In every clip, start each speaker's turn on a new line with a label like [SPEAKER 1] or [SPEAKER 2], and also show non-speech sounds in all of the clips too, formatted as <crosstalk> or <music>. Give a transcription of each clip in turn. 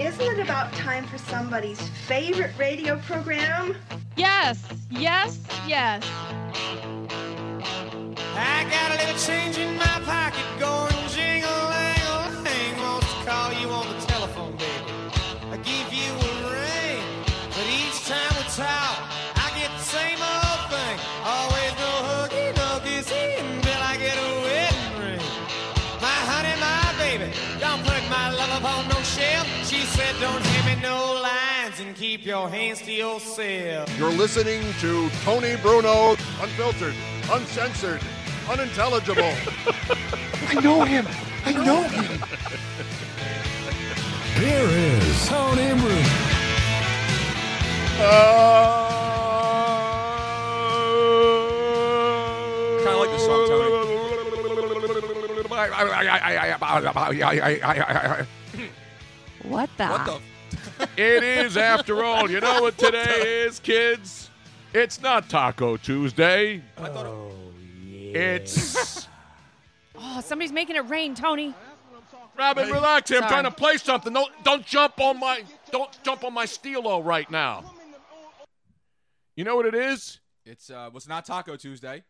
[SPEAKER 1] Isn't it about time for somebody's favorite radio program?
[SPEAKER 2] Yes, yes, yes.
[SPEAKER 3] I got a little change in my pocket going jingle lang lang. Wants to call you on the telephone, baby. I give you a ring, but each time we talk, I get the same old thing. Always no hooky, no kissy until I get a wedding ring. My honey, my baby, don't put my love upon no shelf. She said, don't hand me no lines and keep your hands to yourself.
[SPEAKER 4] You're listening to Tony Bruno, unfiltered, uncensored, unintelligible.
[SPEAKER 5] <laughs> I know him. I know him.
[SPEAKER 6] Here is Tony Bruno.
[SPEAKER 5] Kind of like the song,
[SPEAKER 4] <laughs>
[SPEAKER 5] Tony.
[SPEAKER 7] What the?
[SPEAKER 5] What the?
[SPEAKER 6] It is, after all, you know what today is, kids? It's not Taco Tuesday.
[SPEAKER 5] I thought
[SPEAKER 8] Oh,
[SPEAKER 5] it,
[SPEAKER 6] It's.
[SPEAKER 2] Oh, somebody's making it rain, Tony.
[SPEAKER 6] Robin,
[SPEAKER 5] Hey.
[SPEAKER 6] relax. here. I'm
[SPEAKER 2] Sorry.
[SPEAKER 6] trying to play something. Don't don't jump on my don't jump on my stilo right now. You know what it is?
[SPEAKER 5] it's uh, was not Taco Tuesday.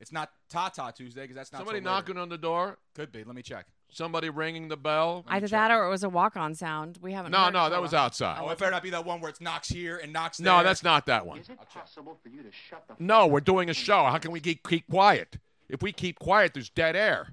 [SPEAKER 5] It's not Tata Tuesday because that's not
[SPEAKER 6] Somebody
[SPEAKER 5] till later.
[SPEAKER 6] knocking on the door.
[SPEAKER 5] Could be. Let me check.
[SPEAKER 6] Somebody ringing the bell.
[SPEAKER 2] Either that or it was a walk-on sound. We haven't.
[SPEAKER 6] No,
[SPEAKER 2] heard
[SPEAKER 6] no,
[SPEAKER 2] it for
[SPEAKER 6] that
[SPEAKER 2] a
[SPEAKER 6] was
[SPEAKER 2] while.
[SPEAKER 6] outside.
[SPEAKER 5] Oh, it better not be that one where it's knocks here and knocks there.
[SPEAKER 6] No, that's not that one.
[SPEAKER 9] Is it possible for you to shut the
[SPEAKER 6] No, we're doing a show. How can we keep, keep quiet? If we keep quiet, there's dead air.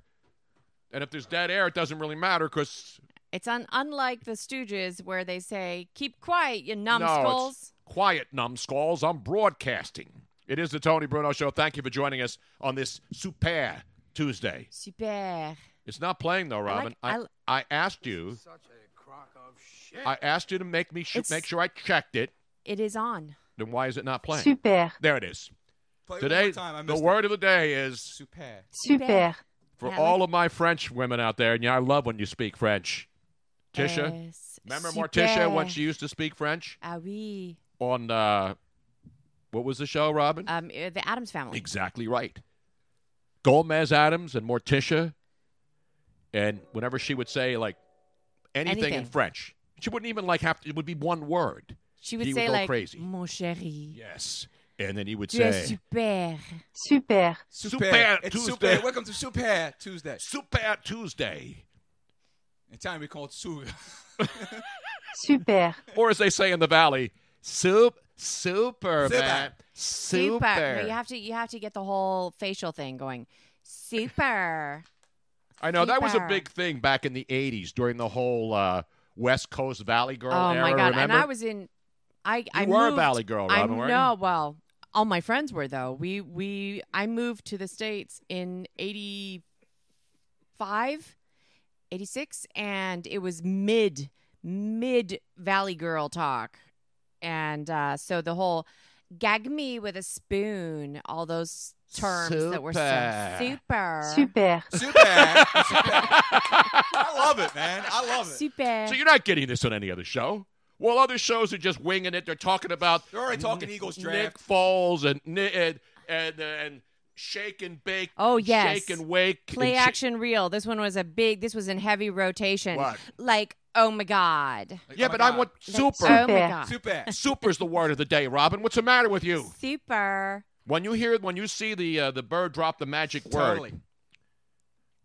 [SPEAKER 6] And if there's dead air, it doesn't really matter because
[SPEAKER 2] It's un- unlike the Stooges where they say, "Keep quiet, you
[SPEAKER 6] no, it's
[SPEAKER 2] numbskulls."
[SPEAKER 6] quiet numbskulls. I'm broadcasting. It is the Tony Bruno Show. Thank you for joining us on this super Tuesday.
[SPEAKER 2] Super.
[SPEAKER 6] It's not playing though,
[SPEAKER 2] like-
[SPEAKER 6] Robin. I,
[SPEAKER 2] I l-
[SPEAKER 6] I, asked you. I asked you to make me sh-
[SPEAKER 2] It's-
[SPEAKER 6] make sure I checked it.
[SPEAKER 2] It is on.
[SPEAKER 6] Then why is it not playing?
[SPEAKER 10] Super,
[SPEAKER 6] There it is.
[SPEAKER 5] Play it one
[SPEAKER 6] Today,
[SPEAKER 5] more time. I
[SPEAKER 6] the
[SPEAKER 5] missed it.
[SPEAKER 6] word of the day is
[SPEAKER 5] Super.
[SPEAKER 10] super.
[SPEAKER 6] for
[SPEAKER 2] Yeah, I
[SPEAKER 6] all of my French women out there, and yeah, I love when you speak French. Tisha,
[SPEAKER 2] Yes.
[SPEAKER 6] remember
[SPEAKER 2] Eh, Super.
[SPEAKER 6] Morticia when she used to speak French
[SPEAKER 2] Ah oui.
[SPEAKER 6] on uh, what was the show, Robin?
[SPEAKER 2] Um, uh, the Adams family.
[SPEAKER 6] Exactly right. Gomez Adams and Morticia, and whenever she would say like anything, in
[SPEAKER 2] Anything.
[SPEAKER 6] French, she wouldn't even like have to. It would be one word.
[SPEAKER 2] She would
[SPEAKER 6] He would
[SPEAKER 2] say
[SPEAKER 6] go
[SPEAKER 2] like,
[SPEAKER 6] crazy.
[SPEAKER 2] "Mon chéri,
[SPEAKER 6] Yes, and then he would
[SPEAKER 2] tu es
[SPEAKER 6] say
[SPEAKER 2] super."
[SPEAKER 10] Super.
[SPEAKER 6] Super
[SPEAKER 5] It's
[SPEAKER 6] Tuesday.
[SPEAKER 5] Super. Welcome to Super Tuesday.
[SPEAKER 6] Super Tuesday,
[SPEAKER 5] In time we call it <laughs> Super.
[SPEAKER 10] Super.
[SPEAKER 6] or as they say in the valley, soup super
[SPEAKER 5] Super.
[SPEAKER 6] man, super.
[SPEAKER 2] No, you have to you have to get the whole facial thing going. Super.
[SPEAKER 6] I know that was a
[SPEAKER 2] Super.
[SPEAKER 6] big thing back in the '80s during the whole uh, West Coast Valley Girl
[SPEAKER 2] oh
[SPEAKER 6] era.
[SPEAKER 2] my god!
[SPEAKER 6] Remember?
[SPEAKER 2] And I was in. I I
[SPEAKER 6] you were a
[SPEAKER 2] moved-
[SPEAKER 6] Valley Girl,
[SPEAKER 2] I
[SPEAKER 6] Robin. weren't you?
[SPEAKER 2] know. Well, all my friends were though. We we I moved to the states in 85, 86, and it was mid mid Valley Girl talk, and uh, so the whole gag me with a spoon, all those terms that were so
[SPEAKER 6] Super.
[SPEAKER 2] super
[SPEAKER 10] Super.
[SPEAKER 5] Super. I love it, man. I love it.
[SPEAKER 2] super.
[SPEAKER 6] So you're not getting this on any other show. Well, other shows are just winging it. They're talking about
[SPEAKER 5] They're already talking Eagles
[SPEAKER 6] Nick
[SPEAKER 5] draft.
[SPEAKER 6] Foles and Ni- and and, and shake and bake.
[SPEAKER 2] Oh, yes.
[SPEAKER 6] shake and wake. and
[SPEAKER 2] Play
[SPEAKER 6] sh-
[SPEAKER 2] action reel. This one was a big. This was in heavy rotation.
[SPEAKER 6] What?
[SPEAKER 2] Like, oh my god.
[SPEAKER 5] Like,
[SPEAKER 6] yeah,
[SPEAKER 5] oh my
[SPEAKER 6] but I
[SPEAKER 5] God.
[SPEAKER 6] want super.
[SPEAKER 2] Oh my
[SPEAKER 10] Super.
[SPEAKER 2] god.
[SPEAKER 5] Super.
[SPEAKER 6] <laughs> Super's the word of the day, Robin. What's the matter with you?
[SPEAKER 2] Super.
[SPEAKER 6] When you hear, when you see the uh, the bird drop the magic word,
[SPEAKER 5] Totally.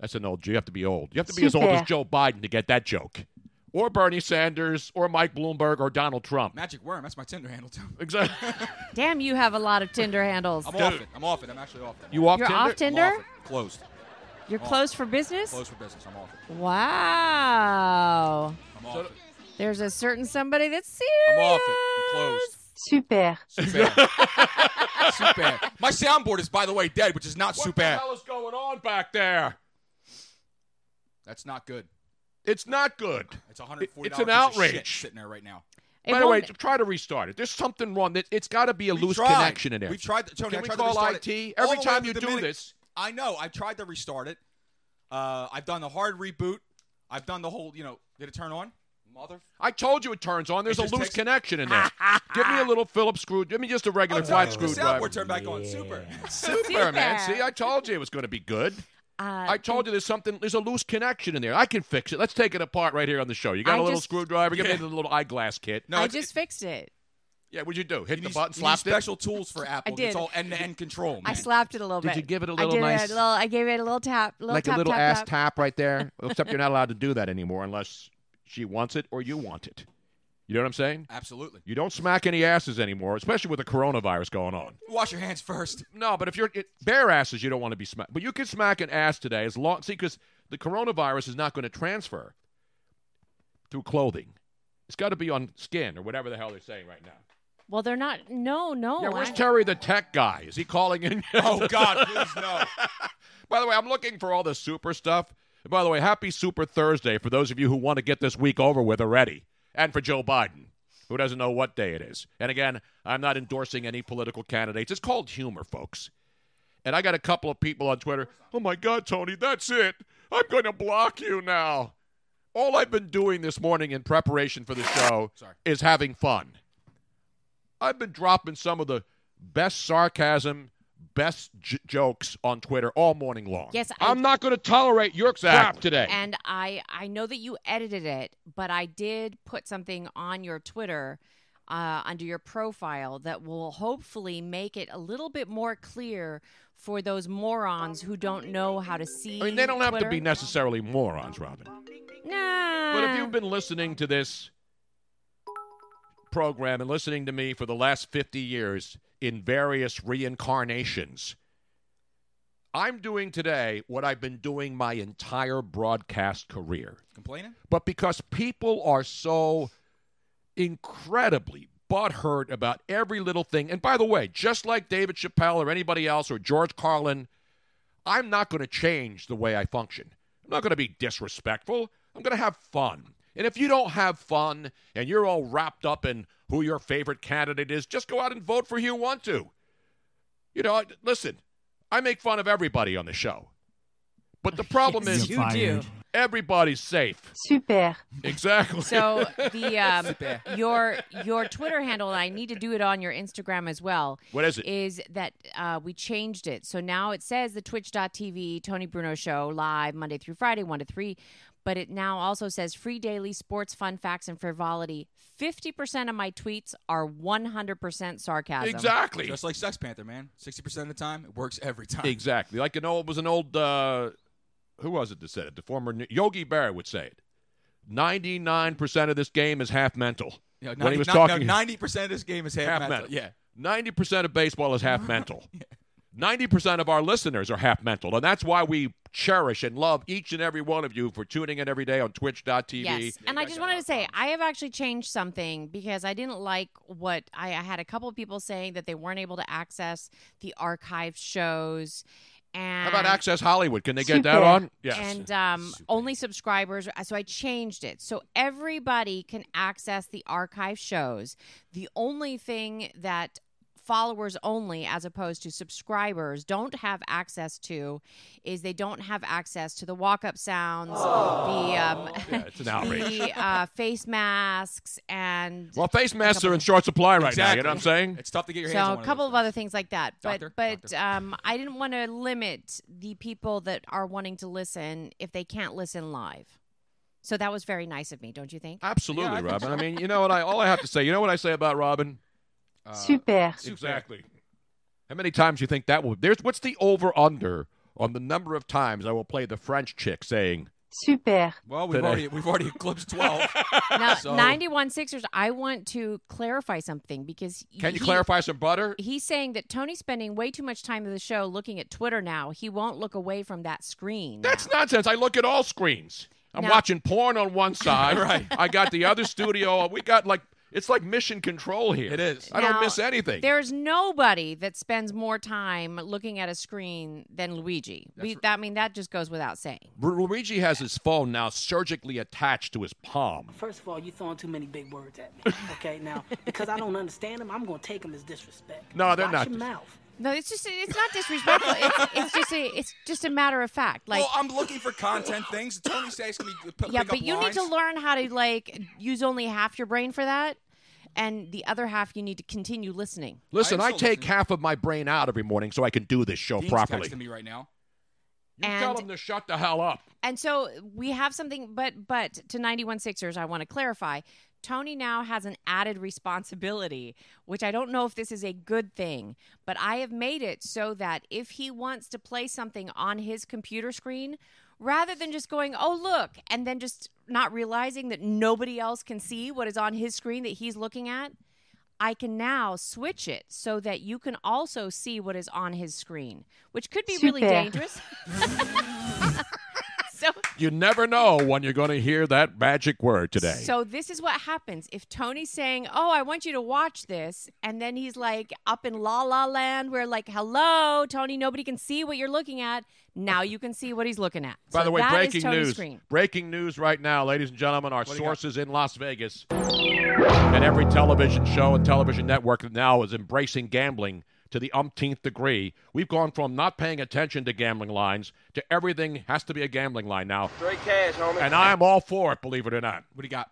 [SPEAKER 6] that's an old. You have to be old. You have to be as old
[SPEAKER 10] Super.
[SPEAKER 6] as Joe Biden to get that joke, or Bernie Sanders, or Mike Bloomberg, or Donald Trump.
[SPEAKER 5] Magic worm. That's my Tinder handle too. <laughs>
[SPEAKER 6] Exactly.
[SPEAKER 2] Damn, you have a lot of Tinder handles.
[SPEAKER 5] I'm off it. I'm off it. I'm actually off it.
[SPEAKER 6] You off
[SPEAKER 2] You're
[SPEAKER 6] Tinder?
[SPEAKER 2] off
[SPEAKER 5] I'm
[SPEAKER 2] Tinder?
[SPEAKER 5] off it. Closed.
[SPEAKER 2] You're closed for business?
[SPEAKER 5] Closed for business. I'm off it.
[SPEAKER 2] Wow.
[SPEAKER 5] I'm off
[SPEAKER 6] <laughs>
[SPEAKER 5] it.
[SPEAKER 2] There's a certain somebody that's
[SPEAKER 5] I'm
[SPEAKER 2] serious.
[SPEAKER 5] off it. I'm closed.
[SPEAKER 10] Super.
[SPEAKER 5] Super. super. My soundboard is, by the way, dead, which is not
[SPEAKER 6] What
[SPEAKER 5] super.
[SPEAKER 6] the hell is going on back there?
[SPEAKER 5] That's not good.
[SPEAKER 6] It's not good.
[SPEAKER 5] It's 140.
[SPEAKER 6] It's an outrage.
[SPEAKER 5] sitting there right now.
[SPEAKER 2] It
[SPEAKER 6] By the way,
[SPEAKER 2] won't-
[SPEAKER 6] try to restart it. There's something wrong. It- It's got to be a
[SPEAKER 5] We
[SPEAKER 6] loose
[SPEAKER 5] tried.
[SPEAKER 6] connection in there.
[SPEAKER 5] We tried. To, Tony,
[SPEAKER 6] Can
[SPEAKER 5] I
[SPEAKER 6] we
[SPEAKER 5] tried
[SPEAKER 6] call
[SPEAKER 5] to restart
[SPEAKER 6] IT?
[SPEAKER 5] It. all
[SPEAKER 6] Every
[SPEAKER 5] the way
[SPEAKER 6] time
[SPEAKER 5] to
[SPEAKER 6] you
[SPEAKER 5] the
[SPEAKER 6] do
[SPEAKER 5] minute-
[SPEAKER 6] this-
[SPEAKER 5] I know. I tried to restart it. Uh, I've done the hard reboot. I've done the whole. You know, did it turn on? Mother.
[SPEAKER 6] I told you it turns on. There's
[SPEAKER 5] It
[SPEAKER 6] a
[SPEAKER 5] just
[SPEAKER 6] loose
[SPEAKER 5] takes-
[SPEAKER 6] connection in
[SPEAKER 5] <laughs>
[SPEAKER 6] there. give me a little Phillips screw. Give me just a regular
[SPEAKER 5] Oh,
[SPEAKER 6] flat
[SPEAKER 5] the
[SPEAKER 6] screwdriver. <laughs>
[SPEAKER 5] soundboard turned back on. Super.
[SPEAKER 6] Super, man. See, I told you it was going to be good.
[SPEAKER 2] Uh,
[SPEAKER 6] I told you there's something. There's a loose connection in there. I can fix it. Let's take it apart right here on the show. You got
[SPEAKER 2] I
[SPEAKER 6] a little
[SPEAKER 2] just-
[SPEAKER 6] screwdriver. Give
[SPEAKER 5] Yeah.
[SPEAKER 6] me the little eyeglass kit.
[SPEAKER 5] No,
[SPEAKER 2] I
[SPEAKER 5] it's-
[SPEAKER 2] just fixed it.
[SPEAKER 6] Yeah, what'd you do? Hit
[SPEAKER 5] you
[SPEAKER 6] the
[SPEAKER 5] need-
[SPEAKER 6] button,
[SPEAKER 5] you need
[SPEAKER 6] slapped it.
[SPEAKER 5] special tools for Apple.
[SPEAKER 2] did.
[SPEAKER 5] It's all end-to-end control, man.
[SPEAKER 2] I slapped it a little
[SPEAKER 6] Did
[SPEAKER 2] bit.
[SPEAKER 6] you give it a
[SPEAKER 2] I
[SPEAKER 6] little
[SPEAKER 2] did
[SPEAKER 6] nice-
[SPEAKER 2] It a little, I gave it a little tap, little
[SPEAKER 6] like
[SPEAKER 2] tap,
[SPEAKER 6] a little
[SPEAKER 2] tap,
[SPEAKER 6] ass
[SPEAKER 2] tap.
[SPEAKER 6] tap
[SPEAKER 2] <laughs>
[SPEAKER 6] right there. Except you're not allowed to do that anymore unless she wants it or you want it. You know what I'm saying?
[SPEAKER 5] Absolutely.
[SPEAKER 6] You don't smack any asses anymore, especially with the coronavirus going on.
[SPEAKER 5] Wash your
[SPEAKER 6] <laughs>
[SPEAKER 5] hands first.
[SPEAKER 6] No, but if you're it, bare asses, you don't want to be smacked. But you can smack an ass today as long see because the coronavirus is not going to transfer through clothing. It's got to be on skin or whatever the hell they're saying right now.
[SPEAKER 2] Well, they're not. No, no.
[SPEAKER 6] yeah, where's
[SPEAKER 2] Oh, I-
[SPEAKER 6] Terry the tech guy? Is he calling in? <laughs>
[SPEAKER 5] Oh God, please no.
[SPEAKER 6] By the way, I'm looking for all the super stuff. And by the way, happy Super Thursday for those of you who want to get this week over with already, and for Joe Biden, who doesn't know what day it is. And again, I'm not endorsing any political candidates. It's called humor, folks. And I got a couple of people on Twitter. Oh my God, Tony, that's it. I'm going to block you now. All I've been doing this morning in preparation for the show
[SPEAKER 5] Sorry.
[SPEAKER 6] is having fun. I've been dropping some of the best sarcasm, best j- jokes on Twitter all morning long.
[SPEAKER 2] Yes, I-
[SPEAKER 6] I, am not going to tolerate your crap today.
[SPEAKER 2] And I, I know that you edited it, but I did put something on your Twitter uh, under your profile that will hopefully make it a little bit more clear for those morons who don't know how to see.
[SPEAKER 6] I mean, they don't have to be
[SPEAKER 2] Twitter. Uh.
[SPEAKER 6] necessarily morons, Robin.
[SPEAKER 2] Nah.
[SPEAKER 6] But if you've been listening to this program and listening to me for the last 50 years in various reincarnations, I'm doing today what I've been doing my entire broadcast career.
[SPEAKER 5] Complaining?
[SPEAKER 6] But because people are so incredibly butthurt about every little thing, and by the way, just like David Chappelle or anybody else or George Carlin, I'm not going to change the way I function. I'm not going to be disrespectful. I'm going to have fun. And if you don't have fun and you're all wrapped up in who your favorite candidate is, just go out and vote for who you want to. You know, I- listen, I make fun of everybody on the show. But the problem
[SPEAKER 2] Yes,
[SPEAKER 6] is
[SPEAKER 2] you do.
[SPEAKER 6] everybody's safe.
[SPEAKER 10] super,
[SPEAKER 6] Exactly.
[SPEAKER 2] So the um, your your Twitter handle, and I need to do it on your Instagram as well.
[SPEAKER 6] <laughs> What is it?
[SPEAKER 2] Is that uh, we changed it. So now it says the twitch.tv Tony Bruno Show live Monday through Friday, 1 to 3. But it now also says free daily sports fun facts and frivolity. 50% of my tweets are 100% sarcasm.
[SPEAKER 6] exactly.
[SPEAKER 5] Just like Sex Panther, man. Sixty percent of the time, it works every time.
[SPEAKER 6] <laughs> Exactly. Like an old was an old uh who was it that said it? The former Yogi Berra would say it. Ninety nine percent of this game is half mental.
[SPEAKER 5] You know, 90,
[SPEAKER 6] when he was talking
[SPEAKER 5] ninety percent of this game is half,
[SPEAKER 6] half
[SPEAKER 5] mental.
[SPEAKER 6] mental.
[SPEAKER 5] Yeah.
[SPEAKER 6] Ninety percent of baseball is
[SPEAKER 5] <laughs>
[SPEAKER 6] half mental. Ninety percent of our listeners are half mental, and that's why we cherish and love each and every one of you for tuning in every day on twitch.tv.
[SPEAKER 2] Yes. And I just wanted to say, I have actually changed something because I didn't like what I, I had a couple of people saying that they weren't able to access the archive shows. And
[SPEAKER 6] How about Access Hollywood? Can they get that
[SPEAKER 10] Super.
[SPEAKER 6] on? Yes.
[SPEAKER 2] And um, only subscribers. uh, So I changed it. So everybody can access the archive shows. The only thing that followers only, as opposed to subscribers, don't have access to is they don't have access to the walk up sounds, <laughs> the,
[SPEAKER 6] Oh. yeah,
[SPEAKER 2] um,
[SPEAKER 6] it's an outrage.
[SPEAKER 2] the uh, face masks, and.
[SPEAKER 6] well, face masks are in short supply right now. You
[SPEAKER 5] Exactly.
[SPEAKER 6] know what I'm saying?
[SPEAKER 5] It's tough to get your hands
[SPEAKER 2] so
[SPEAKER 5] on
[SPEAKER 2] a
[SPEAKER 5] one
[SPEAKER 2] couple of,
[SPEAKER 5] those
[SPEAKER 2] other
[SPEAKER 5] things.
[SPEAKER 2] things like that, but
[SPEAKER 5] Doctor,
[SPEAKER 2] but
[SPEAKER 5] doctor.
[SPEAKER 2] um, I didn't want to limit the people that are wanting to listen if they can't listen live. So that was very nice of me, don't
[SPEAKER 6] <laughs>
[SPEAKER 2] you think?
[SPEAKER 6] Absolutely,
[SPEAKER 5] Yeah, I think
[SPEAKER 6] Robin. I mean, you know what I all I have to say, you know what I say about Robin? Uh,
[SPEAKER 10] super,
[SPEAKER 6] Exactly. How many times do you think that will there's what's the over under on the number of times I will play the French chick saying
[SPEAKER 10] super,
[SPEAKER 5] Well, we've
[SPEAKER 6] Today.
[SPEAKER 5] already we've already eclipsed twelve.
[SPEAKER 2] Now,
[SPEAKER 5] So-
[SPEAKER 2] 91 Sixers, I want to clarify something because
[SPEAKER 6] Can you
[SPEAKER 2] he-
[SPEAKER 6] clarify some butter?
[SPEAKER 2] He's saying that Tony's spending way too much time of the show looking at Twitter now. He won't look away from that screen.
[SPEAKER 6] That's
[SPEAKER 2] now.
[SPEAKER 6] nonsense. I look at all screens. I'm
[SPEAKER 2] No.
[SPEAKER 6] watching porn on
[SPEAKER 5] <laughs>
[SPEAKER 6] one side. right. I got the other studio. We got like it's like mission control here.
[SPEAKER 5] It is.
[SPEAKER 6] I
[SPEAKER 2] Now,
[SPEAKER 6] don't miss anything.
[SPEAKER 2] There's nobody that spends more time looking at a screen than Luigi. We, I mean, that just goes without saying.
[SPEAKER 6] Ru- Luigi has his phone now surgically attached to his palm.
[SPEAKER 11] First of all, you throwing too many big words at
[SPEAKER 6] <laughs>
[SPEAKER 11] me. Okay, now because I don't understand them, I'm gonna take them as disrespect.
[SPEAKER 6] No, they're
[SPEAKER 11] Watch
[SPEAKER 6] not
[SPEAKER 11] Your
[SPEAKER 6] dis-
[SPEAKER 11] mouth.
[SPEAKER 2] No, it's just it's not disrespectful. it's, it's just a it's just a matter of fact. <laughs> Like
[SPEAKER 5] well, I'm looking for content things. Tony's asking me to p-
[SPEAKER 2] yeah,
[SPEAKER 5] uh, pick
[SPEAKER 2] but
[SPEAKER 5] up
[SPEAKER 2] you
[SPEAKER 5] lines.
[SPEAKER 2] need to learn how to like use only half your brain for that, and the other half you need to continue listening.
[SPEAKER 6] Listen,
[SPEAKER 5] I
[SPEAKER 6] I,
[SPEAKER 5] am still
[SPEAKER 6] take
[SPEAKER 5] listening.
[SPEAKER 6] half of my brain out every morning so I can do this show
[SPEAKER 5] Dean's
[SPEAKER 6] Oh, properly.
[SPEAKER 5] texting me right now.
[SPEAKER 2] and
[SPEAKER 6] Tell them to shut the hell up.
[SPEAKER 2] and so we have something, but but to 91 Sixers, I want to clarify. Tony now has an added responsibility, which I don't know if this is a good thing, but I have made it so that if he wants to play something on his computer screen, rather than just going, oh, look, and then just not realizing that nobody else can see what is on his screen that he's looking at, I can now switch it so that you can also see what is on his screen, which could be really
[SPEAKER 6] Super.
[SPEAKER 2] dangerous. <laughs> so
[SPEAKER 6] You never know when you're going to hear that magic word today.
[SPEAKER 2] So this is what happens if Tony's saying, "Oh, I want you to watch this," and then he's like up in La La Land, where like, "Hello, Tony, nobody can see what you're looking at. Now you can see what he's looking at."
[SPEAKER 6] By
[SPEAKER 2] So
[SPEAKER 6] the way,
[SPEAKER 2] that is
[SPEAKER 6] breaking
[SPEAKER 2] Tony's
[SPEAKER 6] news.
[SPEAKER 2] Screen.
[SPEAKER 6] Breaking news right now, ladies and gentlemen. Our sources in Las Vegas and every television show and television network that now is embracing gambling to the umpteenth degree. We've gone from not paying attention to gambling lines to everything has to be a gambling line now.
[SPEAKER 8] Straight cash, homie.
[SPEAKER 6] And I'm all for it, believe it or not.
[SPEAKER 5] What do you got?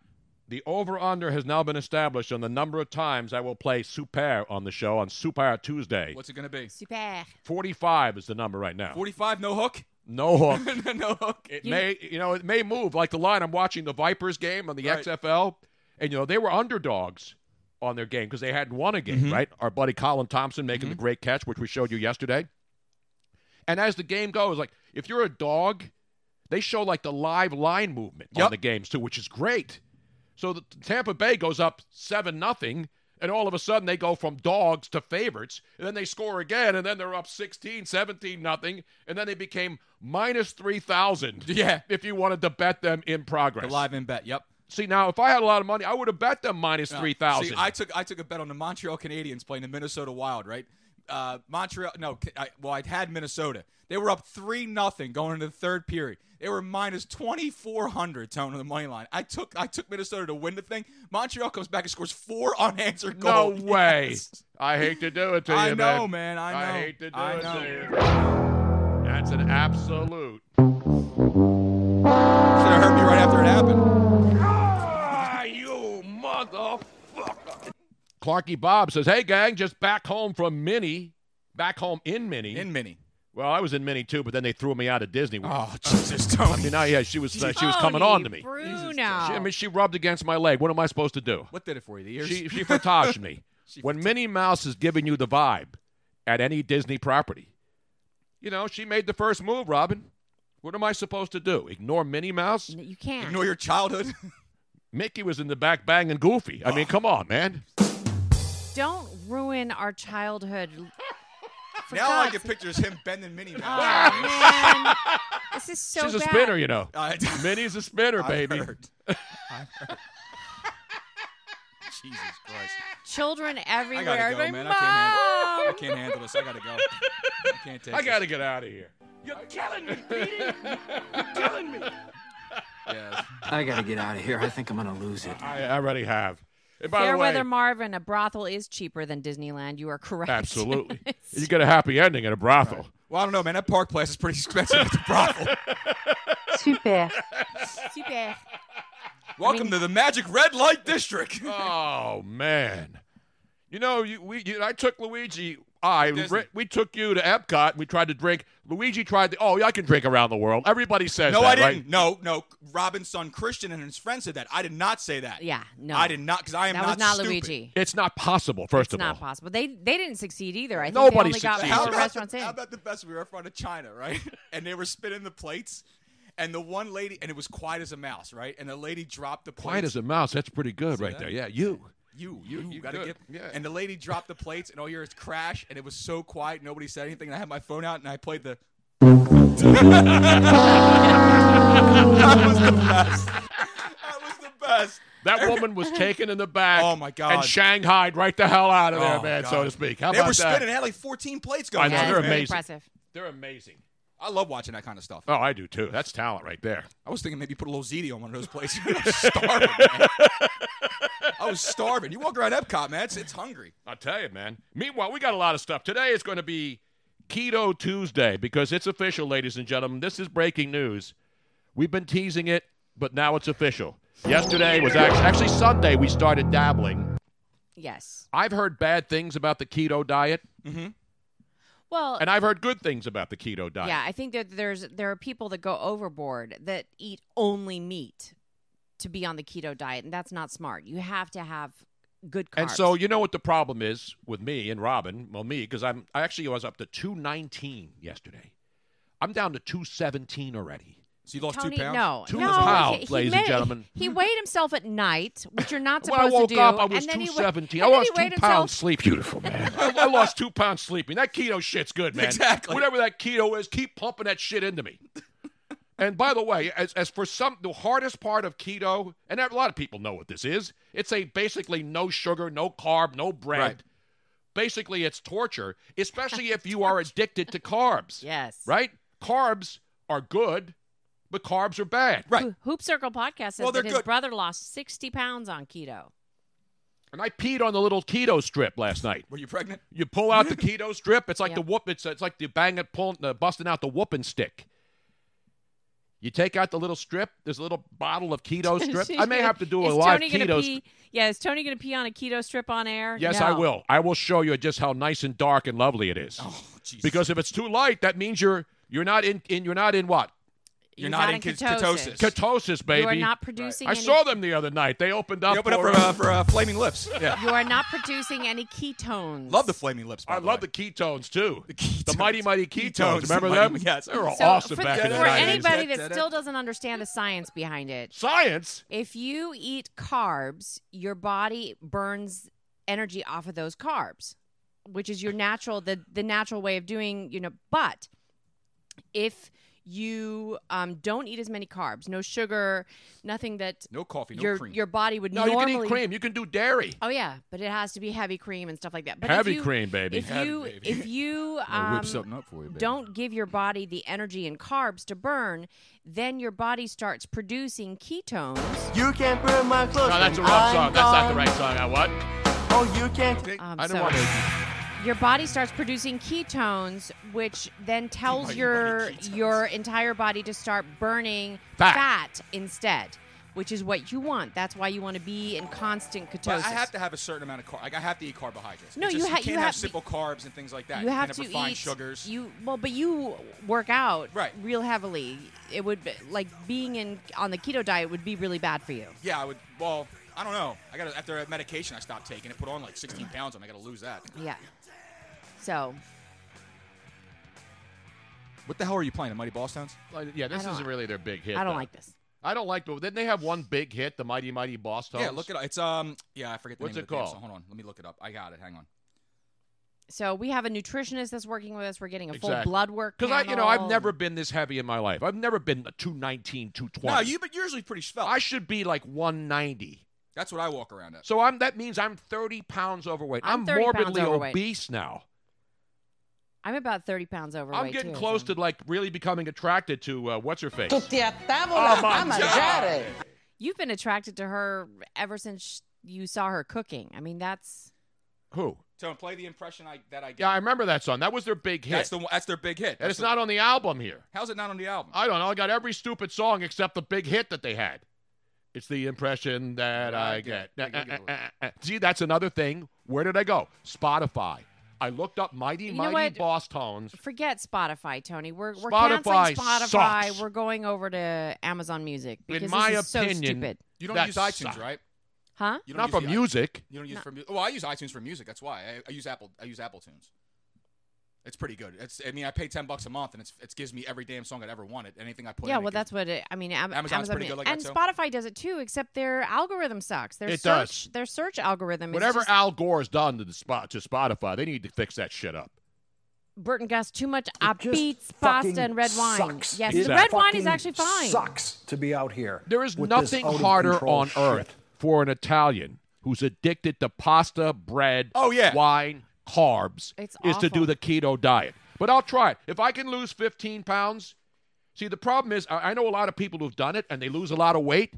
[SPEAKER 6] The over under has now been established on the number of times I will play Super on the show on Super Tuesday.
[SPEAKER 5] What's it going to be?
[SPEAKER 2] Super.
[SPEAKER 6] 45 is the number right now.
[SPEAKER 5] 45, no hook? <laughs>
[SPEAKER 6] No hook.
[SPEAKER 5] no hook.
[SPEAKER 6] It may, you know, it may move like the line. I'm watching the Vipers game on the
[SPEAKER 5] Right.
[SPEAKER 6] XFL, and you know they were underdogs on their game because they hadn't won a game, right? Our buddy Colin Thompson making the great catch, which we showed you yesterday. And as the game goes, like if you're a dog, they show like the live line movement on the games too, which is great. So the Tampa Bay goes up seven nothing, and all of a sudden they go from dogs to favorites, and then they score again, and then they're up 16, 17 nothing, and then they became minus three thousand.
[SPEAKER 5] <laughs> Yeah.
[SPEAKER 6] if you wanted to bet them in progress,
[SPEAKER 5] The live in bet. Yep.
[SPEAKER 6] See now, if I had a lot of money, I would have bet them minus
[SPEAKER 5] No.
[SPEAKER 6] three thousand.
[SPEAKER 5] See, I took I took a bet on the Montreal Canadiens playing the Minnesota Wild, right? Uh, Montreal, no, I, well, I'd had Minnesota. They were up three nothing going into the third period. They were minus twenty four hundred tone on the money line. I took I took Minnesota to win the thing. Montreal comes back and scores four
[SPEAKER 6] <laughs>
[SPEAKER 5] unanswered
[SPEAKER 6] no
[SPEAKER 5] <laughs> goals.
[SPEAKER 6] way. <laughs> I hate to do it to you,
[SPEAKER 5] Oh, I know, man. I know.
[SPEAKER 6] hate to do
[SPEAKER 5] I
[SPEAKER 6] it
[SPEAKER 5] know.
[SPEAKER 6] to you. That's an absolute.
[SPEAKER 5] Should have heard me right after it happened.
[SPEAKER 6] you motherfucker. Clarky Bob says, "Hey gang, just back home from Minnie, back home in Minnie, in
[SPEAKER 5] Minnie."
[SPEAKER 6] Well, I was in Minnie too, but then they threw me out of Disney World.
[SPEAKER 5] Oh Jesus, Tony!
[SPEAKER 6] I mean, I, yeah, she was uh, she was coming on to me.
[SPEAKER 2] Bruno.
[SPEAKER 6] She- I mean, she rubbed against my leg. What am I supposed to do?
[SPEAKER 5] What did it for you? The ears? <laughs>
[SPEAKER 6] She, she frottaged me. when Minnie Mouse is giving you the vibe at any Disney property, you know, she made the first move, Robin. What am I supposed to do? Ignore Minnie Mouse?
[SPEAKER 2] You can't.
[SPEAKER 5] Ignore your childhood?
[SPEAKER 6] Mickey was in the back banging Goofy. I mean, come on, man.
[SPEAKER 2] Don't ruin our
[SPEAKER 6] <laughs>
[SPEAKER 2] childhood. For
[SPEAKER 5] now all I
[SPEAKER 2] God's-
[SPEAKER 5] can picture is him bending Minnie
[SPEAKER 2] Oh,
[SPEAKER 5] Mouse.
[SPEAKER 6] Ah!
[SPEAKER 2] man. This is so
[SPEAKER 6] She's a
[SPEAKER 2] bad.
[SPEAKER 6] spinner, you know. <laughs>
[SPEAKER 5] I-
[SPEAKER 6] Minnie's a spinner,
[SPEAKER 5] I've
[SPEAKER 6] baby. <laughs>
[SPEAKER 5] Oh. heard. I've heard. Jesus Christ.
[SPEAKER 2] Children
[SPEAKER 5] I
[SPEAKER 2] everywhere.
[SPEAKER 5] gotta go,
[SPEAKER 2] going,
[SPEAKER 5] man.
[SPEAKER 2] Mom.
[SPEAKER 5] I can't handle. I can't handle this. I gotta go. I can't take.
[SPEAKER 6] I
[SPEAKER 5] this.
[SPEAKER 6] gotta get out of here.
[SPEAKER 5] You're killing me, Petey. You're killing me. Yes.
[SPEAKER 12] I gotta get out of here. I think I'm gonna lose it.
[SPEAKER 6] I, I already have. And by the way,
[SPEAKER 2] Fairweather Marvin, a brothel is cheaper than Disneyland. You are correct. <laughs>
[SPEAKER 6] absolutely, you get a happy ending at a brothel.
[SPEAKER 5] Well, I don't know, man. That park place is pretty expensive. It's a
[SPEAKER 6] <laughs>
[SPEAKER 5] brothel.
[SPEAKER 11] Super.
[SPEAKER 2] <laughs> Super.
[SPEAKER 5] Welcome to the Magic Red Light District.
[SPEAKER 6] Oh man, you know, you, we you, I took Luigi. I
[SPEAKER 5] Disney.
[SPEAKER 6] we took you to Epcot. We tried to drink. Luigi tried to. Oh, yeah, I can drink around the world. Everybody says
[SPEAKER 5] no,
[SPEAKER 6] that,
[SPEAKER 5] I didn't.
[SPEAKER 6] right?
[SPEAKER 5] No, no. Robin's son Christian and his friend said that. I did not say that.
[SPEAKER 2] Yeah, no.
[SPEAKER 5] I did not because I am
[SPEAKER 2] That was
[SPEAKER 5] not
[SPEAKER 2] not
[SPEAKER 5] stupid.
[SPEAKER 2] Luigi.
[SPEAKER 6] It's not possible. First
[SPEAKER 2] It's
[SPEAKER 6] of all,
[SPEAKER 2] not possible. They they didn't succeed either. I think
[SPEAKER 6] Nobody
[SPEAKER 2] they only
[SPEAKER 6] succeeded.
[SPEAKER 2] got
[SPEAKER 5] How
[SPEAKER 2] four
[SPEAKER 5] about,
[SPEAKER 2] restaurants
[SPEAKER 5] the,
[SPEAKER 2] in.
[SPEAKER 5] how about the best? We were in front of China,
[SPEAKER 2] <laughs>
[SPEAKER 5] right? and they were spinning the plates, and the one lady, and it was quiet as a mouse, right? And the lady dropped the
[SPEAKER 6] quiet
[SPEAKER 5] plates.
[SPEAKER 6] as a mouse. That's pretty good, right
[SPEAKER 5] that?
[SPEAKER 6] there. Yeah, you.
[SPEAKER 5] You, you, you, gotta
[SPEAKER 6] good.
[SPEAKER 5] get.
[SPEAKER 6] Yeah.
[SPEAKER 5] And the lady dropped the plates, and all you hear is crash, and it was so quiet, nobody said anything. And I had my phone out, and I played the. <laughs> that was the best. That was the best.
[SPEAKER 6] That woman was taken in the back.
[SPEAKER 5] Oh, my God.
[SPEAKER 6] And shanghaied right the hell out of there,
[SPEAKER 5] Oh,
[SPEAKER 6] man,
[SPEAKER 5] God.
[SPEAKER 6] so to speak. How
[SPEAKER 5] they
[SPEAKER 6] about
[SPEAKER 5] were spinning. They
[SPEAKER 6] that?
[SPEAKER 5] had like 14 plates
[SPEAKER 6] I
[SPEAKER 5] going.
[SPEAKER 6] know,
[SPEAKER 5] on,
[SPEAKER 6] they're
[SPEAKER 5] man.
[SPEAKER 6] amazing.
[SPEAKER 2] Impressive.
[SPEAKER 6] They're amazing.
[SPEAKER 5] I love watching that kind of stuff.
[SPEAKER 6] Oh, I do too. That's talent right there.
[SPEAKER 5] I was thinking maybe put a little ziti on one of
[SPEAKER 6] <laughs>
[SPEAKER 5] those plates. <laughs> I was starving, man. I was starving. You walk around Epcot, man. It's, it's hungry.
[SPEAKER 6] I'll tell you, man. Meanwhile, we got a lot of stuff. Today is going to be Keto Tuesday because it's official, ladies and gentlemen. This is breaking news. We've been teasing it, but now it's official. Yesterday was actually, actually Sunday, we started dabbling.
[SPEAKER 2] Yes.
[SPEAKER 6] I've heard bad things about the keto diet.
[SPEAKER 5] Mm-hmm.
[SPEAKER 2] Well,
[SPEAKER 6] and I've heard good things about the keto diet.
[SPEAKER 2] Yeah, I think that there's there are people that go overboard that eat only meat to be on the keto diet, and that's not smart. You have to have good carbs.
[SPEAKER 6] And so you know what the problem is with me and Robin, well me because I'm I actually was up to 219 yesterday. I'm down to 217 already.
[SPEAKER 5] So you
[SPEAKER 2] Tony, no,
[SPEAKER 6] two
[SPEAKER 2] no,
[SPEAKER 6] pounds,
[SPEAKER 2] he- he
[SPEAKER 6] ladies
[SPEAKER 2] made-
[SPEAKER 6] and gentlemen.
[SPEAKER 2] He weighed himself at night, which you're not
[SPEAKER 6] When
[SPEAKER 2] supposed
[SPEAKER 6] I woke
[SPEAKER 2] to do.
[SPEAKER 6] up, I was
[SPEAKER 2] and then he wa-
[SPEAKER 6] 217.
[SPEAKER 2] and
[SPEAKER 6] I
[SPEAKER 2] then
[SPEAKER 6] lost
[SPEAKER 2] he
[SPEAKER 6] two
[SPEAKER 2] weighed
[SPEAKER 6] pounds
[SPEAKER 2] himself-
[SPEAKER 6] sleep. Beautiful, man. <laughs> I, I lost two pounds sleeping. That keto shit's good, man.
[SPEAKER 5] Exactly.
[SPEAKER 6] Whatever that keto is, keep pumping that shit into me. and by the way, as, as for some, the hardest part of keto, and a lot of people know what this is, it's a basically no sugar, no carb, no bread. Basically, it's torture,
[SPEAKER 2] <laughs>
[SPEAKER 6] especially if you are addicted to carbs.
[SPEAKER 2] Yes.
[SPEAKER 6] Right? Carbs are good, but carbs are bad.
[SPEAKER 5] Right.
[SPEAKER 2] Hoop Circle podcast says
[SPEAKER 6] Well, they're
[SPEAKER 2] that his
[SPEAKER 6] good.
[SPEAKER 2] brother lost 60 pounds on keto.
[SPEAKER 6] And I peed on the little keto strip last night.
[SPEAKER 5] Were you pregnant?
[SPEAKER 6] You pull
[SPEAKER 2] <laughs>
[SPEAKER 6] out the keto strip. It's like the
[SPEAKER 2] Yep.
[SPEAKER 6] whoop. It's, it's like the bang at pulling, uh, busting out the whooping stick. You take out the little strip. There's a little bottle of
[SPEAKER 2] <laughs>
[SPEAKER 6] keto strip. I may have to do a
[SPEAKER 2] Is
[SPEAKER 6] live
[SPEAKER 2] Tony
[SPEAKER 6] keto.
[SPEAKER 2] Gonna
[SPEAKER 6] stri-
[SPEAKER 2] pee, yeah, is Tony going to pee on a keto strip on air?
[SPEAKER 6] yes,
[SPEAKER 2] No.
[SPEAKER 6] I will. I will show you just how nice and dark and lovely it is.
[SPEAKER 5] Oh, Jesus.
[SPEAKER 6] Because if it's too light, that means you're you're not in, in you're not in what
[SPEAKER 5] You're not in ketosis.
[SPEAKER 6] ketosis, baby.
[SPEAKER 2] You are not producing.
[SPEAKER 6] I
[SPEAKER 2] any,
[SPEAKER 6] saw them the other night. They opened up.
[SPEAKER 5] They opened up for, uh, for uh, Flaming Lips. Yeah.
[SPEAKER 2] You are not producing any ketones.
[SPEAKER 5] Love the Flaming Lips. By
[SPEAKER 6] I
[SPEAKER 5] the
[SPEAKER 6] love
[SPEAKER 5] way.
[SPEAKER 6] the ketones too. The,
[SPEAKER 5] <laughs>
[SPEAKER 6] mighty mighty ketones.
[SPEAKER 5] Ketones, the
[SPEAKER 6] Remember
[SPEAKER 5] mighty-
[SPEAKER 6] them?
[SPEAKER 5] yes.
[SPEAKER 6] they were
[SPEAKER 2] So
[SPEAKER 6] awesome
[SPEAKER 2] for,
[SPEAKER 6] back in the
[SPEAKER 2] for
[SPEAKER 6] 90s.
[SPEAKER 2] anybody that still doesn't understand the science behind it,
[SPEAKER 6] Science.
[SPEAKER 2] if you eat carbs, your body burns energy off of those carbs, which is your natural the the natural way of doing, you know, but if you um, don't eat as many carbs, no sugar, nothing that
[SPEAKER 5] No coffee, no
[SPEAKER 2] your
[SPEAKER 5] cream.
[SPEAKER 2] your body would
[SPEAKER 6] No,
[SPEAKER 2] normally
[SPEAKER 6] you can eat cream. You can do dairy.
[SPEAKER 2] Oh yeah, but it has to be heavy cream and stuff like that. But
[SPEAKER 6] Heavy
[SPEAKER 2] if you,
[SPEAKER 6] cream, baby.
[SPEAKER 2] If
[SPEAKER 6] Heavy,
[SPEAKER 2] you
[SPEAKER 6] baby. <laughs>
[SPEAKER 2] if you
[SPEAKER 5] I'll
[SPEAKER 2] um,
[SPEAKER 5] whip something up for you, baby.
[SPEAKER 2] don't give your body the energy and carbs to burn, then your body starts producing ketones.
[SPEAKER 8] You can't burn my
[SPEAKER 2] Oh,
[SPEAKER 8] clothes.
[SPEAKER 6] No, that's a
[SPEAKER 8] when
[SPEAKER 6] wrong
[SPEAKER 8] I'm
[SPEAKER 6] song. That's not the
[SPEAKER 8] gone.
[SPEAKER 6] right song. I what?
[SPEAKER 8] Oh, you can't.
[SPEAKER 2] Um,
[SPEAKER 6] I don't
[SPEAKER 2] so
[SPEAKER 6] want to.
[SPEAKER 2] Your body starts producing ketones, which then tells your your entire body to start burning
[SPEAKER 6] Fat.
[SPEAKER 2] instead, which is what you want. That's why you want to be in constant ketosis.
[SPEAKER 5] But I have to have a certain amount of carb. Like I have to eat carbohydrates.
[SPEAKER 2] No,
[SPEAKER 5] It's
[SPEAKER 2] you
[SPEAKER 5] just,
[SPEAKER 2] ha-
[SPEAKER 5] can't
[SPEAKER 2] you
[SPEAKER 5] have,
[SPEAKER 2] have-
[SPEAKER 5] simple carbs and things like that.
[SPEAKER 2] You have
[SPEAKER 5] can't
[SPEAKER 2] to
[SPEAKER 5] have refined
[SPEAKER 2] eat
[SPEAKER 5] sugars.
[SPEAKER 2] You well, but you work out
[SPEAKER 5] Right.
[SPEAKER 2] real heavily. It would be, like being in on the keto diet would be really bad for you.
[SPEAKER 5] yeah, I would. Well, I don't know. I got to after a medication I stopped taking. It put on like 16 pounds, and I got to lose that.
[SPEAKER 2] Yeah. So
[SPEAKER 5] What the hell are you playing? The Mighty Ball Stones?
[SPEAKER 6] Like, yeah, this
[SPEAKER 2] don't-
[SPEAKER 6] isn't really their big hit.
[SPEAKER 2] I don't
[SPEAKER 6] though.
[SPEAKER 2] like this.
[SPEAKER 6] I don't like. But didn't they have one big hit, the Mighty Mighty Boss Tones?
[SPEAKER 5] Yeah, look it up. It's um. Yeah, I forget the
[SPEAKER 6] What's
[SPEAKER 5] name
[SPEAKER 6] it
[SPEAKER 5] of the band,
[SPEAKER 6] called?
[SPEAKER 5] so hold on, let me look it up. I got it. Hang on.
[SPEAKER 2] So we have a nutritionist that's working with us. We're getting a full
[SPEAKER 6] Exactly.
[SPEAKER 2] blood work
[SPEAKER 6] Because I, you know,
[SPEAKER 2] panel.
[SPEAKER 6] I've never been this heavy in my life. I've never been a 219, 220.
[SPEAKER 5] No, you've been usually pretty svelte.
[SPEAKER 6] I should be like 190.
[SPEAKER 5] That's what I walk around at.
[SPEAKER 6] So I'm. That means I'm 30 pounds overweight.
[SPEAKER 2] I'm 30 pounds
[SPEAKER 6] morbidly
[SPEAKER 2] overweight.
[SPEAKER 6] obese now.
[SPEAKER 2] I'm about thirty pounds overweight.
[SPEAKER 6] I'm getting
[SPEAKER 2] too,
[SPEAKER 6] close
[SPEAKER 2] so-
[SPEAKER 6] to like really becoming attracted to uh, what's her face.
[SPEAKER 8] Oh, my God.
[SPEAKER 2] You've been attracted to her ever since you saw her cooking. I mean, that's
[SPEAKER 6] Who?
[SPEAKER 5] So play the impression I that I get.
[SPEAKER 6] Yeah, I remember that song. That was their big hit.
[SPEAKER 5] that's the one- that's their big hit.
[SPEAKER 6] and
[SPEAKER 5] That's
[SPEAKER 6] it's
[SPEAKER 5] the-
[SPEAKER 6] not on the album here.
[SPEAKER 5] How's it not on the album?
[SPEAKER 6] I don't know. I got every stupid song except the big hit that they had. It's the impression that
[SPEAKER 5] Yeah, I
[SPEAKER 6] I get.
[SPEAKER 5] get it. I get it.
[SPEAKER 6] Uh, uh, uh, uh. <laughs> See, that's another thing. Where did I go? Spotify. I looked up Mighty
[SPEAKER 2] You know
[SPEAKER 6] Mighty
[SPEAKER 2] what?
[SPEAKER 6] Boss Tones.
[SPEAKER 2] forget Spotify, Tony. We're we're
[SPEAKER 6] Spotify
[SPEAKER 2] canceling Spotify.
[SPEAKER 6] sucks.
[SPEAKER 2] We're going over to Amazon Music because
[SPEAKER 6] In my
[SPEAKER 2] this is
[SPEAKER 6] opinion,
[SPEAKER 2] so stupid.
[SPEAKER 5] You don't
[SPEAKER 6] that
[SPEAKER 5] use iTunes,
[SPEAKER 6] sucked.
[SPEAKER 5] right?
[SPEAKER 2] Huh?
[SPEAKER 5] You don't
[SPEAKER 6] Not
[SPEAKER 5] use
[SPEAKER 6] for
[SPEAKER 5] the i-
[SPEAKER 6] music.
[SPEAKER 5] You don't use for mu- well, I use iTunes for music. That's why I, I use Apple. I use Apple Tunes. It's pretty good. It's I mean I pay ten bucks a month and it's it gives me every damn song I'd ever wanted. Anything I put.
[SPEAKER 2] Yeah,
[SPEAKER 5] in, it
[SPEAKER 2] well,
[SPEAKER 5] gives-
[SPEAKER 2] that's what it, I mean. Am-
[SPEAKER 5] Amazon's
[SPEAKER 2] Amazon
[SPEAKER 5] pretty good like
[SPEAKER 2] and
[SPEAKER 5] that, too.
[SPEAKER 2] Spotify does it too, except their algorithm sucks. Their
[SPEAKER 6] It does.
[SPEAKER 2] search, their search algorithm.
[SPEAKER 6] Whatever
[SPEAKER 2] is just,
[SPEAKER 6] Al Gore's done to the spot to Spotify, they need to fix that shit up.
[SPEAKER 2] Burton Gus too much
[SPEAKER 13] just
[SPEAKER 2] upbeats,
[SPEAKER 13] fucking
[SPEAKER 2] pasta, and red wine.
[SPEAKER 13] Sucks.
[SPEAKER 2] Yes,
[SPEAKER 13] It
[SPEAKER 2] the red wine is
[SPEAKER 13] fucking
[SPEAKER 2] actually fine.
[SPEAKER 13] Sucks to be out here.
[SPEAKER 6] There is
[SPEAKER 13] with this
[SPEAKER 6] nothing
[SPEAKER 13] out of
[SPEAKER 6] harder
[SPEAKER 13] control
[SPEAKER 6] on
[SPEAKER 13] shit.
[SPEAKER 6] earth for an Italian who's addicted to pasta, bread,
[SPEAKER 5] Oh, yeah.
[SPEAKER 6] wine, carbs,
[SPEAKER 2] It's
[SPEAKER 6] is to do
[SPEAKER 2] awful.
[SPEAKER 6] the keto diet. But I'll try it. If I can lose 15 pounds, see, the problem is I I know a lot of people who've done it and they lose a lot of weight,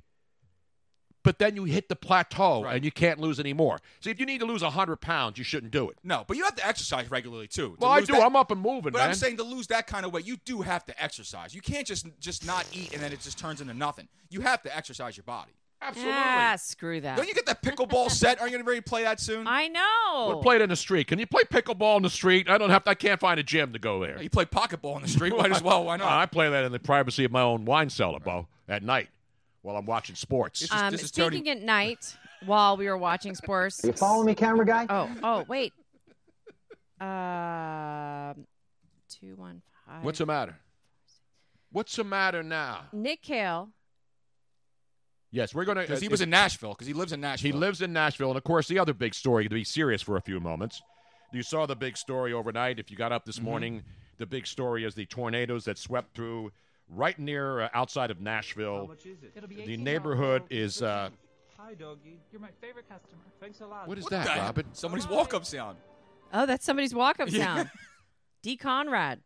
[SPEAKER 6] but then you hit the plateau and you can't lose any more. See, if you need to lose 100 pounds, you shouldn't do it.
[SPEAKER 5] no. But you have to exercise regularly too. to
[SPEAKER 6] Well, I
[SPEAKER 5] lose
[SPEAKER 6] do.
[SPEAKER 5] that-
[SPEAKER 6] I'm up and moving,
[SPEAKER 5] But
[SPEAKER 6] man.
[SPEAKER 5] I'm saying to lose that kind of weight, you do have to exercise. You can't just just not eat and then it just turns into nothing. You have to exercise your body.
[SPEAKER 6] Absolutely.
[SPEAKER 2] Ah, screw that.
[SPEAKER 5] Don't you get that
[SPEAKER 2] <laughs>
[SPEAKER 5] pickleball set? Aren't you ready to play that soon?
[SPEAKER 2] I know.
[SPEAKER 6] We'll play it in the street. Can you play pickleball in the street? I don't have. To, I can't find a gym to go there.
[SPEAKER 5] You play pocketball in the street. Might as well. Why not?
[SPEAKER 6] I play that in the privacy of my own wine cellar, Bo, at night while I'm watching sports.
[SPEAKER 2] um, speaking at night while we were watching sports.
[SPEAKER 6] Are you following
[SPEAKER 2] me, camera guy? Oh, oh, wait. Uh, two one five.
[SPEAKER 6] What's the matter? What's the matter now?
[SPEAKER 2] Nick Cale.
[SPEAKER 6] Yes, we're going to.
[SPEAKER 5] Because he was in Nashville, because he lives in Nashville.
[SPEAKER 6] He lives in Nashville. And of course, the other big story, to be serious for a few moments, you saw the big story overnight. If you got up this
[SPEAKER 5] Mhm.
[SPEAKER 6] morning, the big story is the tornadoes that swept through right near uh, outside of Nashville.
[SPEAKER 13] It'll be
[SPEAKER 6] The
[SPEAKER 13] $18.
[SPEAKER 6] neighborhood is. Uh,
[SPEAKER 13] Hi, doggy. You're my favorite customer. Thanks a lot.
[SPEAKER 6] what is that, Robin?
[SPEAKER 5] Somebody's walk up sound.
[SPEAKER 2] Oh, that's somebody's walk-up
[SPEAKER 5] Yeah.
[SPEAKER 2] sound. D. Conrad.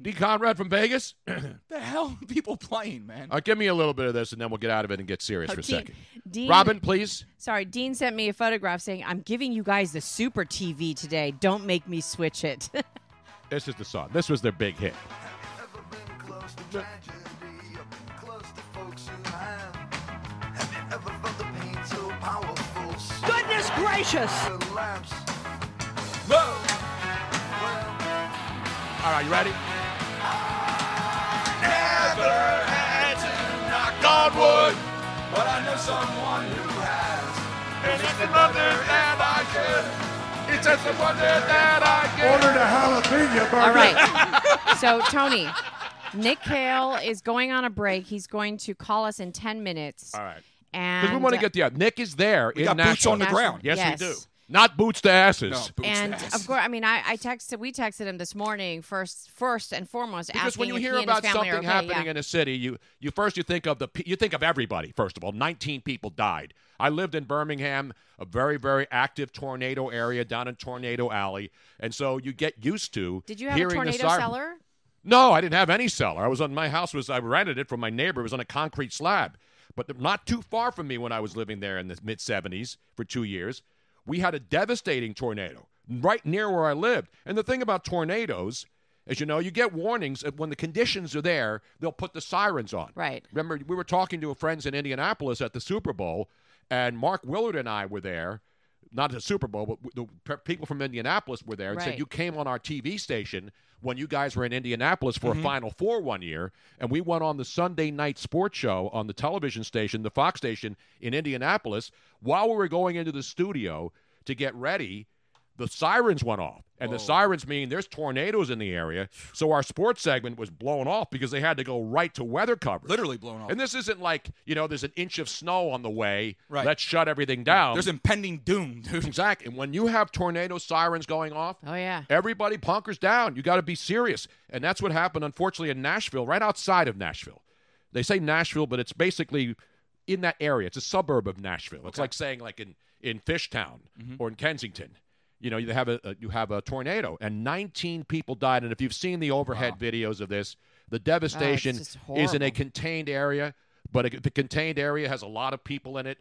[SPEAKER 6] D. Conrad from Vegas? <clears throat>
[SPEAKER 5] the hell are people playing, man?
[SPEAKER 6] Uh, give me a little bit of this, and then we'll get out of it and get serious
[SPEAKER 2] Oh,
[SPEAKER 6] for a
[SPEAKER 2] Dean-
[SPEAKER 6] second.
[SPEAKER 2] Dean-
[SPEAKER 6] Robin, please.
[SPEAKER 2] Sorry, Dean sent me a photograph saying, "I'm giving you guys the super TV today. Don't make me switch it." <laughs>
[SPEAKER 6] This is the song. This was their big hit.
[SPEAKER 14] Goodness gracious!
[SPEAKER 6] All right, you ready?
[SPEAKER 3] Never had to knock on wood, but I know someone who has. And it's the wonder that I could. It's just the wonder that I could.
[SPEAKER 2] Ordered
[SPEAKER 3] a jalapeno burger.
[SPEAKER 2] All right. so, Tony, Nick Kale is going on a break. He's going to call us in 10 minutes.
[SPEAKER 6] All right. Because
[SPEAKER 2] And
[SPEAKER 6] we want to get the Nick is there
[SPEAKER 5] We
[SPEAKER 6] in
[SPEAKER 5] got boots
[SPEAKER 6] Nashville.
[SPEAKER 5] on the ground.
[SPEAKER 6] Yes,
[SPEAKER 2] Yes.
[SPEAKER 6] we do. Not boots to asses.
[SPEAKER 2] and of course, I mean, I, I texted. We texted him this morning first, first and foremost,
[SPEAKER 6] Because
[SPEAKER 2] asking
[SPEAKER 6] when you
[SPEAKER 2] if
[SPEAKER 6] hear
[SPEAKER 2] he and
[SPEAKER 6] about
[SPEAKER 2] his family
[SPEAKER 6] something
[SPEAKER 2] are okay.
[SPEAKER 6] happening
[SPEAKER 2] yeah.
[SPEAKER 6] in a city, you, you first you think of the pe- you think of everybody. First of all, 19 people died. I lived in Birmingham, a very very active tornado area down in Tornado Alley, and so you get used to.
[SPEAKER 2] Did you have a
[SPEAKER 6] hearing the
[SPEAKER 2] tornado
[SPEAKER 6] siren-
[SPEAKER 2] cellar?
[SPEAKER 6] No, I didn't have any cellar. I was on my house was I rented it from my neighbor. It was on a concrete slab, but not too far from me when I was living there in the mid '70s for two years. We had a devastating tornado right near where I lived. And the thing about tornadoes, as you know, you get warnings that when the conditions are there, they'll put the sirens on.
[SPEAKER 2] Right.
[SPEAKER 6] Remember, we were talking to friends in Indianapolis at the Super Bowl, and Mark Willard and I were there. Not at the Super Bowl, but the pe- people from Indianapolis were there and said,
[SPEAKER 15] Right.
[SPEAKER 6] You came on our TV station when you guys were in Indianapolis for a Final Four one year, and we went on the Sunday night sports show on the television station, the Fox station in Indianapolis. While we were going into the studio to get ready, the sirens went off. And the sirens mean there's tornadoes in the area. So our sports segment was blown off because they had to go right to weather coverage.
[SPEAKER 5] Literally blown off.
[SPEAKER 6] And this isn't like, you know, there's an inch of snow on the way.
[SPEAKER 5] Right.
[SPEAKER 6] Let's shut everything down.
[SPEAKER 5] There's impending doom, dude.
[SPEAKER 6] Exactly. And when you have tornado sirens going off,
[SPEAKER 2] oh yeah,
[SPEAKER 6] everybody punkers down. You got to be serious. And that's what happened, unfortunately, in Nashville, right outside of Nashville. They say Nashville, but it's basically in that area. It's a suburb of Nashville. It's like saying like in in Fishtown
[SPEAKER 15] Mm-hmm.
[SPEAKER 6] or in Kensington. You know, you have a, a you have a tornado, and 19 people died. And if you've seen the overhead videos of this, the devastation
[SPEAKER 15] just
[SPEAKER 6] is in a
[SPEAKER 15] horrible.
[SPEAKER 6] contained area. But a, the contained area has a lot of people in it.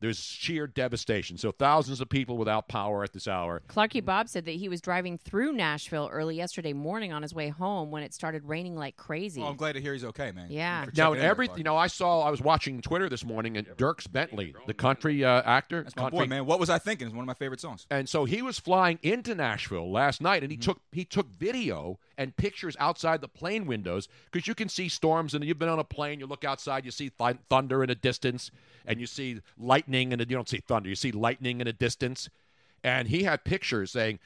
[SPEAKER 6] There's sheer devastation. So thousands of people without power at this hour.
[SPEAKER 2] Clarky Bob said that he was driving through Nashville early yesterday morning on his way home when it started raining like crazy.
[SPEAKER 5] Well, Oh, I'm glad to hear he's okay, man.
[SPEAKER 2] Yeah.
[SPEAKER 5] For
[SPEAKER 6] Now,
[SPEAKER 5] checking in
[SPEAKER 6] every
[SPEAKER 5] with
[SPEAKER 6] you know, I saw I was watching Twitter this morning, and Dirks Bentley, the country uh, actor,
[SPEAKER 5] my boy,
[SPEAKER 6] country-
[SPEAKER 5] man. What was I thinking? It's one of my favorite songs.
[SPEAKER 6] and so he was flying into Nashville last night, and he
[SPEAKER 5] Mm-hmm.
[SPEAKER 6] took he took video and pictures outside the plane windows because you can see storms, and you've been on a plane, you look outside, you see th- thunder in a distance, and you see lightning, and you don't see thunder, you see lightning in a distance, and he had pictures saying,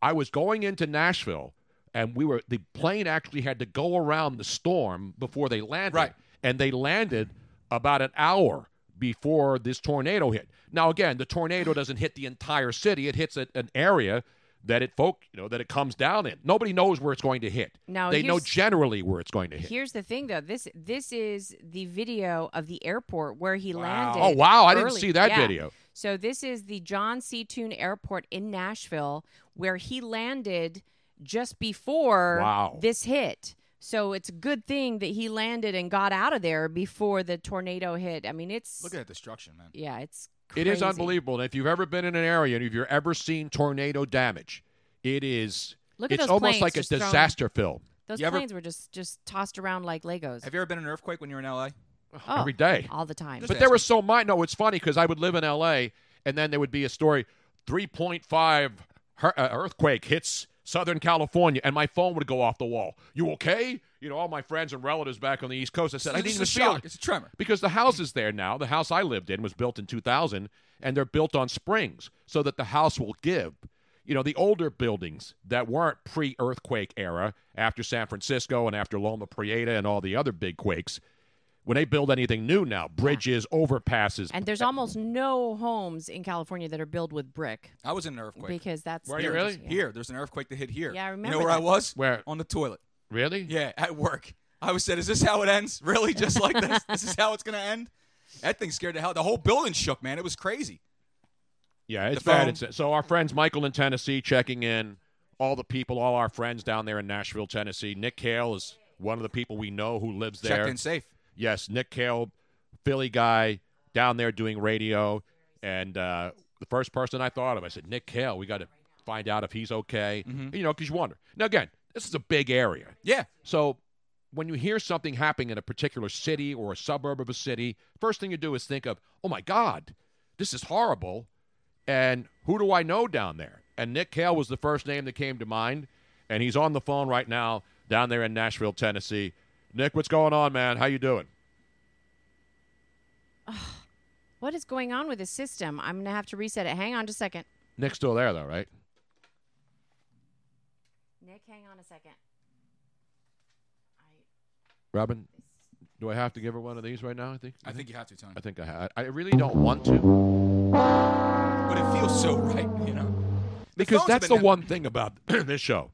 [SPEAKER 6] "I was going into Nashville, and we were the plane actually had to go around the storm before they landed, right? And they landed about an hour." before this tornado hit. Now, again, the tornado doesn't hit the entire city; it hits a, an area that it folk, you know, that it comes down in. Nobody knows where it's going to hit.
[SPEAKER 2] Now,
[SPEAKER 6] they know
[SPEAKER 2] here's-
[SPEAKER 6] generally where it's going to hit.
[SPEAKER 2] Here's the thing, though. This this is the video of the airport where he landed.
[SPEAKER 6] Oh, wow. I didn't
[SPEAKER 2] early.
[SPEAKER 6] see that
[SPEAKER 2] Yeah.
[SPEAKER 6] video.
[SPEAKER 2] So this is the John C. Toon Airport in Nashville where he landed just before
[SPEAKER 6] Wow.
[SPEAKER 2] this hit. So it's a good thing that he landed and got out of there before the tornado hit. I mean, it's
[SPEAKER 5] Look at that destruction, man.
[SPEAKER 2] yeah, it's
[SPEAKER 6] It is
[SPEAKER 2] crazy.
[SPEAKER 6] unbelievable. And if you've ever been in an area and if you've ever seen tornado damage, it is.
[SPEAKER 2] Look at
[SPEAKER 6] it's
[SPEAKER 2] those
[SPEAKER 6] almost
[SPEAKER 2] planes
[SPEAKER 6] like a
[SPEAKER 2] just thrown-
[SPEAKER 6] disaster film.
[SPEAKER 2] Those
[SPEAKER 5] You ever-
[SPEAKER 2] planes were just just tossed around like Legos.
[SPEAKER 5] Have you ever been in an earthquake when you're in LA?
[SPEAKER 2] Oh,
[SPEAKER 6] every day,
[SPEAKER 2] all the time.
[SPEAKER 6] But there was so my no. It's funny because I would live in L.A. and then there would be a story: three point five uh, earthquake hits Southern California, and my phone would go off the wall. You okay? You know, all my friends and relatives back on the East Coast. I said I didn't
[SPEAKER 5] It's
[SPEAKER 6] even
[SPEAKER 5] a
[SPEAKER 6] feel
[SPEAKER 5] shock.
[SPEAKER 6] it.
[SPEAKER 5] It's a tremor.
[SPEAKER 6] because the house is there now. The house I lived in was built in 2000, and they're built on springs so that the house will give. You know, the older buildings that weren't pre earthquake era, after San Francisco and after Loma Prieta and all the other big quakes, when they build anything new now, bridges, overpasses.
[SPEAKER 2] And there's almost no homes in California that are built with brick.
[SPEAKER 5] I was in an earthquake.
[SPEAKER 2] Because that's
[SPEAKER 5] Where
[SPEAKER 2] the-
[SPEAKER 5] here,
[SPEAKER 2] yeah.
[SPEAKER 5] Here, there's an earthquake that hit here.
[SPEAKER 2] Yeah, I
[SPEAKER 5] You
[SPEAKER 2] remember
[SPEAKER 5] know where I
[SPEAKER 2] that.
[SPEAKER 5] was?
[SPEAKER 6] Where?
[SPEAKER 5] On the toilet.
[SPEAKER 6] Really?
[SPEAKER 5] Yeah, at work. I was said, "Is this how it ends? <laughs> Really? Just like this? this is how it's gonna end?" That thing scared the hell. The whole building shook, man. It was crazy.
[SPEAKER 6] Yeah, it's
[SPEAKER 5] The
[SPEAKER 6] bad.
[SPEAKER 5] phone.
[SPEAKER 6] It's, so our friends Michael in Tennessee checking in. All the people, all our friends down there in Nashville, Tennessee. Nick Cale is one of the people we know who lives there.
[SPEAKER 5] Checked in safe.
[SPEAKER 6] Yes, Nick Cale, Philly guy down there doing radio, and uh, the first person I thought of, I said Nick Cale. We got to find out if he's okay. You know, because you wonder. Now again, this is a big area.
[SPEAKER 5] Yeah.
[SPEAKER 6] So when you hear something happening in a particular city or a suburb of a city, first thing you do is think of, oh my God, this is horrible. And who do I know down there? And Nick Cale was the first name that came to mind. And he's on the phone right now down there in Nashville, Tennessee. Nick, what's going on, man? How you doing?
[SPEAKER 2] What is going on with this system? I'm gonna have to reset it. Hang on just a second.
[SPEAKER 6] Nick's still there though, right?
[SPEAKER 2] Nick, hang on a second.
[SPEAKER 6] Robin, do I have to give her one of these right now? I think.
[SPEAKER 5] I think you have to, Tony.
[SPEAKER 6] I think I ha I really don't want to.
[SPEAKER 5] But it feels so right, you know.
[SPEAKER 6] Because
[SPEAKER 5] phone's
[SPEAKER 6] that's the
[SPEAKER 5] been
[SPEAKER 6] one thing about <clears throat> this show.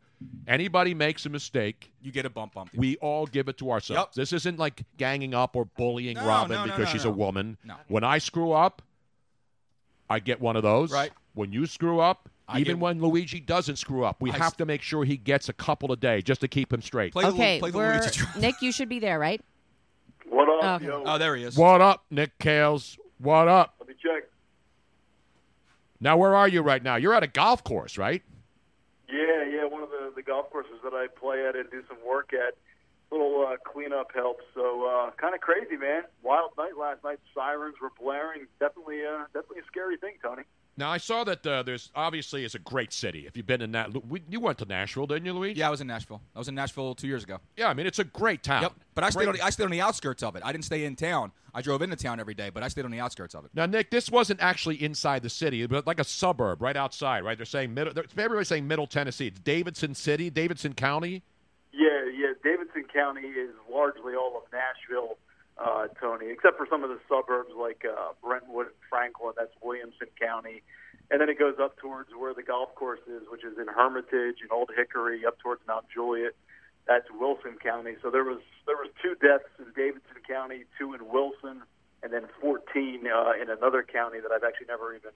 [SPEAKER 6] Anybody makes a mistake,
[SPEAKER 5] You get a bump bump.
[SPEAKER 6] we all give it to ourselves. This isn't like ganging up or bullying Robin
[SPEAKER 5] no, no,
[SPEAKER 6] because
[SPEAKER 5] no,
[SPEAKER 6] she's
[SPEAKER 5] no.
[SPEAKER 6] a woman.
[SPEAKER 5] No.
[SPEAKER 6] When I screw up, I get one of those.
[SPEAKER 5] Right.
[SPEAKER 6] When you screw up,
[SPEAKER 5] I
[SPEAKER 6] even
[SPEAKER 5] get-
[SPEAKER 6] when Luigi doesn't screw up, we
[SPEAKER 5] I
[SPEAKER 6] have
[SPEAKER 5] s-
[SPEAKER 6] to make sure he gets a couple a day just to keep him straight.
[SPEAKER 2] okay, we're, Nick, you should be there, right?
[SPEAKER 6] What
[SPEAKER 2] up, Okay. yo?
[SPEAKER 5] Oh, there he is.
[SPEAKER 6] What up, Nick Kales? What up?
[SPEAKER 14] Let me check.
[SPEAKER 6] Now, where are you right now? You're at a golf course, right?
[SPEAKER 14] Yeah, yeah, one of the, the golf courses that I play at and do some work at. Little uh, cleanup help. So uh, kind of crazy, man. Wild night last night. Sirens were blaring. Definitely, uh, definitely a scary thing, Tony.
[SPEAKER 6] Now, I saw that uh, there's obviously it's a great city. If you've been in that, Lu- we- you went to Nashville, didn't you, Luigi?
[SPEAKER 5] Yeah, I was in Nashville. I was in Nashville two years ago.
[SPEAKER 6] Yeah, I mean it's a great town.
[SPEAKER 5] Yep. But I stayed,
[SPEAKER 6] Great.
[SPEAKER 5] on the, I stayed on the outskirts of it. I didn't stay in town. I drove into town every day, but I stayed on the outskirts of it.
[SPEAKER 6] Now, Nick, this wasn't actually inside the city, but like a suburb right outside, right? They're saying middle. They're, everybody's saying Middle Tennessee. It's Davidson City, Davidson County.
[SPEAKER 14] Yeah, yeah. Davidson County is largely all of Nashville, uh, Tony, except for some of the suburbs like uh, Brentwood and Franklin. That's Williamson County. And then it goes up towards where the golf course is, which is in Hermitage and Old Hickory, up towards Mount Juliet. That's Wilson County. So there was there was two deaths in Davidson County, two in Wilson, and then 14 uh, in another county that I've actually never even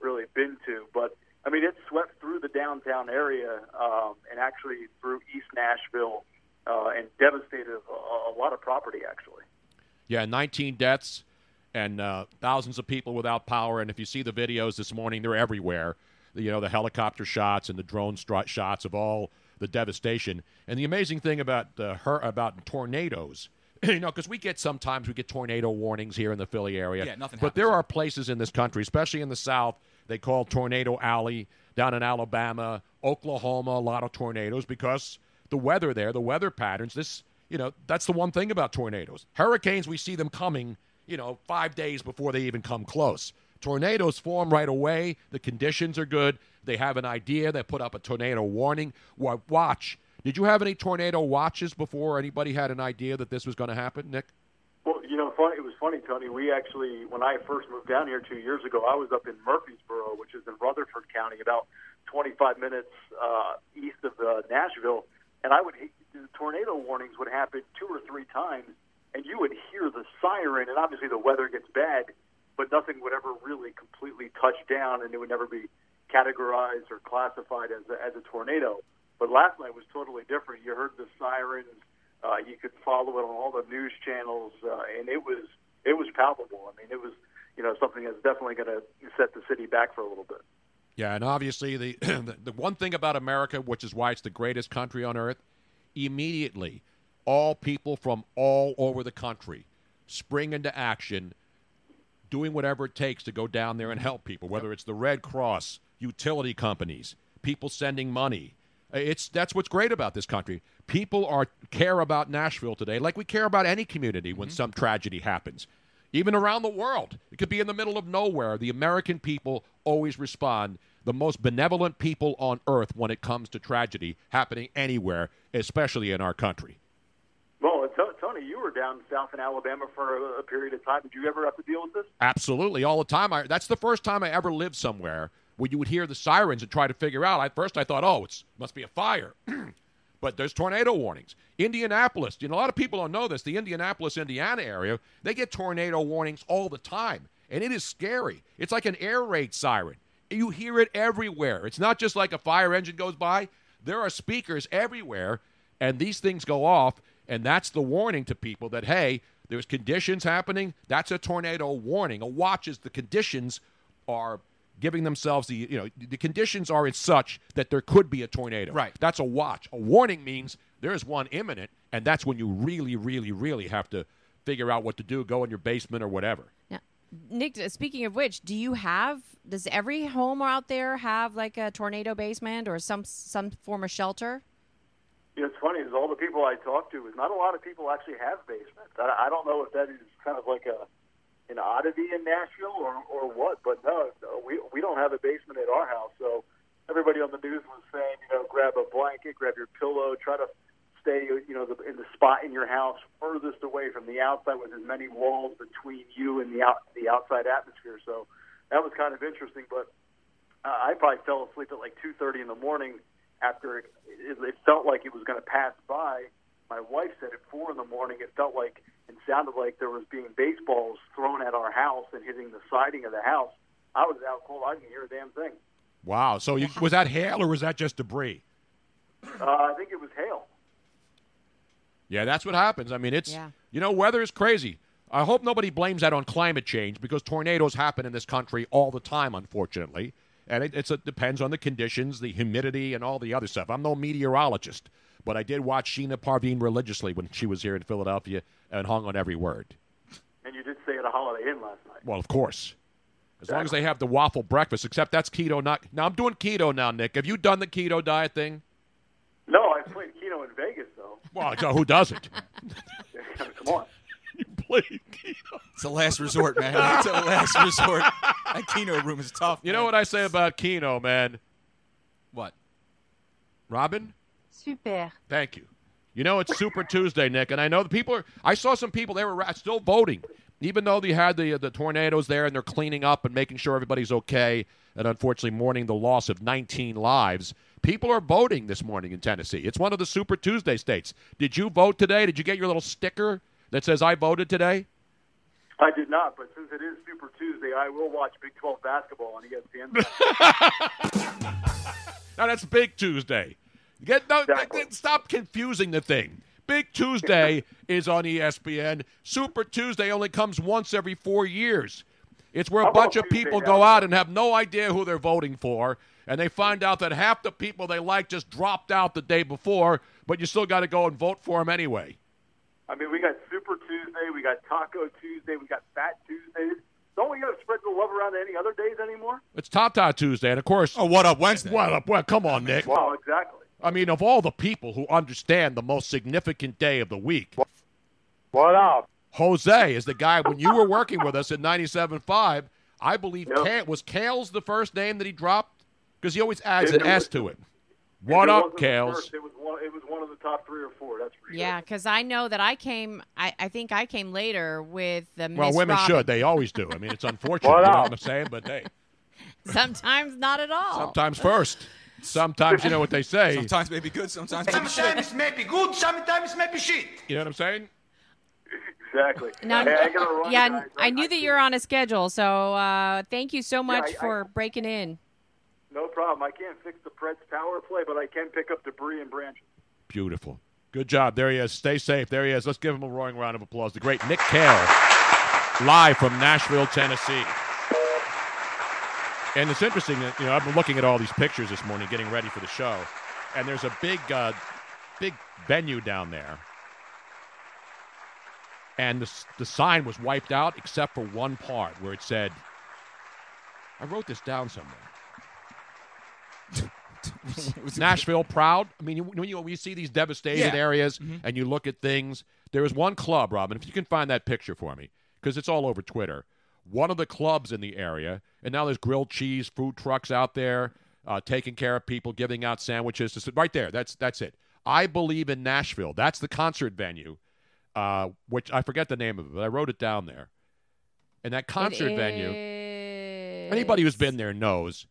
[SPEAKER 14] really been to. But I mean, it swept through the downtown area um, and actually through East Nashville uh, and devastated a, a lot of property. Actually,
[SPEAKER 6] Yeah, 19 deaths and uh, thousands of people without power. And if you see the videos this morning, they're everywhere. You know, the helicopter shots and the drone stro- shots of all the devastation. And the amazing thing about uh, her about tornadoes, <clears throat> you know, because we get sometimes we get tornado warnings here in the Philly area.
[SPEAKER 5] Yeah, nothing
[SPEAKER 6] But there are places in this country, especially in the South, they call Tornado Alley down in Alabama, Oklahoma, a lot of tornadoes because the weather there, the weather patterns, this, you know, that's the one thing about tornadoes. Hurricanes, we see them coming, you know, five days before they even come close. Tornadoes form right away. The conditions are good. They have an idea. They put up a tornado warning. Wa- Watch. Did you have any tornado watches before anybody had an idea that this was going to happen, Nick?
[SPEAKER 14] well, you know, funny, it was funny, Tony. We actually, when I first moved down here two years ago, I was up in Murfreesboro, which is in Rutherford County, about 25 minutes uh, east of uh, Nashville, and I would the tornado warnings would happen two or three times, and you would hear the siren, and obviously the weather gets bad, but nothing would ever really completely touch down, and it would never be categorized or classified as a, as a tornado. But last night was totally different. You heard the sirens, uh, you could follow it on all the news channels, uh, and it was it was palpable. I mean, it was you know something that's definitely going to set the city back for a little bit.
[SPEAKER 6] Yeah, and obviously the, <clears throat> the the one thing about America, which is why it's the greatest country on earth, immediately all people from all over the country spring into action, doing whatever it takes to go down there and help people, whether it's the Red Cross, utility companies, people sending money. Uh, It's that's what's great about this country. People are care about Nashville today, like we care about any community when some tragedy happens. Even around the world, it could be in the middle of nowhere. The American people always respond. The most benevolent people on earth when it comes to tragedy happening anywhere, especially in our country.
[SPEAKER 14] Well, and To- Tony, you were down south in Alabama for a, a period of time. Did you ever have to deal with this?
[SPEAKER 6] Absolutely, all the time. I, that's the first time I ever lived somewhere where you would hear the sirens and try to figure out. At first, I thought, oh, it must be a fire, <clears throat> but there's tornado warnings. Indianapolis, you know, a lot of people don't know this. The Indianapolis, Indiana area, they get tornado warnings all the time, and it is scary. It's like an air raid siren. You hear it everywhere. It's not just like a fire engine goes by. There are speakers everywhere and these things go off and that's the warning to people that hey there's conditions happening that's a tornado warning a watch is the conditions are giving themselves the you know the conditions are in such that there could be a tornado right that's a watch a warning means there's one imminent and that's when you really really really have to figure out what to do go in your basement or whatever
[SPEAKER 2] Nick, speaking of which, do you have? Does every home out there have like a tornado basement or some some form of shelter?
[SPEAKER 14] You know, it's funny is all the people I talk to is not a lot of people actually have basements. I, I don't know if that is kind of like a an oddity in Nashville or or what, but no, no, we we don't have a basement at our house. So everybody on the news was saying, you know, grab a blanket, grab your pillow, try to stay, you know, the, in the spot in your house furthest away from the outside with as many walls between you and the out, the outside atmosphere. So that was kind of interesting, but uh, I probably fell asleep at like 2:30 in the morning after it, it, it felt like it was going to pass by. My wife said at four in the morning, it felt like and sounded like there was being baseballs thrown at our house and hitting the siding of the house. I was out cold. I didn't hear a damn thing.
[SPEAKER 6] wow so you, was that hail or was that just debris
[SPEAKER 14] Uh, I think it was hail.
[SPEAKER 6] Yeah, that's what happens. I mean, it's you know, weather is crazy. I hope nobody blames that on climate change because tornadoes happen in this country all the time, unfortunately, and it it's, it depends on the conditions, the humidity, and all the other stuff. I'm no meteorologist, but I did watch Sheena Parveen religiously when she was here in Philadelphia and hung on every word.
[SPEAKER 14] And you did stay at a Holiday Inn last night.
[SPEAKER 6] Well, of course, as long as they have the waffle breakfast. Except that's keto. Not now. I'm doing keto now, Nick. Have you done the keto diet thing?
[SPEAKER 14] No, I played Keno in Vegas, though. <laughs>
[SPEAKER 6] Well, no, who doesn't?
[SPEAKER 14] Come on.
[SPEAKER 5] It's a last resort, man. <laughs> It's a last resort. That Keno room is tough.
[SPEAKER 6] You know what I say about Keno, man? What? Robin?
[SPEAKER 10] Super.
[SPEAKER 6] Thank you. You know it's Super Tuesday, Nick, and I know the people are. I saw some people they were ra- still voting, even though they had the the tornadoes there, and they're cleaning up and making sure everybody's okay. And unfortunately, mourning the loss of 19 lives, people are voting this morning in Tennessee. It's one of the Super Tuesday states. Did you vote today? Did you get your little sticker that says "I voted today"?
[SPEAKER 14] I did not, but since it is Super Tuesday, I will watch Big 12 basketball on E ESPN.
[SPEAKER 6] Now that's Big Tuesday. Get no, get- stop confusing the thing. Big Tuesday is on E ESPN. Super Tuesday only comes once every four years. It's where a bunch of people go out and have no idea who they're voting for, and they find out that half the people they like just dropped out the day before, but you still got to go and vote for them anyway.
[SPEAKER 14] I mean, we got Super Tuesday, we got Taco Tuesday, we got Fat Tuesday. Don't we got to spread the love around to any other days anymore?
[SPEAKER 6] It's Tata Tuesday, and of course. Oh, what up Wednesday? What up? Well, come on, Nick.
[SPEAKER 14] Wow, Oh, exactly.
[SPEAKER 6] I mean, of all the people who understand the most significant day of the week,
[SPEAKER 14] what up?
[SPEAKER 6] Jose is the guy. When you were working with us at 97.5, I believe Ca- was Kales the first name that he dropped because he always adds
[SPEAKER 14] If
[SPEAKER 6] an
[SPEAKER 14] it
[SPEAKER 6] S
[SPEAKER 14] was-
[SPEAKER 6] to it.
[SPEAKER 14] If
[SPEAKER 6] What
[SPEAKER 14] it
[SPEAKER 6] up,
[SPEAKER 14] wasn't the
[SPEAKER 6] Kales?
[SPEAKER 14] first, It was one. It was one of the top three or four. That's for sure.
[SPEAKER 2] Yeah, because I know that I came. I, I think I came later with the
[SPEAKER 6] Well,
[SPEAKER 2] Miss
[SPEAKER 6] women
[SPEAKER 2] Robin.
[SPEAKER 6] should. They always do. I
[SPEAKER 14] <laughs>
[SPEAKER 6] mean, it's unfortunate.
[SPEAKER 2] What
[SPEAKER 6] you know
[SPEAKER 2] up?
[SPEAKER 6] what I'm saying? But hey,
[SPEAKER 2] <laughs> Sometimes not at all.
[SPEAKER 6] sometimes first. Sometimes you know what they
[SPEAKER 2] <laughs>
[SPEAKER 6] say.
[SPEAKER 5] Sometimes maybe good, sometimes <laughs> maybe shit.
[SPEAKER 12] Sometimes maybe good, sometimes maybe shit.
[SPEAKER 6] You know what I'm saying?
[SPEAKER 14] Exactly.
[SPEAKER 2] Now,
[SPEAKER 14] Hey, I gotta run,
[SPEAKER 2] yeah,
[SPEAKER 14] guys.
[SPEAKER 2] I knew that you're on a schedule, so uh, thank you so much
[SPEAKER 14] I- I-
[SPEAKER 2] for breaking in.
[SPEAKER 14] No problem. I can't fix the Preds power play, but I can pick up debris and branches.
[SPEAKER 6] Beautiful. Good job. There he is. Stay safe. There he is. Let's give him a roaring round of applause. The great Nick Kale, live from Nashville, Tennessee. And it's interesting that, you know, I've been looking at all these pictures this morning getting ready for the show. And there's a big, uh, big venue down there. and the, s- the sign was wiped out except for one part where it said, I wrote this down somewhere. Nashville proud. I mean, you- when you, when you see these devastated
[SPEAKER 5] Yeah.
[SPEAKER 6] areas and you look at things, there was one club, Robin, if you can find that picture for me, because it's all over Twitter. One of the clubs in the area, and now there's grilled cheese food trucks out there uh, taking care of people, giving out sandwiches. This- Right there, that's that's it. I believe in Nashville. That's the concert venue, uh, which I forget the name of it, but I wrote it down there. And that concert venue. Anybody who's been there knows.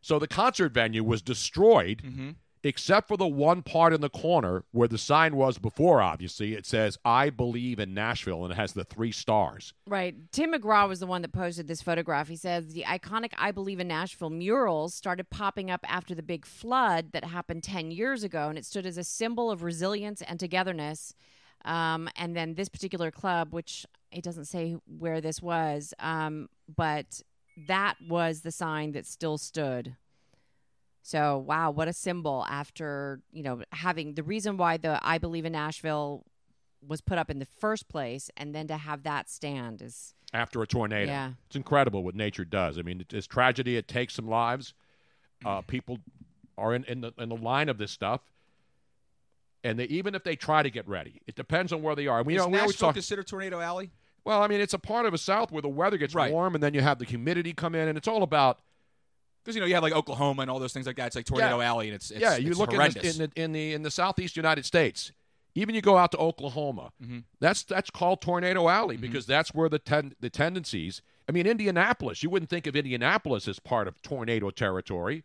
[SPEAKER 6] So the concert venue was destroyed,
[SPEAKER 5] Mm-hmm.
[SPEAKER 6] except for the one part in the corner where the sign was before, obviously. It says, I believe in Nashville, and it has the three stars.
[SPEAKER 2] Right. Tim McGraw was the one that posted this photograph. He says the iconic I Believe in Nashville murals started popping up after the big flood that happened 10 years ago, and it stood as a symbol of resilience and togetherness. Um, and then this particular club, which it doesn't say where this was, um, but that was the sign that still stood. So, wow, what a symbol after, you know, having the reason why the I Believe in Nashville was put up in the first place and then to have that stand is
[SPEAKER 6] after a tornado.
[SPEAKER 2] Yeah.
[SPEAKER 6] It's incredible what nature does. I mean, it- it's tragedy. It takes some lives.
[SPEAKER 5] Mm.
[SPEAKER 6] Uh, people are in, in, the, in the line of this stuff. And they, even if they try to get ready, it depends on where they are. And we,
[SPEAKER 5] Is
[SPEAKER 6] know, we always
[SPEAKER 5] Nashville
[SPEAKER 6] talk.
[SPEAKER 5] considered Tornado Alley?
[SPEAKER 6] Well, I mean, it's a part of the South where the weather gets warm, and then you have the humidity come in, and it's all about
[SPEAKER 5] Because you know you have like Oklahoma and all those things like that. It's like Tornado
[SPEAKER 6] Yeah.
[SPEAKER 5] Alley, and it's, it's
[SPEAKER 6] yeah, you
[SPEAKER 5] it's
[SPEAKER 6] look in
[SPEAKER 5] horrendous.
[SPEAKER 6] the, in the in the in the southeast United States. Even you go out to Oklahoma,
[SPEAKER 5] Mm-hmm.
[SPEAKER 6] that's that's called Tornado Alley because that's where the ten, the tendencies. I mean, Indianapolis. You wouldn't think of Indianapolis as part of tornado territory,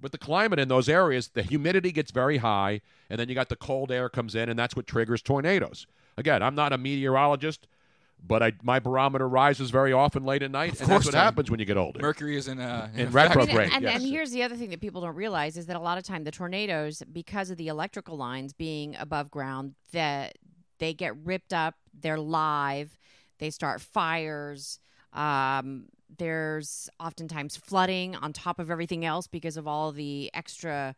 [SPEAKER 6] but the climate in those areas, the humidity gets very high, and then you got the cold air comes in, and that's what triggers tornadoes. Again, I'm not a meteorologist, but I, my barometer rises very often late at night, and that's
[SPEAKER 5] course
[SPEAKER 6] what
[SPEAKER 5] I am.
[SPEAKER 6] happens when you get older.
[SPEAKER 5] Mercury is in uh,
[SPEAKER 6] In
[SPEAKER 5] effect.
[SPEAKER 2] I mean,
[SPEAKER 6] retrograde.
[SPEAKER 2] and,
[SPEAKER 6] yes.
[SPEAKER 2] and here's the other thing that people don't realize is that a lot of time the tornadoes, because of the electrical lines being above ground, that they get ripped up. They're live. They start fires. Um, there's oftentimes flooding on top of everything else because of all the extra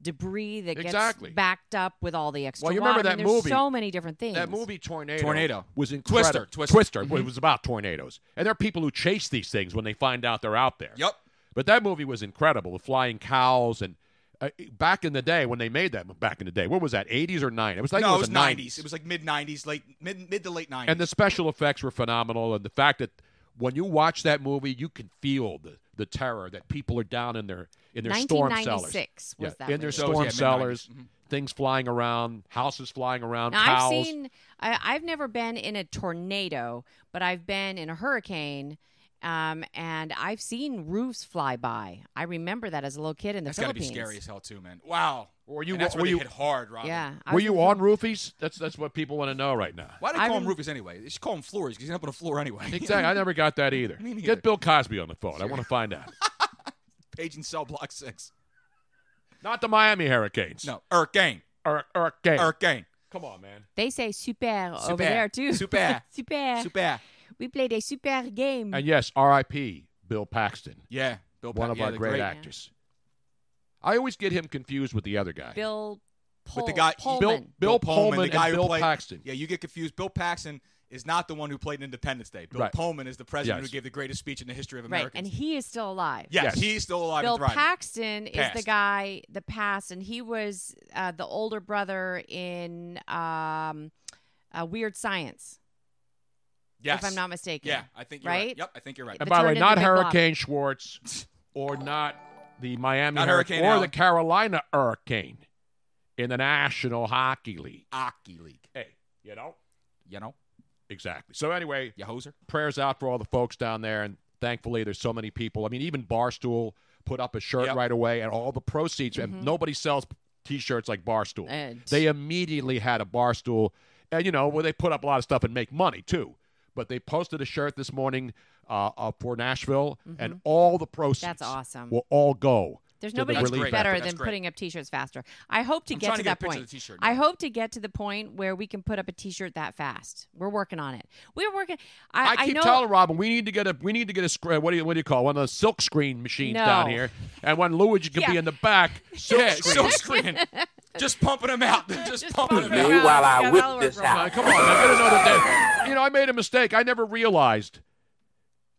[SPEAKER 2] debris that gets
[SPEAKER 6] Exactly.
[SPEAKER 2] backed up with all the extra.
[SPEAKER 6] Well, you remember
[SPEAKER 2] water. I mean,
[SPEAKER 6] that
[SPEAKER 2] there's
[SPEAKER 6] movie-
[SPEAKER 2] So many different things.
[SPEAKER 6] That movie Tornado,
[SPEAKER 5] Tornado.
[SPEAKER 6] was Mm-hmm.
[SPEAKER 5] Twister,
[SPEAKER 6] incredible.
[SPEAKER 5] Twister.
[SPEAKER 6] well, it was about tornadoes, and there are people who chase these things when they find out they're out there. Yep. But that movie was incredible. The flying cows and uh, back in the day when they made that. Back in the day, what was that? 80s or 90s? It was like
[SPEAKER 5] no,
[SPEAKER 6] it was, the
[SPEAKER 5] 90s. It was like mid 90s, late mid mid to late 90s.
[SPEAKER 6] And the special effects were phenomenal, and the fact that when you watch that movie, you can feel the, the terror that people are down in their in their storm cellars.
[SPEAKER 2] 1996 was that
[SPEAKER 6] in their
[SPEAKER 2] movie.
[SPEAKER 5] So it was,
[SPEAKER 6] storm
[SPEAKER 5] yeah, mid-nineties.
[SPEAKER 6] cellars, things flying around, houses flying around,
[SPEAKER 2] Now,
[SPEAKER 6] cows.
[SPEAKER 2] I've seen. I, I've never been in a tornado, but I've been in a hurricane, um, and I've seen roofs fly by. I remember that as a little kid in the
[SPEAKER 5] That's gotta be
[SPEAKER 2] Philippines.
[SPEAKER 5] scary as hell too, man. Wow.
[SPEAKER 6] Were
[SPEAKER 5] And that's where
[SPEAKER 6] were
[SPEAKER 5] they
[SPEAKER 6] you
[SPEAKER 5] hit hard, Robin.
[SPEAKER 2] Yeah, I
[SPEAKER 6] Were
[SPEAKER 2] was
[SPEAKER 6] you on roofies? That's that's what people want to know right now.
[SPEAKER 5] Why do they call him roofies anyway? They should call him floors because he's up on the floor
[SPEAKER 6] <laughs>
[SPEAKER 5] anyway.
[SPEAKER 6] Exactly. I never got that either. Get Bill Cosby on the phone. I want to find
[SPEAKER 5] <laughs>
[SPEAKER 6] out.
[SPEAKER 5] <laughs> Page and cell block six.
[SPEAKER 6] Not the Miami Hurricanes.
[SPEAKER 5] No, Hurricane.
[SPEAKER 6] Hur- Hurricane.
[SPEAKER 5] Hurricane.
[SPEAKER 6] Come on, man.
[SPEAKER 2] They say super,
[SPEAKER 6] Super.
[SPEAKER 2] over there too.
[SPEAKER 6] Super.
[SPEAKER 2] <laughs> super,
[SPEAKER 5] Super.
[SPEAKER 2] We played a super game.
[SPEAKER 6] And yes, R.I.P. Bill Paxton.
[SPEAKER 5] Yeah, Bill
[SPEAKER 6] One
[SPEAKER 5] Pa-
[SPEAKER 6] of
[SPEAKER 5] yeah,
[SPEAKER 6] our
[SPEAKER 5] the
[SPEAKER 6] great,
[SPEAKER 5] great-
[SPEAKER 6] actors. I always get him confused with the other guy.
[SPEAKER 2] Bill. Pol-
[SPEAKER 5] With the guy
[SPEAKER 2] Pullman.
[SPEAKER 6] Bill- Bill Pullman
[SPEAKER 5] the
[SPEAKER 6] and
[SPEAKER 5] guy who
[SPEAKER 6] Bill
[SPEAKER 5] played,
[SPEAKER 6] Paxton.
[SPEAKER 5] Yeah, you get confused. Bill Paxton is not the one who played in Independence Day. Bill
[SPEAKER 6] Right.
[SPEAKER 5] Pullman is the president
[SPEAKER 6] Yes.
[SPEAKER 5] who gave the greatest speech in the history of
[SPEAKER 2] right,
[SPEAKER 5] America.
[SPEAKER 2] and he is still alive.
[SPEAKER 5] Yes, he's still alive
[SPEAKER 2] Bill
[SPEAKER 5] and thriving.
[SPEAKER 2] Paxton is
[SPEAKER 5] Passed.
[SPEAKER 2] the guy that passed, and he was uh, the older brother in um, uh, Weird Science.
[SPEAKER 5] Yes.
[SPEAKER 2] If I'm not mistaken.
[SPEAKER 5] Yeah, I think you're right. Yep, I think you're right.
[SPEAKER 6] and
[SPEAKER 2] That
[SPEAKER 6] by the way,
[SPEAKER 2] turned
[SPEAKER 6] not
[SPEAKER 2] into Big Bob.
[SPEAKER 6] Hurricane
[SPEAKER 5] <laughs>
[SPEAKER 6] Schwartz or not the Miami
[SPEAKER 5] Not
[SPEAKER 6] Hurricane
[SPEAKER 5] Hurricane
[SPEAKER 6] or
[SPEAKER 5] Alley.
[SPEAKER 6] the Carolina Hurricane in the National Hockey League.
[SPEAKER 5] Hockey League.
[SPEAKER 6] Hey, you know?
[SPEAKER 5] You know?
[SPEAKER 6] Exactly. So anyway,
[SPEAKER 5] you hoser.
[SPEAKER 6] Prayers out for all the folks down there, and thankfully there's so many people. I mean, even Barstool put up a shirt right away, and all the proceeds. And nobody sells T-shirts like Barstool.
[SPEAKER 2] Mm-hmm. And-
[SPEAKER 6] They uh, immediately had a Barstool, and you know where they put up a lot of stuff and make money too. But they posted a shirt this morning uh, uh, for Nashville, and all the proceeds
[SPEAKER 2] Mm-hmm. awesome.
[SPEAKER 6] will all go
[SPEAKER 2] There's
[SPEAKER 6] Did they
[SPEAKER 2] nobody
[SPEAKER 6] really- That's great.
[SPEAKER 2] better
[SPEAKER 6] That's
[SPEAKER 2] than
[SPEAKER 6] great.
[SPEAKER 2] putting up t-shirts faster. I hope to
[SPEAKER 6] I'm
[SPEAKER 2] get
[SPEAKER 6] trying
[SPEAKER 2] to
[SPEAKER 6] to get a
[SPEAKER 2] that
[SPEAKER 6] picture of
[SPEAKER 2] point.
[SPEAKER 6] the t-shirt
[SPEAKER 2] I hope to get to the point where we can put up a t-shirt that fast. We're working on it. We're working. I,
[SPEAKER 6] I keep
[SPEAKER 2] know.
[SPEAKER 6] telling Robin we need to get a we need to get a scr- what do you what do you call it? one of those silk screen machines
[SPEAKER 2] No.
[SPEAKER 6] down here, and when Luigi could be
[SPEAKER 2] Yeah.
[SPEAKER 6] in the back, silk
[SPEAKER 5] Yeah,
[SPEAKER 6] <laughs> screen.
[SPEAKER 5] silk screen. Just pumping them out. <laughs> Just, pumping them
[SPEAKER 6] Me
[SPEAKER 5] out.
[SPEAKER 6] while I whip this
[SPEAKER 5] out.
[SPEAKER 6] Come on, I gotta know that. they- You know, I made a mistake. I never realized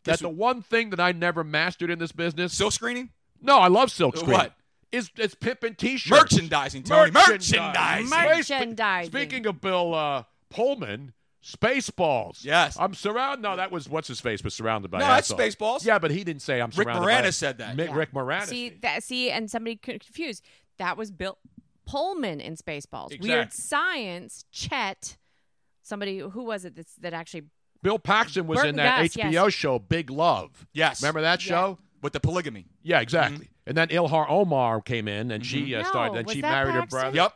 [SPEAKER 6] that the one thing that I never mastered in this business
[SPEAKER 5] silk screening.
[SPEAKER 6] No, I love silk
[SPEAKER 5] What?
[SPEAKER 6] screening. Is it's pimping t-shirts,
[SPEAKER 5] Merchandising, Tony.
[SPEAKER 6] Merchandise.
[SPEAKER 5] Merchandising.
[SPEAKER 2] Merchandising.
[SPEAKER 6] Speaking of Bill uh, Pullman, Spaceballs. Yes, I'm surrounded. No, that was what's his face was surrounded by.
[SPEAKER 5] No, that's
[SPEAKER 6] asshole.
[SPEAKER 5] Spaceballs.
[SPEAKER 6] Yeah, but he didn't say I'm
[SPEAKER 5] Rick
[SPEAKER 6] surrounded. by,
[SPEAKER 5] Moranis said that.
[SPEAKER 6] Mi-
[SPEAKER 5] Yeah.
[SPEAKER 6] Rick Moranis.
[SPEAKER 2] See that? See, and somebody c- confused. That was Bill Pullman in Spaceballs. Weird
[SPEAKER 6] Exact.
[SPEAKER 2] Science. Chet. Somebody who was it that's, that actually?
[SPEAKER 6] Bill Paxton was
[SPEAKER 2] Bert
[SPEAKER 6] in
[SPEAKER 2] and
[SPEAKER 6] that
[SPEAKER 2] Gus, yes.
[SPEAKER 6] HBO show Big Love. Yes, remember that show
[SPEAKER 5] with the polygamy.
[SPEAKER 2] Mm-hmm.
[SPEAKER 6] Yeah, exactly. And then Ilhar Omar came in, and she uh,
[SPEAKER 2] No,
[SPEAKER 6] started, and
[SPEAKER 2] was
[SPEAKER 6] she
[SPEAKER 2] that
[SPEAKER 6] married
[SPEAKER 2] Paxton?
[SPEAKER 6] her brother. Yep.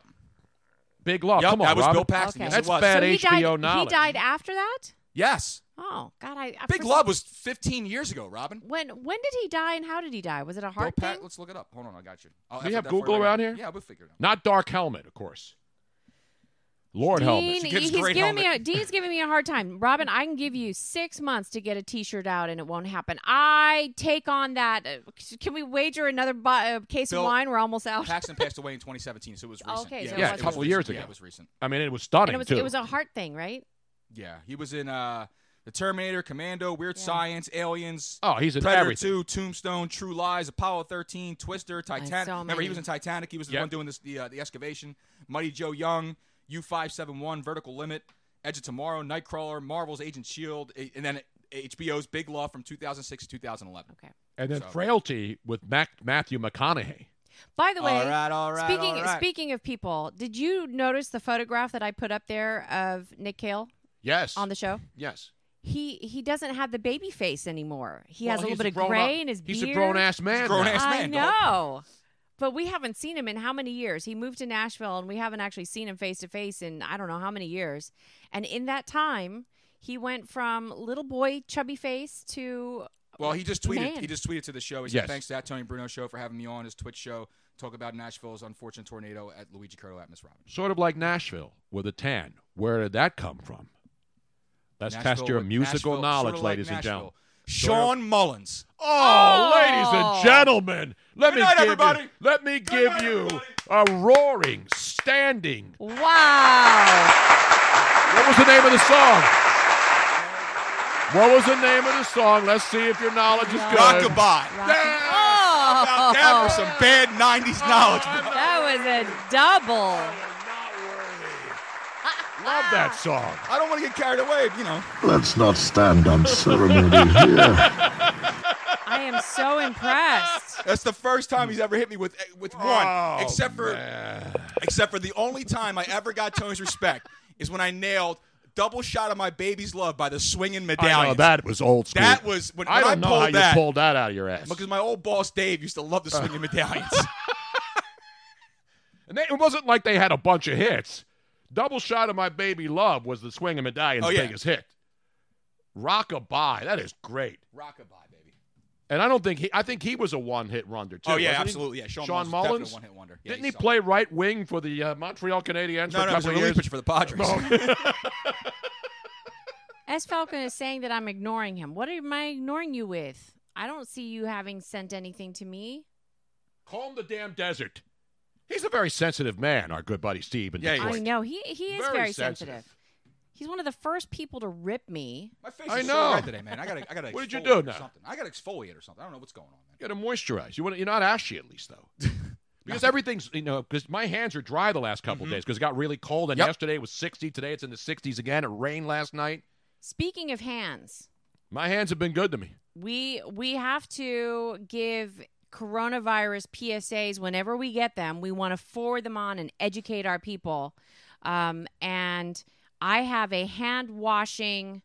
[SPEAKER 6] Big Love.
[SPEAKER 5] Yep,
[SPEAKER 6] Oh, Come on,
[SPEAKER 5] that was Bill
[SPEAKER 6] Robin.
[SPEAKER 5] Paxton. Yes, it
[SPEAKER 6] That's
[SPEAKER 5] was.
[SPEAKER 6] bad
[SPEAKER 2] So he
[SPEAKER 6] HBO
[SPEAKER 2] died,
[SPEAKER 6] knowledge.
[SPEAKER 2] He died after that.
[SPEAKER 5] Yes.
[SPEAKER 2] Oh God, I, I
[SPEAKER 5] Big
[SPEAKER 2] for-
[SPEAKER 5] Love was 15 years ago, Robin.
[SPEAKER 2] When when did he die and how did he die? Was it a heart
[SPEAKER 5] Pat,
[SPEAKER 2] thing?
[SPEAKER 5] let's look it up. Hold on, I got you.
[SPEAKER 6] Do
[SPEAKER 5] I'll
[SPEAKER 6] we
[SPEAKER 5] have
[SPEAKER 6] have
[SPEAKER 5] that for you
[SPEAKER 6] Google
[SPEAKER 5] right
[SPEAKER 6] around
[SPEAKER 5] now.
[SPEAKER 6] here?
[SPEAKER 5] Yeah, we'll figure it out.
[SPEAKER 6] Not Dark Helmet, of course. Lord Helmet.
[SPEAKER 2] Dean, he's giving me a, Dean's giving me a hard time. Robin, I can give you six months to get a T-shirt out, and it won't happen. I take on that. Uh, c- Can we wager another bu- uh, case
[SPEAKER 5] Bill
[SPEAKER 2] of wine? We're almost out.
[SPEAKER 5] Paxton passed away in 2017, so it was recent.
[SPEAKER 2] Oh, Okay,
[SPEAKER 5] yeah,
[SPEAKER 2] so
[SPEAKER 5] it
[SPEAKER 6] yeah, a
[SPEAKER 5] was
[SPEAKER 6] couple
[SPEAKER 5] recent.
[SPEAKER 6] of years ago.
[SPEAKER 5] Yeah, it was recent.
[SPEAKER 6] I mean, it was
[SPEAKER 2] And
[SPEAKER 6] stunning
[SPEAKER 2] it was
[SPEAKER 6] too.
[SPEAKER 2] it was a heart thing, right?
[SPEAKER 5] Yeah, he was in uh, The Terminator, Commando, Weird Science, Aliens.
[SPEAKER 6] Oh, he's in
[SPEAKER 5] Predator
[SPEAKER 6] everything.
[SPEAKER 5] 2, Tombstone, True Lies, Apollo 13, Twister, Titanic.
[SPEAKER 2] so
[SPEAKER 5] Remember, he
[SPEAKER 2] many.
[SPEAKER 5] was in Titanic. He was the
[SPEAKER 6] Yep.
[SPEAKER 5] one doing this the uh, the excavation. Mighty Joe Young, U571, Vertical Limit, Edge of Tomorrow, Nightcrawler, Marvel's Agent Shield, E a- and then HBO's Big Love from 2006 to 2011.
[SPEAKER 2] Okay.
[SPEAKER 6] and then Frailty with Mac- Matthew McConaughey.
[SPEAKER 2] By the way,
[SPEAKER 6] All right, all right,
[SPEAKER 2] speaking
[SPEAKER 6] all right.
[SPEAKER 2] speaking of people, did you notice the photograph that I put up there of Nick Cale
[SPEAKER 6] Yes.
[SPEAKER 2] on the show?
[SPEAKER 6] Yes.
[SPEAKER 2] He he doesn't have the baby face anymore. He
[SPEAKER 6] Well,
[SPEAKER 2] has a little
[SPEAKER 6] he's
[SPEAKER 2] bit
[SPEAKER 6] a
[SPEAKER 2] of
[SPEAKER 6] grown
[SPEAKER 2] gray
[SPEAKER 6] up-
[SPEAKER 2] in his beard.
[SPEAKER 6] he's a grown-ass man He's a grown-ass now.
[SPEAKER 2] I
[SPEAKER 6] man, dog.
[SPEAKER 2] know. But we haven't seen him in how many years? He moved to Nashville and we haven't actually seen him face to face in I don't know how many years. And in that time, he went from little boy chubby face to
[SPEAKER 5] Well, he just tweeted.
[SPEAKER 2] Man.
[SPEAKER 5] He just tweeted to the show. He
[SPEAKER 6] Yes.
[SPEAKER 5] said, "Thanks to that Tony Bruno show for having me on his Twitch show. Talk about Nashville's unfortunate tornado at Luigi Curto at Miss Robin."
[SPEAKER 6] Sort of like Nashville with a tan. Where did that come from? Let's
[SPEAKER 5] Nashville
[SPEAKER 6] test your
[SPEAKER 5] with-
[SPEAKER 6] musical
[SPEAKER 5] Nashville,
[SPEAKER 6] knowledge,
[SPEAKER 5] sorta like
[SPEAKER 6] ladies and
[SPEAKER 5] Nashville.
[SPEAKER 6] gentlemen.
[SPEAKER 5] Sean Mullins.
[SPEAKER 6] Oh, ladies
[SPEAKER 5] Oh.
[SPEAKER 6] and gentlemen, let
[SPEAKER 5] Good
[SPEAKER 6] me
[SPEAKER 5] night,
[SPEAKER 6] give
[SPEAKER 5] everybody.
[SPEAKER 6] you, let me give you a roaring, standing.
[SPEAKER 2] Wow.
[SPEAKER 6] What was the name of the song? What was the name of the song? Letess see if your knowledge is good.
[SPEAKER 5] Rockabye.
[SPEAKER 2] Oh,
[SPEAKER 5] Now, that was some bad '90s knowledge.
[SPEAKER 2] that was a double.
[SPEAKER 5] <laughs>
[SPEAKER 6] Love that song.
[SPEAKER 5] I don't want to get carried away. You know.
[SPEAKER 15] Let's not stand on
[SPEAKER 6] <laughs>
[SPEAKER 15] ceremony here.
[SPEAKER 2] I am so impressed.
[SPEAKER 5] That's the first time he's ever hit me with eh, with one,
[SPEAKER 6] Oh,
[SPEAKER 5] except for except for the only time I ever got Tony's respect is when I nailed double shot of my baby's love by the swinging medallion.
[SPEAKER 6] I know that was old school.
[SPEAKER 5] That was when,
[SPEAKER 6] I
[SPEAKER 5] when
[SPEAKER 6] don't
[SPEAKER 5] I
[SPEAKER 6] know
[SPEAKER 5] pulled
[SPEAKER 6] how
[SPEAKER 5] that.
[SPEAKER 6] you pulled that out of your ass.
[SPEAKER 5] Because my old boss Dave used to love
[SPEAKER 6] <laughs>
[SPEAKER 5] the swinging medallions.
[SPEAKER 6] And they, it wasn't like they had a bunch of hits. Double shot of my baby love was the swing and medallion's
[SPEAKER 5] Oh, yeah.
[SPEAKER 6] biggest hit. Rockabye, that is great.
[SPEAKER 5] Rockabye, baby.
[SPEAKER 6] And I don't think he. I think he was a one-hit wonder too.
[SPEAKER 5] Oh, yeah,
[SPEAKER 6] wasn't he?
[SPEAKER 5] absolutely, yeah. Sean Mullins was
[SPEAKER 6] Mullins,
[SPEAKER 5] definitely a one-hit wonder. Yeah,
[SPEAKER 6] Didn't he
[SPEAKER 5] he's
[SPEAKER 6] play right wing for the uh, Montreal Canadiens?
[SPEAKER 5] No,
[SPEAKER 6] for
[SPEAKER 5] no,
[SPEAKER 6] a
[SPEAKER 5] he was
[SPEAKER 6] couple
[SPEAKER 5] a
[SPEAKER 6] of
[SPEAKER 5] relief
[SPEAKER 6] years? Oh,
[SPEAKER 5] pitcher for the Padres.
[SPEAKER 2] S. Falcon is saying that I'm ignoring him. What am I ignoring you with? I don't see you having sent anything to me.
[SPEAKER 6] Calm the damn desert. He's a very sensitive man, our good buddy Steve. In Detroit.
[SPEAKER 2] I know he he is
[SPEAKER 6] Very
[SPEAKER 2] very,
[SPEAKER 6] sensitive.
[SPEAKER 2] sensitive. He's one of the first people to rip me.
[SPEAKER 5] My face
[SPEAKER 6] I
[SPEAKER 5] is
[SPEAKER 6] know.
[SPEAKER 5] so red today, man. I gotta, I
[SPEAKER 6] <laughs>
[SPEAKER 5] gotta.
[SPEAKER 6] What did you
[SPEAKER 5] exfoliate
[SPEAKER 6] do
[SPEAKER 5] or
[SPEAKER 6] now?
[SPEAKER 5] Something. I gotta exfoliate or something. I don't know what's going on.
[SPEAKER 6] You got to moisturize. You want to, you're not ashy at least
[SPEAKER 5] <laughs>
[SPEAKER 6] though, because everything's you know because my hands are dry the last
[SPEAKER 5] Mm-hmm.
[SPEAKER 6] couple of days because it got really cold and yesterday it was 60. Today it's in the 60s again. It rained last night.
[SPEAKER 2] Speaking of hands,
[SPEAKER 6] My hands have been good to me.
[SPEAKER 2] we we have to give coronavirus PSAs whenever we get them. We want to forward them on and educate our people. Um, and I have a hand washing.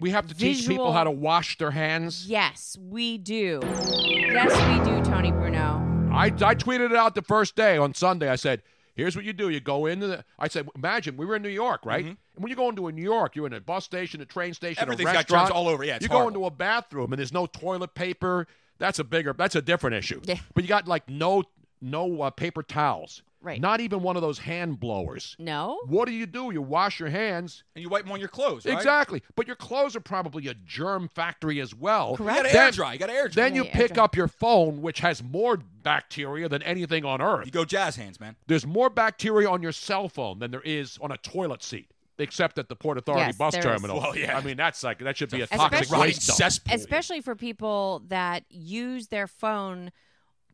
[SPEAKER 6] We have to teach people
[SPEAKER 2] Visual-
[SPEAKER 6] how to wash their hands.
[SPEAKER 2] Yes, we do. Yes, we do, Tony Bruno.
[SPEAKER 6] I, I tweeted it out the first day on Sunday. I said, "Here's what you do. You go into the." I said, "Imagine we were in New York,
[SPEAKER 5] Mm-hmm.
[SPEAKER 6] right? And when you go into a New York, you're in a bus station, a train station,
[SPEAKER 5] Everything's
[SPEAKER 6] a
[SPEAKER 5] got germs
[SPEAKER 6] restaurant,
[SPEAKER 5] all over. Yeah, it's
[SPEAKER 6] you go
[SPEAKER 5] horrible.
[SPEAKER 6] into a bathroom and there's no toilet paper. That's a bigger. That's a different issue. Yeah. But you got like no no uh, paper towels.
[SPEAKER 2] Right.
[SPEAKER 6] Not even one of those hand blowers.
[SPEAKER 2] No.
[SPEAKER 6] What do you do? You wash your hands.
[SPEAKER 5] And you wipe them on your clothes. right?
[SPEAKER 6] Exactly. But your clothes are probably a germ factory as well.
[SPEAKER 5] Correct. You gotta air dry. You gotta air dry.
[SPEAKER 6] Then
[SPEAKER 5] Yeah,
[SPEAKER 6] you
[SPEAKER 5] air
[SPEAKER 6] pick
[SPEAKER 5] dry.
[SPEAKER 6] up your phone, which has more bacteria than anything on earth. You
[SPEAKER 5] go jazz hands, man.
[SPEAKER 6] There's more bacteria on your cell phone than there is on a toilet seat. Except at the Port Authority
[SPEAKER 2] Yes,
[SPEAKER 6] bus
[SPEAKER 2] there is.
[SPEAKER 6] terminal.
[SPEAKER 2] Well, yeah.
[SPEAKER 6] I mean, that's like that should be a
[SPEAKER 2] Especially-
[SPEAKER 6] toxic waste dump.
[SPEAKER 2] Especially for people that use their phone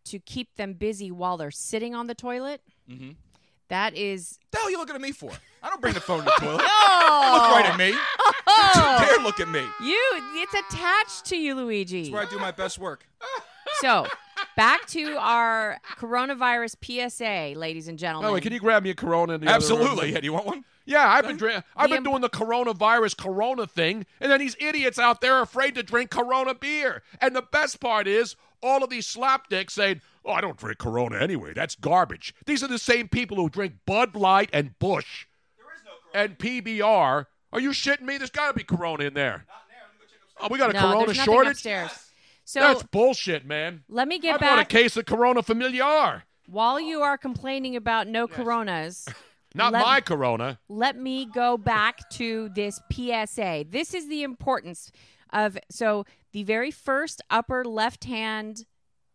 [SPEAKER 2] to keep them busy while they're sitting on the toilet.
[SPEAKER 5] Mm-hmm.
[SPEAKER 2] That is.
[SPEAKER 5] The hell you looking at me for? I don't bring the phone
[SPEAKER 6] <laughs>
[SPEAKER 5] to the toilet.
[SPEAKER 2] No.
[SPEAKER 5] Look right at me.
[SPEAKER 6] Oh.
[SPEAKER 5] Don't you dare look at me.
[SPEAKER 2] You, it's attached to you, Luigi.
[SPEAKER 5] That's where I do my
[SPEAKER 6] <laughs>
[SPEAKER 5] best work.
[SPEAKER 2] So, back to our coronavirus PSA, ladies and gentlemen.
[SPEAKER 6] By the way, can you grab me a Corona? In the Other
[SPEAKER 5] Absolutely.
[SPEAKER 6] room?
[SPEAKER 5] Yeah, do you want one?
[SPEAKER 6] Yeah, I've been drinking. I've
[SPEAKER 2] The
[SPEAKER 6] been doing the coronavirus Corona thing, and then these idiots out there are afraid to drink Corona beer. And the best part is, all of these slapdicks saying, "Oh, I don't drink Corona anyway. That's garbage." These are the same people who drink Bud Light and Bush, and PBR. Are you shitting me? There's got to be Corona in there. Oh, we got a
[SPEAKER 2] No, there's
[SPEAKER 6] Corona
[SPEAKER 2] nothing
[SPEAKER 6] shortage.
[SPEAKER 2] upstairs. So
[SPEAKER 6] That's bullshit, man.
[SPEAKER 2] let me get
[SPEAKER 6] I've got a
[SPEAKER 2] back
[SPEAKER 6] case of Corona Familiar,
[SPEAKER 2] while you are complaining about no coronas.
[SPEAKER 6] not
[SPEAKER 2] let-
[SPEAKER 6] my Corona.
[SPEAKER 2] Let me go back to this PSA. This is the importance of so the very first upper left hand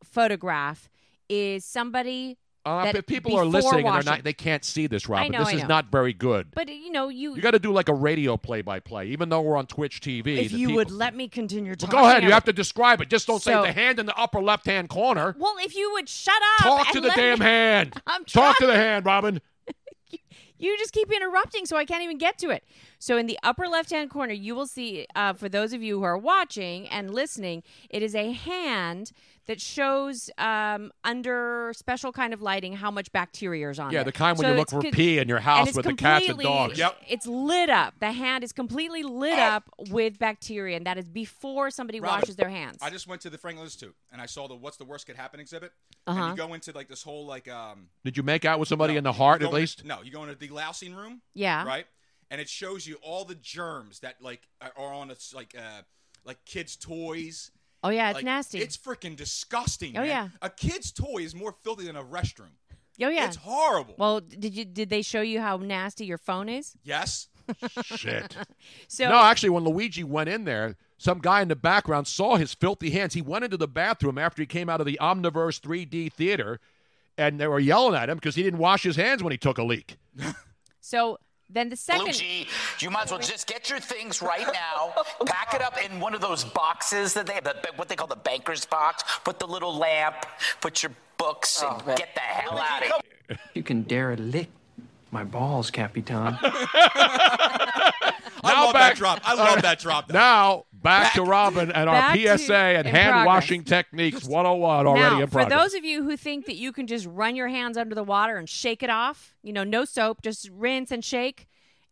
[SPEAKER 2] photograph is somebody.
[SPEAKER 6] Uh,
[SPEAKER 2] that
[SPEAKER 6] but people are
[SPEAKER 2] before
[SPEAKER 6] listening and
[SPEAKER 2] washing-
[SPEAKER 6] they're not, they can't see this,
[SPEAKER 2] I
[SPEAKER 6] Robin.
[SPEAKER 2] know,
[SPEAKER 6] this
[SPEAKER 2] I
[SPEAKER 6] is
[SPEAKER 2] know.
[SPEAKER 6] not very good.
[SPEAKER 2] But you know, you,
[SPEAKER 6] You got to do like a radio play-by-play, even though we're on Twitch TV.
[SPEAKER 2] if
[SPEAKER 6] the
[SPEAKER 2] you
[SPEAKER 6] people-
[SPEAKER 2] would let me continue
[SPEAKER 6] Well,
[SPEAKER 2] talking.
[SPEAKER 6] go ahead. You
[SPEAKER 2] about-
[SPEAKER 6] have to describe it. Just don't
[SPEAKER 2] So-
[SPEAKER 6] say the hand in the upper left-hand corner.
[SPEAKER 2] Well, if you would shut up.
[SPEAKER 6] Talk to
[SPEAKER 2] and
[SPEAKER 6] the
[SPEAKER 2] let
[SPEAKER 6] damn
[SPEAKER 2] me-
[SPEAKER 6] hand.
[SPEAKER 2] <laughs> I'm
[SPEAKER 6] Talk to
[SPEAKER 2] trying.
[SPEAKER 6] the hand, Robin.
[SPEAKER 2] You just keep interrupting, so I can't even get to it. So, in the upper left hand corner, you will see, uh, for those of you who are watching and listening, it is a hand that shows um, under special kind of lighting how much bacteria is on
[SPEAKER 6] Yeah,
[SPEAKER 2] it.
[SPEAKER 6] the kind when you look
[SPEAKER 2] it's
[SPEAKER 6] for
[SPEAKER 2] co-
[SPEAKER 6] pee in your
[SPEAKER 2] and
[SPEAKER 6] house
[SPEAKER 2] it's
[SPEAKER 6] with the cats and
[SPEAKER 2] completely-
[SPEAKER 6] dogs. Yep.
[SPEAKER 2] It's lit up. The hand is completely lit
[SPEAKER 5] Eh.
[SPEAKER 2] up with bacteria, and that is before somebody
[SPEAKER 5] Robin,
[SPEAKER 2] washes their hands.
[SPEAKER 5] I just went to the Franklin Institute and I saw the "What's the Worst Could Happen" exhibit, and
[SPEAKER 2] Uh-huh.
[SPEAKER 5] you go into like this whole like um
[SPEAKER 6] Did you make out with somebody in the heart
[SPEAKER 5] you
[SPEAKER 6] at
[SPEAKER 5] go in- <laughs>
[SPEAKER 6] least?
[SPEAKER 5] no, you go into the lousing room.
[SPEAKER 2] Yeah.
[SPEAKER 5] Right. And it shows you all the germs that like are on its like uh like kids' toys.
[SPEAKER 2] Oh, yeah, it's
[SPEAKER 5] Like,
[SPEAKER 2] nasty.
[SPEAKER 5] It's freaking disgusting.
[SPEAKER 2] Oh,
[SPEAKER 5] man.
[SPEAKER 2] yeah.
[SPEAKER 5] A kid's toy is more filthy than a restroom.
[SPEAKER 2] oh, yeah.
[SPEAKER 5] It's horrible.
[SPEAKER 2] Well, did you did they show you how nasty your phone is?
[SPEAKER 6] <laughs>
[SPEAKER 5] Yes.
[SPEAKER 6] Shit.
[SPEAKER 2] So
[SPEAKER 6] no, actually, when Luigi went in there, some guy in the background saw his filthy hands. He went into the bathroom after he came out of the Omniverse 3D theater, and they were yelling at him because he didn't wash his hands when he took a leak.
[SPEAKER 2] So then the second.
[SPEAKER 16] Luigi, you might as well just get your things right now, pack it up in one of those boxes that they have, the, what they call the banker's box. Put the little lamp, put your books, and get the hell out of here.
[SPEAKER 17] You can dare a lick my balls, Capitan.
[SPEAKER 5] I love that drop. I love that drop.
[SPEAKER 6] Now back, to Robin and our
[SPEAKER 2] Back to-
[SPEAKER 6] PSA and
[SPEAKER 2] in
[SPEAKER 6] hand washing techniques 101 already
[SPEAKER 2] now,
[SPEAKER 6] in
[SPEAKER 2] for
[SPEAKER 6] progress.
[SPEAKER 2] those of you who think that you can just run your hands under the water and shake it off, you know, no soap, just rinse and shake,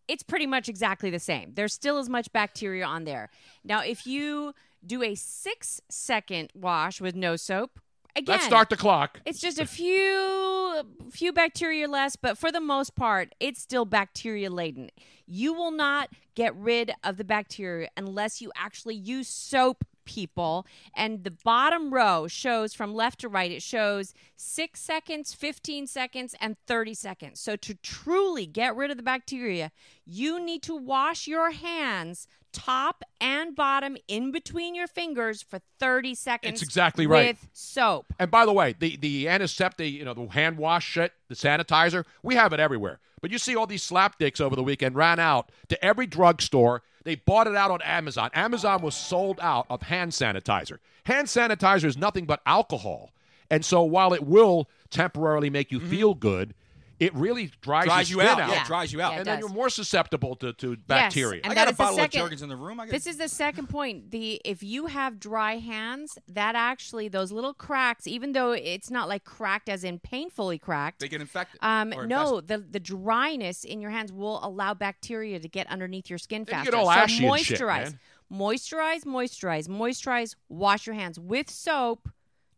[SPEAKER 2] it's pretty much exactly the same. There's still as much bacteria on there. Now, if you do a six second wash with no soap, again,
[SPEAKER 6] Let's start the clock.
[SPEAKER 2] It's just a few few bacteria less, but for the most part, it's still bacteria laden. You will not get rid of the bacteria unless you actually use soap, people. And the bottom row shows from left to right, it shows 6 seconds, 15 seconds, and 30 seconds. So to truly get rid of the bacteria, you need to wash your hands top and bottom in between your fingers for 30 seconds.
[SPEAKER 6] exactly right.
[SPEAKER 2] With soap.
[SPEAKER 6] And by the way, the the antiseptic, you know, the hand wash shit, the sanitizer, we have it everywhere. But you see all these slapdicks over the weekend ran out to every drugstore. They bought it out on Amazon. Amazon was sold out of hand sanitizer. Hand sanitizer is nothing but alcohol. And so while it will temporarily make you feel good, it really dries,
[SPEAKER 5] Mm-hmm. Dries
[SPEAKER 6] your
[SPEAKER 5] you
[SPEAKER 6] skin
[SPEAKER 5] out. Yeah, it dries you out. Yeah, it
[SPEAKER 6] and then
[SPEAKER 5] does.
[SPEAKER 6] you're more susceptible to, to bacteria.
[SPEAKER 2] Yes, and that is the second,
[SPEAKER 5] in the room. I
[SPEAKER 2] this is the second point. The if you have dry hands, that actually those little cracks, even though it's not like cracked as in painfully cracked,
[SPEAKER 5] They get infected.
[SPEAKER 2] Um,
[SPEAKER 5] or
[SPEAKER 2] no, the the dryness in your hands will allow bacteria to get underneath your skin
[SPEAKER 5] Then you
[SPEAKER 2] faster.
[SPEAKER 5] get all
[SPEAKER 2] so
[SPEAKER 5] ashy and
[SPEAKER 2] moisturize,
[SPEAKER 5] shit, man.
[SPEAKER 2] moisturize, moisturize, moisturize. Wash your hands with soap.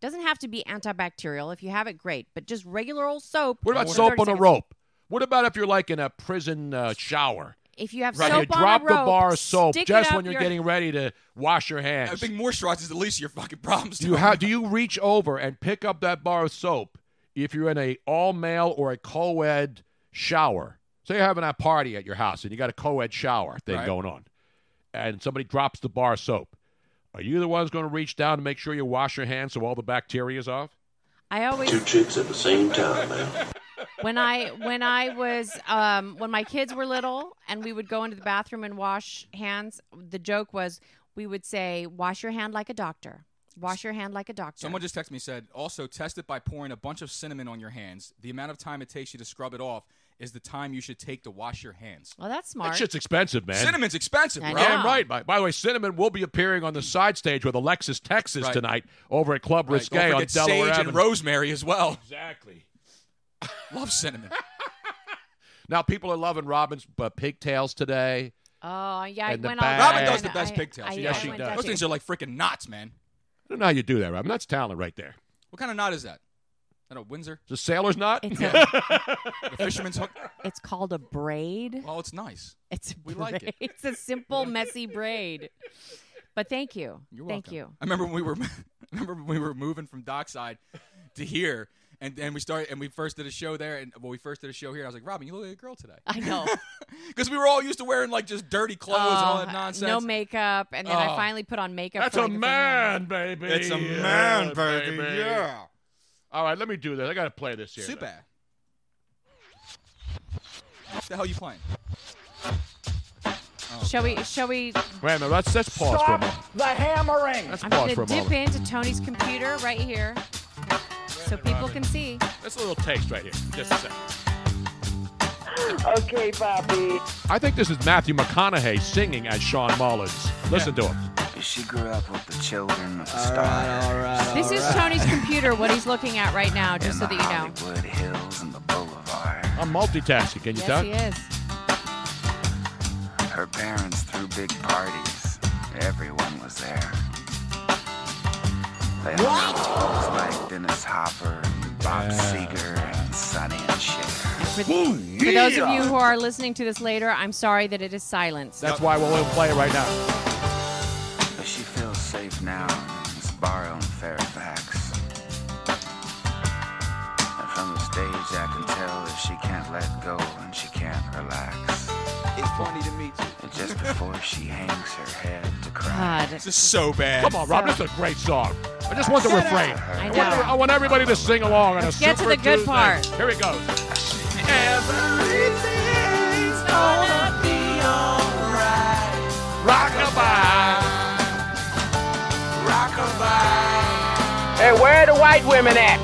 [SPEAKER 2] Doesn't have to be antibacterial. If you have it, great. But just regular old soap.
[SPEAKER 6] What about
[SPEAKER 2] for
[SPEAKER 6] soap
[SPEAKER 2] 30
[SPEAKER 6] on a
[SPEAKER 2] seconds.
[SPEAKER 6] rope? What about if you're like in a prison uh, shower?
[SPEAKER 2] If you have
[SPEAKER 6] Right,
[SPEAKER 2] soap
[SPEAKER 6] you drop
[SPEAKER 2] on a rope,
[SPEAKER 6] the bar of soap
[SPEAKER 2] stick it
[SPEAKER 6] just
[SPEAKER 2] up
[SPEAKER 6] when you're
[SPEAKER 2] your-
[SPEAKER 6] getting ready to wash your hands.
[SPEAKER 5] I think moisturize is the least of your fucking problems.
[SPEAKER 6] Do you ha- do you reach over and pick up that bar of soap if you're in a all male or a co-ed shower? Say you're having a party at your house and you got a co-ed shower thing
[SPEAKER 5] Right.
[SPEAKER 6] going on, and somebody drops the bar of soap. Are you the ones going to reach down and make sure you wash your hands so all the bacteria's off?
[SPEAKER 2] I always
[SPEAKER 6] chicks at the same time, man.
[SPEAKER 2] when I when I was um, when my kids were little and we would go into the bathroom and wash hands. The joke was we would say, "Wash your hand like a doctor. Wash your hand like a doctor."
[SPEAKER 5] Someone just texted me said, also test it by pouring a bunch of cinnamon on your hands. The amount of time it takes you to scrub it off is the time you should take to wash your hands.
[SPEAKER 2] well, that's smart.
[SPEAKER 6] That shit's expensive, man.
[SPEAKER 5] Cinnamon's expensive,
[SPEAKER 6] You're
[SPEAKER 5] bro.
[SPEAKER 6] Damn right. By, by the way, Cinnamon will be appearing on the side stage with Alexis Texas
[SPEAKER 5] Right.
[SPEAKER 6] tonight over at Club
[SPEAKER 5] Right,
[SPEAKER 6] Risque
[SPEAKER 5] don't
[SPEAKER 6] on
[SPEAKER 5] forget
[SPEAKER 6] Delaware
[SPEAKER 5] sage
[SPEAKER 6] Avenue.
[SPEAKER 5] and rosemary as well. <laughs>
[SPEAKER 6] Exactly.
[SPEAKER 5] Love cinnamon.
[SPEAKER 6] Now people are loving Robin's uh, pigtails today.
[SPEAKER 2] Oh yeah, I
[SPEAKER 6] And the
[SPEAKER 2] went all
[SPEAKER 6] bag.
[SPEAKER 5] Robin
[SPEAKER 2] in.
[SPEAKER 5] does the
[SPEAKER 2] I-
[SPEAKER 5] best
[SPEAKER 2] I-
[SPEAKER 5] pigtails.
[SPEAKER 2] I-
[SPEAKER 5] She
[SPEAKER 2] I
[SPEAKER 5] does. She
[SPEAKER 2] went
[SPEAKER 5] does.
[SPEAKER 2] down
[SPEAKER 5] Those
[SPEAKER 2] to-
[SPEAKER 5] things are like freaking knots, man.
[SPEAKER 6] I don't know how you do that, Robin. That's talent right there.
[SPEAKER 5] What kind of knot is that? Is that a Windsor?
[SPEAKER 6] Is a sailor's knot?
[SPEAKER 2] <laughs>
[SPEAKER 6] <laughs>
[SPEAKER 5] <laughs>
[SPEAKER 2] It's
[SPEAKER 5] The fisherman's hook?
[SPEAKER 2] It's called a braid.
[SPEAKER 5] Well, it's nice.
[SPEAKER 2] It's a
[SPEAKER 5] We like it.
[SPEAKER 2] <laughs> It's a simple, messy braid. But thank you.
[SPEAKER 5] You're
[SPEAKER 2] thank
[SPEAKER 5] welcome.
[SPEAKER 2] you.
[SPEAKER 5] I remember when we were <laughs> I remember when we were moving from Dockside to here, and and we started and we first did a show there, and well, we first did a show here. And I was like, Robin, you look like a girl
[SPEAKER 2] <laughs>
[SPEAKER 5] today.
[SPEAKER 2] I know.
[SPEAKER 5] because we were all used to wearing like just dirty clothes and all
[SPEAKER 2] Uh,
[SPEAKER 5] that nonsense.
[SPEAKER 2] No makeup, and then I
[SPEAKER 5] Oh.
[SPEAKER 2] finally put on makeup.
[SPEAKER 6] That's
[SPEAKER 2] for
[SPEAKER 6] a
[SPEAKER 2] like the thing.
[SPEAKER 6] man, baby.
[SPEAKER 5] It's a
[SPEAKER 6] Yeah,
[SPEAKER 5] man, baby. Yeah.
[SPEAKER 6] All right, let me do this. I got to play this here. though.
[SPEAKER 5] Super. What the hell are you playing?
[SPEAKER 2] Shall we? Shall we?
[SPEAKER 6] Wait a minute. Let's, let's pause for a moment.
[SPEAKER 2] the hammering.
[SPEAKER 6] Let's
[SPEAKER 2] I'm
[SPEAKER 6] pause
[SPEAKER 2] gonna
[SPEAKER 6] for a
[SPEAKER 2] dip
[SPEAKER 6] moment.
[SPEAKER 2] into Tony's computer right here, so people can see.
[SPEAKER 6] That's a little taste right here. Just a second.
[SPEAKER 8] Okay, Bobby.
[SPEAKER 6] I think this is Matthew McConaughey singing as Sean Mullins. Listen to him.
[SPEAKER 18] She grew up with the children of the
[SPEAKER 6] All right,
[SPEAKER 18] stars.
[SPEAKER 6] all right,
[SPEAKER 2] This is Tony's computer. What he's looking at right now, just so that you know.
[SPEAKER 18] Hollywood Hills and the Boulevard.
[SPEAKER 6] I'm multitasking. Can you
[SPEAKER 2] Yes,
[SPEAKER 6] tell?
[SPEAKER 2] he is.
[SPEAKER 18] Her parents threw big parties. Everyone was there. They hung out with folks like Dennis Hopper and Bob Seger and Sonny and Cher.
[SPEAKER 2] For, for those of you who are listening to this later, I'm sorry that it is silenced.
[SPEAKER 6] That's why we'll we'll play it right now.
[SPEAKER 18] But she feels safe now in this bar on Fairfax. And from the stage, I can tell that she can't let go and she can't relax.
[SPEAKER 5] It's funny to meet you.
[SPEAKER 18] And just before she hangs her head to cry.
[SPEAKER 2] God.
[SPEAKER 5] This is so bad.
[SPEAKER 6] Come on, Rob. This is a great song. I just want the
[SPEAKER 18] Shut
[SPEAKER 6] refrain.
[SPEAKER 18] up.
[SPEAKER 6] I,
[SPEAKER 18] I
[SPEAKER 6] want
[SPEAKER 18] know.
[SPEAKER 6] the- I want everybody to sing along on
[SPEAKER 18] Let's
[SPEAKER 6] a
[SPEAKER 18] get to
[SPEAKER 6] Super
[SPEAKER 18] the good
[SPEAKER 6] Tuesday.
[SPEAKER 18] part.
[SPEAKER 6] Here it goes.
[SPEAKER 18] Everything's gonna be alright.
[SPEAKER 6] Rockabye.
[SPEAKER 18] Rockabye.
[SPEAKER 6] Hey, where are the white women at?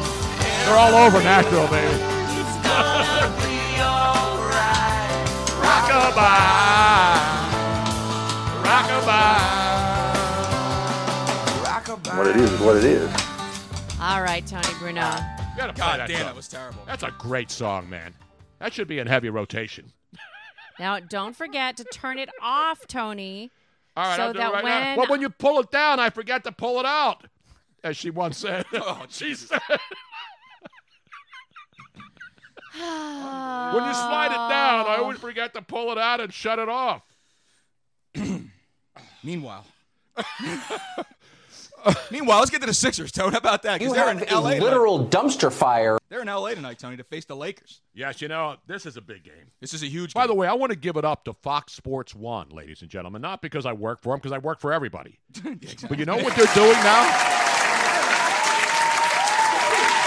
[SPEAKER 6] They're all over Nashville, baby.
[SPEAKER 18] It's gonna be alright.
[SPEAKER 6] Rockabye. Rockabye.
[SPEAKER 15] What it is is what it is.
[SPEAKER 2] All right, Tony Bruno.
[SPEAKER 6] God
[SPEAKER 5] God damn, that was terrible.
[SPEAKER 6] That's a great song, man. That should be in heavy rotation.
[SPEAKER 2] Now, don't forget to turn it off, Tony.
[SPEAKER 6] All right,
[SPEAKER 2] so
[SPEAKER 6] I'll do
[SPEAKER 2] that
[SPEAKER 6] it right
[SPEAKER 2] when
[SPEAKER 6] now. Well, when you pull it down, I forget to pull it out, as she once said. <laughs> oh,
[SPEAKER 2] <sighs>
[SPEAKER 6] Jesus. when you slide it down, I always forget to pull it out and shut it off.
[SPEAKER 5] Meanwhile. <laughs> Meanwhile, let's get to the Sixers, Tony. How about that? 'Cause
[SPEAKER 16] You
[SPEAKER 5] they're
[SPEAKER 16] have
[SPEAKER 5] in
[SPEAKER 16] a
[SPEAKER 5] LA.
[SPEAKER 16] literal
[SPEAKER 5] tonight.
[SPEAKER 16] dumpster fire.
[SPEAKER 5] They're in LA tonight, Tony, to face the Lakers.
[SPEAKER 6] Yes, you know, this is a big game.
[SPEAKER 5] This is a huge
[SPEAKER 6] By the way, I want to give it up to Fox Sports One, ladies and gentlemen. Not because I work for them, because I work for everybody. But you know what they're doing now?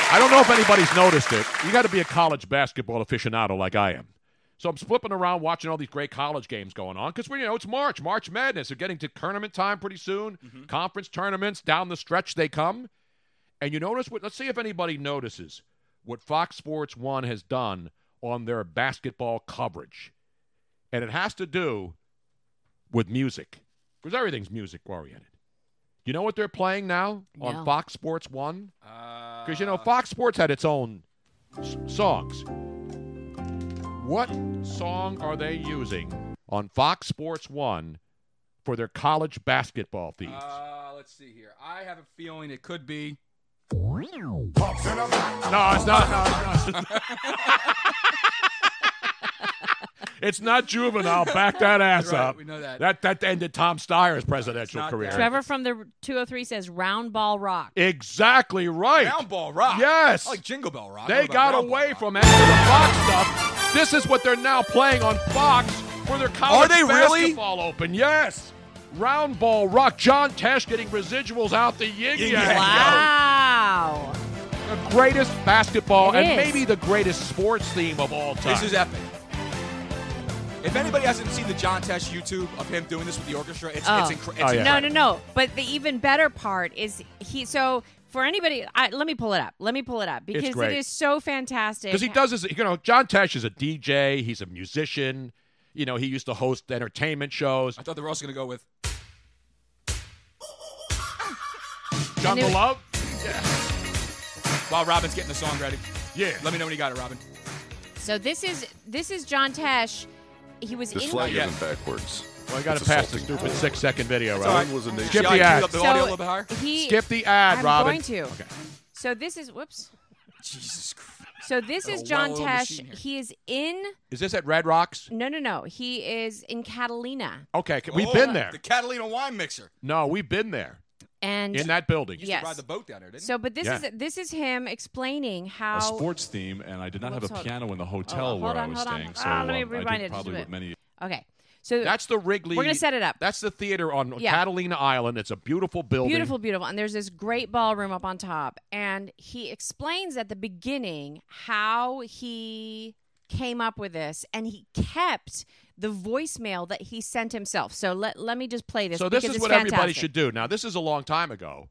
[SPEAKER 6] I don't know if anybody's noticed it. You got to be a college basketball aficionado like I am. So I'm flipping around watching all these great college games going on because, you know, it's March, March Madness. They're getting to tournament time pretty soon, conference tournaments, down the stretch they come. And you notice what, let's see if anybody notices what Fox Sports 1 has done on their basketball coverage. And it has to do with music because everything's music oriented. You know what they're playing now
[SPEAKER 5] No.
[SPEAKER 6] on Fox Sports 1? Because, you know, Fox Sports had its own s- songs. What song are they using on Fox Sports 1 for their college basketball feeds?
[SPEAKER 5] Uh, let's see here. I have a feeling it could be.
[SPEAKER 6] No, it's not. No, it's not. It's not juvenile. Back that ass
[SPEAKER 5] Right,
[SPEAKER 6] up.
[SPEAKER 5] we know that.
[SPEAKER 6] That that ended Tom Steyer's presidential
[SPEAKER 5] not
[SPEAKER 6] career.
[SPEAKER 2] Trevor from the 203 says round ball rock.
[SPEAKER 6] Exactly right.
[SPEAKER 5] Round ball rock.
[SPEAKER 6] Yes.
[SPEAKER 5] I like jingle bell rock. I
[SPEAKER 6] They
[SPEAKER 5] don't know about
[SPEAKER 6] got
[SPEAKER 5] round ball.
[SPEAKER 6] away from after the Fox stuff. This is what they're now playing on Fox for their college
[SPEAKER 5] they really?
[SPEAKER 6] basketball open. Yes. Round ball rock. John Tesh getting residuals out the yin
[SPEAKER 5] Yin
[SPEAKER 6] yang.
[SPEAKER 5] yang.
[SPEAKER 2] Wow.
[SPEAKER 6] The greatest basketball
[SPEAKER 2] It
[SPEAKER 6] and
[SPEAKER 2] is.
[SPEAKER 6] maybe the greatest sports theme of all time.
[SPEAKER 5] This is epic. If anybody hasn't seen the John Tesh YouTube of him doing this with the orchestra, it's
[SPEAKER 16] Oh.
[SPEAKER 5] it's, incre-
[SPEAKER 6] Oh,
[SPEAKER 5] it's
[SPEAKER 2] No,
[SPEAKER 5] incredible.
[SPEAKER 2] no, no. But the even better part is he. So for anybody, I, let me pull it up. Let me pull it up because it
[SPEAKER 6] great.
[SPEAKER 2] is so fantastic.
[SPEAKER 6] Because he does his, you know, John Tesh is a DJ. He's a musician. You know, he used to host entertainment shows.
[SPEAKER 5] I thought they were also going to go with
[SPEAKER 6] Jungle
[SPEAKER 5] it-
[SPEAKER 6] Love.
[SPEAKER 5] while Robin's getting the song ready.
[SPEAKER 6] Yeah.
[SPEAKER 5] Let me know when you got it, Robin.
[SPEAKER 2] So this is this is John Tesh. He was
[SPEAKER 19] This
[SPEAKER 2] in.
[SPEAKER 19] flag isn't backwards.
[SPEAKER 6] Well, I got to
[SPEAKER 19] It's
[SPEAKER 6] pass the
[SPEAKER 19] assaulting.
[SPEAKER 6] stupid six second video,
[SPEAKER 19] It's
[SPEAKER 6] right?
[SPEAKER 19] all right. Was a nation.
[SPEAKER 6] Skip
[SPEAKER 19] Shall I
[SPEAKER 6] the
[SPEAKER 19] cue
[SPEAKER 6] ad.
[SPEAKER 19] up the
[SPEAKER 2] So he-
[SPEAKER 6] Skip the ad,
[SPEAKER 2] I'm
[SPEAKER 6] Robin.
[SPEAKER 2] going to.
[SPEAKER 6] Okay.
[SPEAKER 2] So this is whoops.
[SPEAKER 5] Jesus Christ.
[SPEAKER 2] So this
[SPEAKER 6] Got a
[SPEAKER 2] is John
[SPEAKER 6] well-oiled machine here.
[SPEAKER 2] Tesh. He is in.
[SPEAKER 6] Is this at Red Rocks?
[SPEAKER 2] No, no, no. He is in Catalina,
[SPEAKER 6] Okay, c- we've
[SPEAKER 5] Oh,
[SPEAKER 6] been there.
[SPEAKER 5] The Catalina wine mixer.
[SPEAKER 6] No, we've been there
[SPEAKER 2] and
[SPEAKER 6] in that building.
[SPEAKER 2] Yes.
[SPEAKER 5] Ride the boat down there, didn't
[SPEAKER 2] So, but this
[SPEAKER 19] Yeah.
[SPEAKER 2] is this is him explaining how
[SPEAKER 19] A sports theme, and I did not
[SPEAKER 2] Whoops,
[SPEAKER 19] have a
[SPEAKER 2] hold-
[SPEAKER 19] piano in the
[SPEAKER 2] Oh,
[SPEAKER 19] hotel
[SPEAKER 2] hold
[SPEAKER 19] where I
[SPEAKER 2] on,
[SPEAKER 19] was
[SPEAKER 2] hold on.
[SPEAKER 19] staying, so
[SPEAKER 2] Ah, let me
[SPEAKER 19] um, I
[SPEAKER 2] rewind
[SPEAKER 19] did
[SPEAKER 2] it just a
[SPEAKER 19] probably
[SPEAKER 2] bit.
[SPEAKER 19] what many.
[SPEAKER 2] Okay, so
[SPEAKER 6] That's the Wrigley.
[SPEAKER 2] We're gonna set it up.
[SPEAKER 6] That's the theater on
[SPEAKER 2] Yeah.
[SPEAKER 6] Catalina Island. It's a beautiful building.
[SPEAKER 2] beautiful, beautiful. And there's this great ballroom up on top, and he explains at the beginning how he came up with this, and he kept the voicemail that he sent himself. So let let me just play this.
[SPEAKER 6] So this
[SPEAKER 2] because
[SPEAKER 6] is
[SPEAKER 2] it's
[SPEAKER 6] what everybody
[SPEAKER 2] fantastic.
[SPEAKER 6] should do. Now, this is a long time ago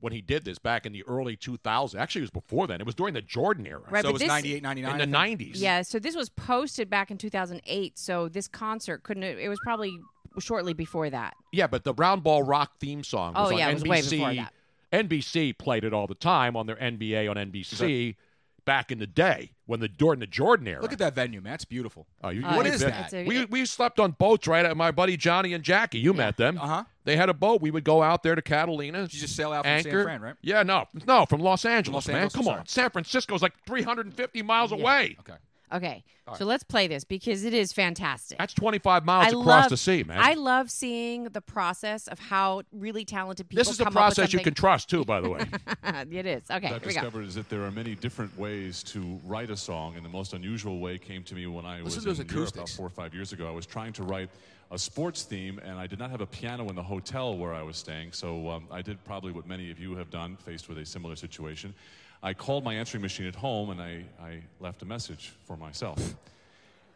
[SPEAKER 6] when he did this back in the early 2000s. Actually, it was before then. It was during the Jordan era.
[SPEAKER 2] Right, So but it was this- 98,
[SPEAKER 6] In the 90s.
[SPEAKER 2] Yeah, so this was posted back in 2008. So this concert couldn't. It was probably shortly before that.
[SPEAKER 6] Yeah, but the round ball rock theme song was
[SPEAKER 2] Oh,
[SPEAKER 6] on
[SPEAKER 2] yeah, it was
[SPEAKER 6] NBC.
[SPEAKER 2] way before that.
[SPEAKER 6] NBC played it all the time on their NBA on NBC back in the day when the during the Jordan era.
[SPEAKER 5] Look at that venue, man. It's beautiful.
[SPEAKER 6] Oh, you,
[SPEAKER 5] Uh,
[SPEAKER 6] what
[SPEAKER 5] it's
[SPEAKER 6] is
[SPEAKER 5] a-
[SPEAKER 6] that?
[SPEAKER 5] it's a-
[SPEAKER 6] we, we slept on boats, right? at My buddy Johnny and Jackie, you met them. Uh huh. They had a boat. We would go out there to Catalina. Did you
[SPEAKER 5] Uh-huh. just sail out from San
[SPEAKER 6] anchor.
[SPEAKER 5] Fran, right?
[SPEAKER 6] Yeah, no, no, from Los Angeles,
[SPEAKER 5] Los
[SPEAKER 6] man.
[SPEAKER 5] Angeles,
[SPEAKER 6] Come
[SPEAKER 5] sorry.
[SPEAKER 6] on, San Francisco's like 350 miles
[SPEAKER 2] Yeah.
[SPEAKER 6] away.
[SPEAKER 5] Okay.
[SPEAKER 2] Okay,
[SPEAKER 6] All
[SPEAKER 2] so
[SPEAKER 6] right.
[SPEAKER 2] let's play this because it is fantastic.
[SPEAKER 6] That's 25 miles
[SPEAKER 2] I
[SPEAKER 6] across
[SPEAKER 2] love-
[SPEAKER 6] the sea, man.
[SPEAKER 2] I love seeing the process of how really talented people.
[SPEAKER 6] this is a
[SPEAKER 2] come up with
[SPEAKER 6] process you can
[SPEAKER 2] something-
[SPEAKER 6] trust too, by the way.
[SPEAKER 2] <laughs> it is okay.
[SPEAKER 19] I've
[SPEAKER 2] Here we go.
[SPEAKER 19] discovered is that there are many different ways to write a song, and the most unusual way came to me when I
[SPEAKER 5] Listen to
[SPEAKER 19] was
[SPEAKER 5] those
[SPEAKER 19] in Europe about
[SPEAKER 5] acoustics.
[SPEAKER 19] four or five years ago. I was trying to write a sports theme, and I did not have a piano in the hotel where I was staying, so um, I did probably what many of you have done, faced with a similar situation. I called my answering machine at home, and I, I left a message for myself.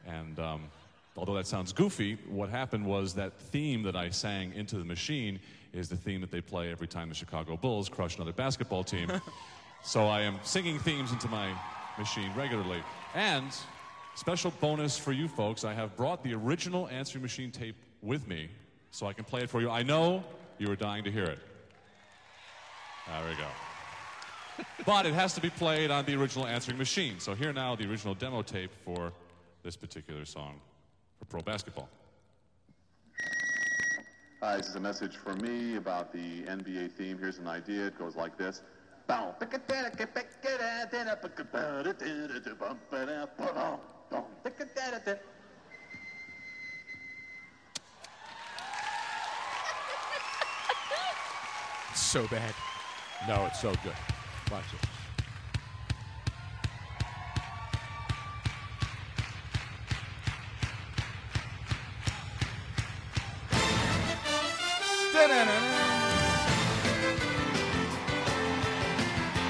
[SPEAKER 19] And um, although that sounds goofy, what happened was that theme that I sang into the machine is the theme that they play every time the Chicago Bulls crush another basketball team. so I am singing themes into my machine regularly. And special bonus for you folks, I have brought the original answering machine tape with me so I can play it for you. I know you are dying to hear it. There we go. but it has to be played on the original answering machine. So here now the original demo tape for this particular song for pro basketball.
[SPEAKER 20] Hi, this is a message for me about the NBA theme. Here's an idea. It goes like this.
[SPEAKER 5] So bad.
[SPEAKER 6] No, it's so good. Watch it.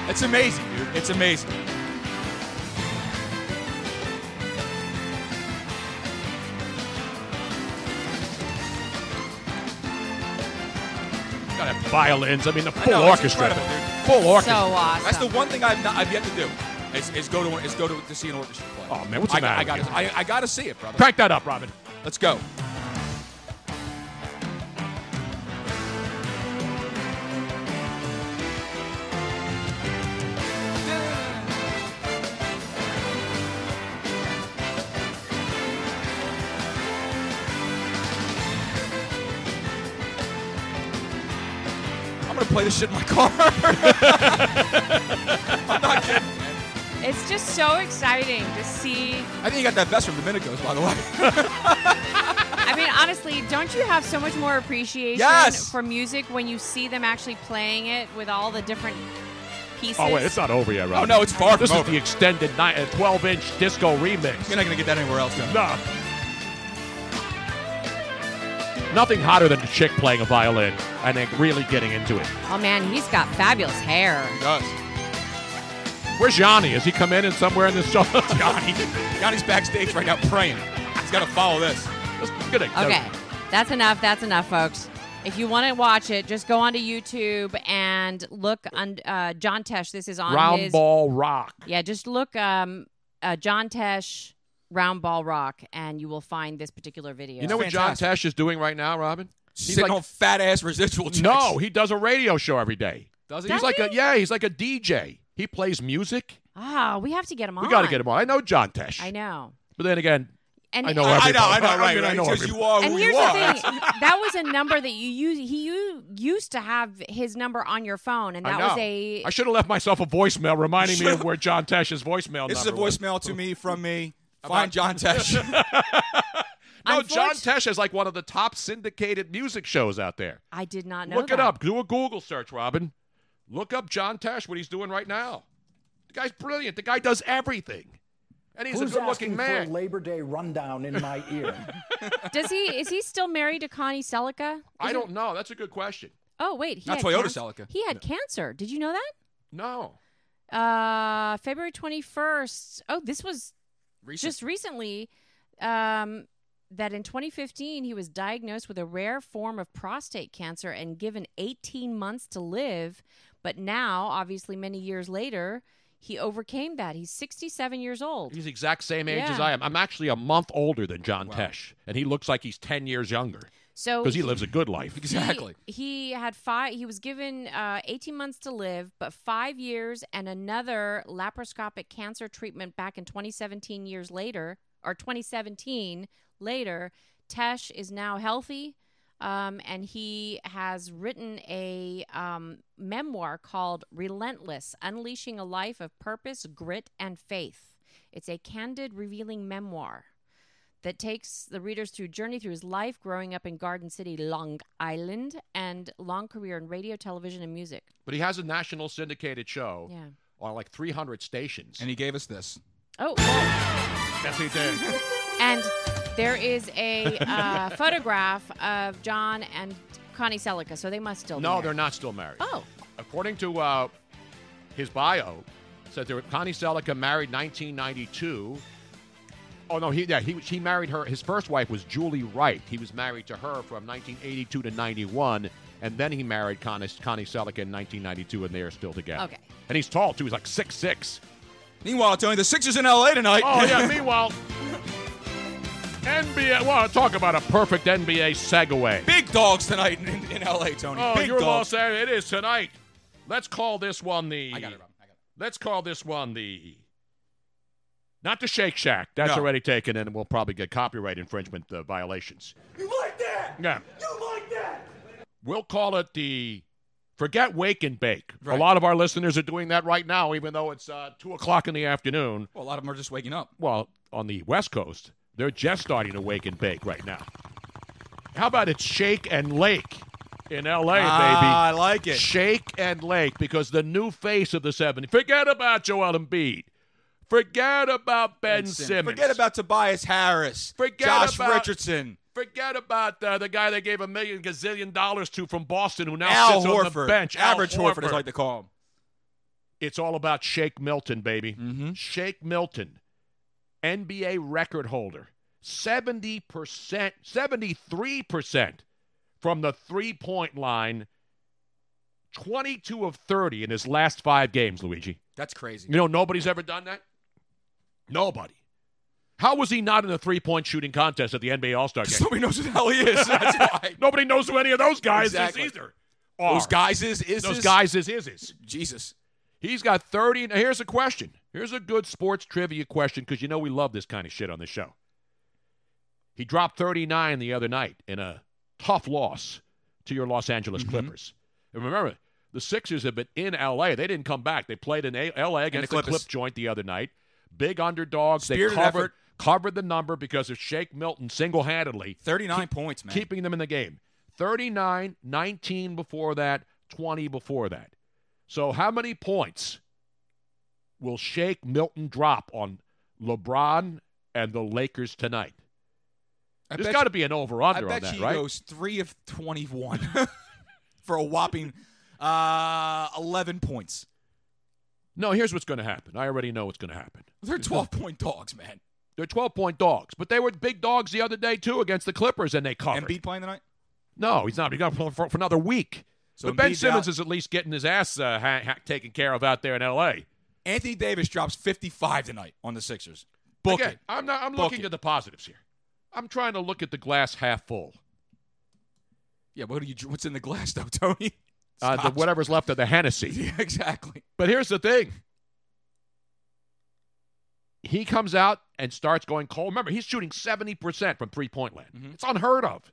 [SPEAKER 5] It's amazing, dude. It's amazing.
[SPEAKER 6] Got to have violins. I mean, the
[SPEAKER 5] I
[SPEAKER 6] full
[SPEAKER 5] know, it's
[SPEAKER 6] orchestra.
[SPEAKER 5] incredible, dude.
[SPEAKER 6] Full orchestra.
[SPEAKER 5] That's the one thing I've not, I've yet to do. Is, is go to is go to, to see an orchestra play.
[SPEAKER 6] Oh, man, what's the
[SPEAKER 5] I, got-
[SPEAKER 6] matter
[SPEAKER 5] I got
[SPEAKER 6] with you?
[SPEAKER 5] I, I got to see it, brother.
[SPEAKER 6] Crank that up, Robin.
[SPEAKER 5] Let's go. <laughs> I'm gonna play this shit in my car. I'm not kidding.
[SPEAKER 2] It's just so exciting to see.
[SPEAKER 5] I think you got that vest from Domenico's, by the way. <laughs>
[SPEAKER 2] I
[SPEAKER 6] <laughs>
[SPEAKER 2] mean, honestly, don't you have so much more appreciation
[SPEAKER 5] Yes!
[SPEAKER 2] for music when you see them actually playing it with all the different pieces?
[SPEAKER 6] Oh wait, it's not over yet, right?
[SPEAKER 5] Oh, no, it's far
[SPEAKER 6] This
[SPEAKER 5] from
[SPEAKER 6] is
[SPEAKER 5] over.
[SPEAKER 6] the extended ni- uh, 12-inch disco remix.
[SPEAKER 5] You're not gonna get that anywhere else. No.
[SPEAKER 6] Nah. Nothing hotter than the chick playing a violin and then really getting into it.
[SPEAKER 2] Oh man, he's got fabulous hair.
[SPEAKER 5] does.
[SPEAKER 6] Where's Johnny? Has he come in and somewhere in <laughs> this show?
[SPEAKER 5] Johnny, Johnny's backstage right now praying. He's got to follow this.
[SPEAKER 6] Good.
[SPEAKER 2] Okay, that's enough. That's enough, folks. If you want to watch it, just go onto YouTube and look on uh, John Tesh. This is on
[SPEAKER 6] Round
[SPEAKER 2] his
[SPEAKER 6] ball rock.
[SPEAKER 2] Yeah, just look um, uh, John Tesh round ball rock, and you will find this particular video.
[SPEAKER 6] You know what John Tesh is doing right now, Robin? He's
[SPEAKER 5] Sitting on fat ass residual
[SPEAKER 6] <laughs>
[SPEAKER 5] checks.
[SPEAKER 6] No, he does a radio show every day.
[SPEAKER 5] Does
[SPEAKER 2] he?
[SPEAKER 6] He's
[SPEAKER 2] Does
[SPEAKER 6] like a yeah, he's like a DJ. He plays music.
[SPEAKER 2] Ah, we have to get him on.
[SPEAKER 6] We got to get him on. I know John Tesh,
[SPEAKER 2] I know.
[SPEAKER 6] but then again,
[SPEAKER 2] And-
[SPEAKER 6] I know
[SPEAKER 2] I- I know,
[SPEAKER 6] everybody.
[SPEAKER 5] I know, right,
[SPEAKER 6] mean, I
[SPEAKER 5] right,
[SPEAKER 6] know
[SPEAKER 5] 'cause you
[SPEAKER 6] everybody.
[SPEAKER 5] are
[SPEAKER 2] and
[SPEAKER 5] who
[SPEAKER 2] here's
[SPEAKER 5] you are.
[SPEAKER 2] the thing: that was a number that you used. He you used to have his number on your phone, and
[SPEAKER 6] I
[SPEAKER 2] that
[SPEAKER 6] know.
[SPEAKER 2] was a
[SPEAKER 6] I should have left myself a voicemail reminding me
[SPEAKER 2] <laughs>
[SPEAKER 6] of where John Tesh's voicemail
[SPEAKER 5] This is a
[SPEAKER 6] number was.
[SPEAKER 5] voicemail to me from me. Find John Tesh.
[SPEAKER 6] <laughs> No, John Tesh is like one of the top syndicated music shows out there.
[SPEAKER 2] I did not know.
[SPEAKER 6] Look it
[SPEAKER 2] that.
[SPEAKER 6] up. Do a Google search, Robin. Look up John Tesh, what he's doing right now. The guy's brilliant. The guy does everything. And he's
[SPEAKER 21] Who's
[SPEAKER 6] a good looking
[SPEAKER 21] asking
[SPEAKER 6] man.
[SPEAKER 21] For a Labor Day rundown in my ear.
[SPEAKER 2] Does he? Is he still married to Connie Selica?
[SPEAKER 6] I
[SPEAKER 2] Is
[SPEAKER 6] don't know. That's a good question.
[SPEAKER 2] Oh wait, he
[SPEAKER 6] Not
[SPEAKER 2] had
[SPEAKER 6] Toyota
[SPEAKER 2] cancer.
[SPEAKER 6] Celica.
[SPEAKER 2] He had cancer. Did you know that?
[SPEAKER 6] No.
[SPEAKER 2] Uh, February twenty first. Oh, this was just recently. Um, that in 2015 he was diagnosed with a rare form of prostate cancer and given 18 months to live. But now, obviously, many years later, he overcame that. He's 67 years old.
[SPEAKER 6] He's the exact same age as
[SPEAKER 2] Yeah.
[SPEAKER 6] I am. I'm actually a month older than John Tesh, and he looks like he's 10 years younger.
[SPEAKER 2] So
[SPEAKER 6] because he
[SPEAKER 2] he-
[SPEAKER 6] lives a
[SPEAKER 21] <laughs>
[SPEAKER 6] good life. <laughs>
[SPEAKER 2] He, he had five. He was given uh, 18 months to live, but five years and another laparoscopic cancer treatment back in 2017 years later, or 2017 later. Tesh is now healthy, um, and he has written a um, memoir called "Relentless: Unleashing a Life of Purpose, Grit, and Faith." It's a candid, revealing memoir that takes the readers through journey through his life growing up in Garden City, Long Island, and long career in radio, television, and music.
[SPEAKER 6] But he has a national syndicated show
[SPEAKER 2] Yeah.
[SPEAKER 6] on like 300 stations. And
[SPEAKER 5] he gave us this.
[SPEAKER 2] Oh, well,
[SPEAKER 6] Yes, he did.
[SPEAKER 2] and there is a uh, <laughs> photograph of John and Connie Selica, so they must still. be
[SPEAKER 6] no,
[SPEAKER 2] married.
[SPEAKER 6] they're not still married.
[SPEAKER 2] Oh,
[SPEAKER 6] According to uh, his bio, said they were, Connie Selica married 1992. Oh no, he yeah he he married her. His first wife was Julie Wright. He was married to her from 1982 to 91, and then he married Connie Connie Selica in 1992, and they are still together.
[SPEAKER 2] Okay.
[SPEAKER 6] And he's tall too. He's like six six.
[SPEAKER 5] Meanwhile, Tony, the Sixers in LA tonight.
[SPEAKER 6] Oh
[SPEAKER 2] <laughs>
[SPEAKER 6] yeah. meanwhile, NBA. Well, talk about a perfect NBA segue.
[SPEAKER 5] <laughs> Big dogs tonight in, in, in LA, Tony.
[SPEAKER 6] Oh,
[SPEAKER 5] Big
[SPEAKER 6] you're Los
[SPEAKER 5] dogs.
[SPEAKER 6] Angeles. It is tonight. Let's call this one the. I got it, I got it. Let's call this one the. Not the Shake Shack. That's
[SPEAKER 5] No.
[SPEAKER 6] already taken, and we'll probably get copyright infringement uh, violations.
[SPEAKER 12] You like that?
[SPEAKER 6] Yeah.
[SPEAKER 12] You like that?
[SPEAKER 6] We'll call it the. Forget Wake and Bake. A
[SPEAKER 5] Right.
[SPEAKER 6] lot of our listeners are doing that right now, even though it's uh, 2 o'clock in the afternoon.
[SPEAKER 5] Well, a lot of them are just waking up.
[SPEAKER 6] Well, on the West Coast, they're just starting to wake and bake right now. How about it's Shake and Lake in L.A., baby?
[SPEAKER 5] Ah, I like it.
[SPEAKER 6] Shake and Lake because the new face of the 70s. Forget about Joel Embiid. Forget about Ben,
[SPEAKER 5] Simmons.
[SPEAKER 6] Simmons.
[SPEAKER 5] Forget about Tobias Harris.
[SPEAKER 6] Forget
[SPEAKER 5] Josh
[SPEAKER 6] about-
[SPEAKER 5] Richardson.
[SPEAKER 6] Forget about uh, the guy they gave a million gazillion dollars to from Boston who now
[SPEAKER 5] Al
[SPEAKER 6] sits on the
[SPEAKER 5] Horford.
[SPEAKER 6] bench. Al
[SPEAKER 5] Average Horford is like to call him.
[SPEAKER 6] It's all about Shake Milton, baby.
[SPEAKER 5] Mm-hmm.
[SPEAKER 6] Shake Milton, NBA record holder, 70%, 73% from the three point line, 22 of 30 in his last five games, Luigi.
[SPEAKER 5] That's crazy.
[SPEAKER 6] You know, nobody's ever done that? Nobody. How was he not in the three point shooting contest at the NBA All Star game?
[SPEAKER 5] <laughs> Nobody knows who the hell he is.
[SPEAKER 6] <laughs>
[SPEAKER 5] That's why.
[SPEAKER 6] Nobody knows who any of those guys
[SPEAKER 5] Exactly.
[SPEAKER 6] is either.
[SPEAKER 5] Those
[SPEAKER 6] Are.
[SPEAKER 5] guys is is
[SPEAKER 6] Those
[SPEAKER 5] is?
[SPEAKER 6] guys is is is.
[SPEAKER 5] Jesus.
[SPEAKER 6] He's got 30. Now, here's a question. Here's a good sports trivia question because you know we love this kind of shit on this show. He dropped 39 the other night in a tough loss to your Los Angeles
[SPEAKER 5] Mm-hmm.
[SPEAKER 6] Clippers. And remember, the Sixers have been in L.A. They didn't come back. They played in a- L.A. against the,
[SPEAKER 5] Clippers.
[SPEAKER 6] Clip joint the other night. big underdogs.
[SPEAKER 5] Spirited
[SPEAKER 6] they covered
[SPEAKER 5] effort.
[SPEAKER 6] covered the number because of Shake Milton single handedly.
[SPEAKER 5] 39 points, man.
[SPEAKER 6] Keeping them in the game. 39, 19 before that, 20 before that. So how many points will Shake Milton drop on LeBron and the Lakers tonight?
[SPEAKER 5] I
[SPEAKER 6] There's
[SPEAKER 5] bet
[SPEAKER 6] got to
[SPEAKER 5] you-
[SPEAKER 6] be an over under
[SPEAKER 5] I
[SPEAKER 6] on
[SPEAKER 5] bet
[SPEAKER 6] that,
[SPEAKER 5] she
[SPEAKER 6] right?
[SPEAKER 5] goes three of twenty-one <laughs> for a whopping uh, eleven points.
[SPEAKER 6] No, here's what's going to happen. I already know what's going to happen.
[SPEAKER 5] They're twelve-point dogs, man.
[SPEAKER 6] They're 12 point dogs, but they were big dogs the other day, too, against the Clippers, and they covered.
[SPEAKER 5] Embiid playing tonight?
[SPEAKER 6] No, he's not. He's got for, for another week.
[SPEAKER 5] So
[SPEAKER 6] but Ben
[SPEAKER 5] Embiid's
[SPEAKER 6] Simmons
[SPEAKER 5] out.
[SPEAKER 6] is at least getting his ass uh, ha- ha- taken care of out there in L.A.
[SPEAKER 5] Anthony Davis drops fifty-five tonight on the Sixers. Book
[SPEAKER 6] Again,
[SPEAKER 5] it.
[SPEAKER 6] I'm, not, I'm
[SPEAKER 5] Book
[SPEAKER 6] looking
[SPEAKER 5] it.
[SPEAKER 6] at the positives here. I'm trying to look at the glass half full.
[SPEAKER 5] Yeah, what do you? What's in the glass <laughs> though, Tony?
[SPEAKER 6] Uh, the,
[SPEAKER 5] Stop.
[SPEAKER 6] whatever's left of the Hennessy.
[SPEAKER 5] <laughs> Yeah, exactly.
[SPEAKER 6] But here's the thing. He comes out and starts going cold. Remember, he's shooting 70% from three point land.
[SPEAKER 5] Mm-hmm.
[SPEAKER 6] It's unheard of.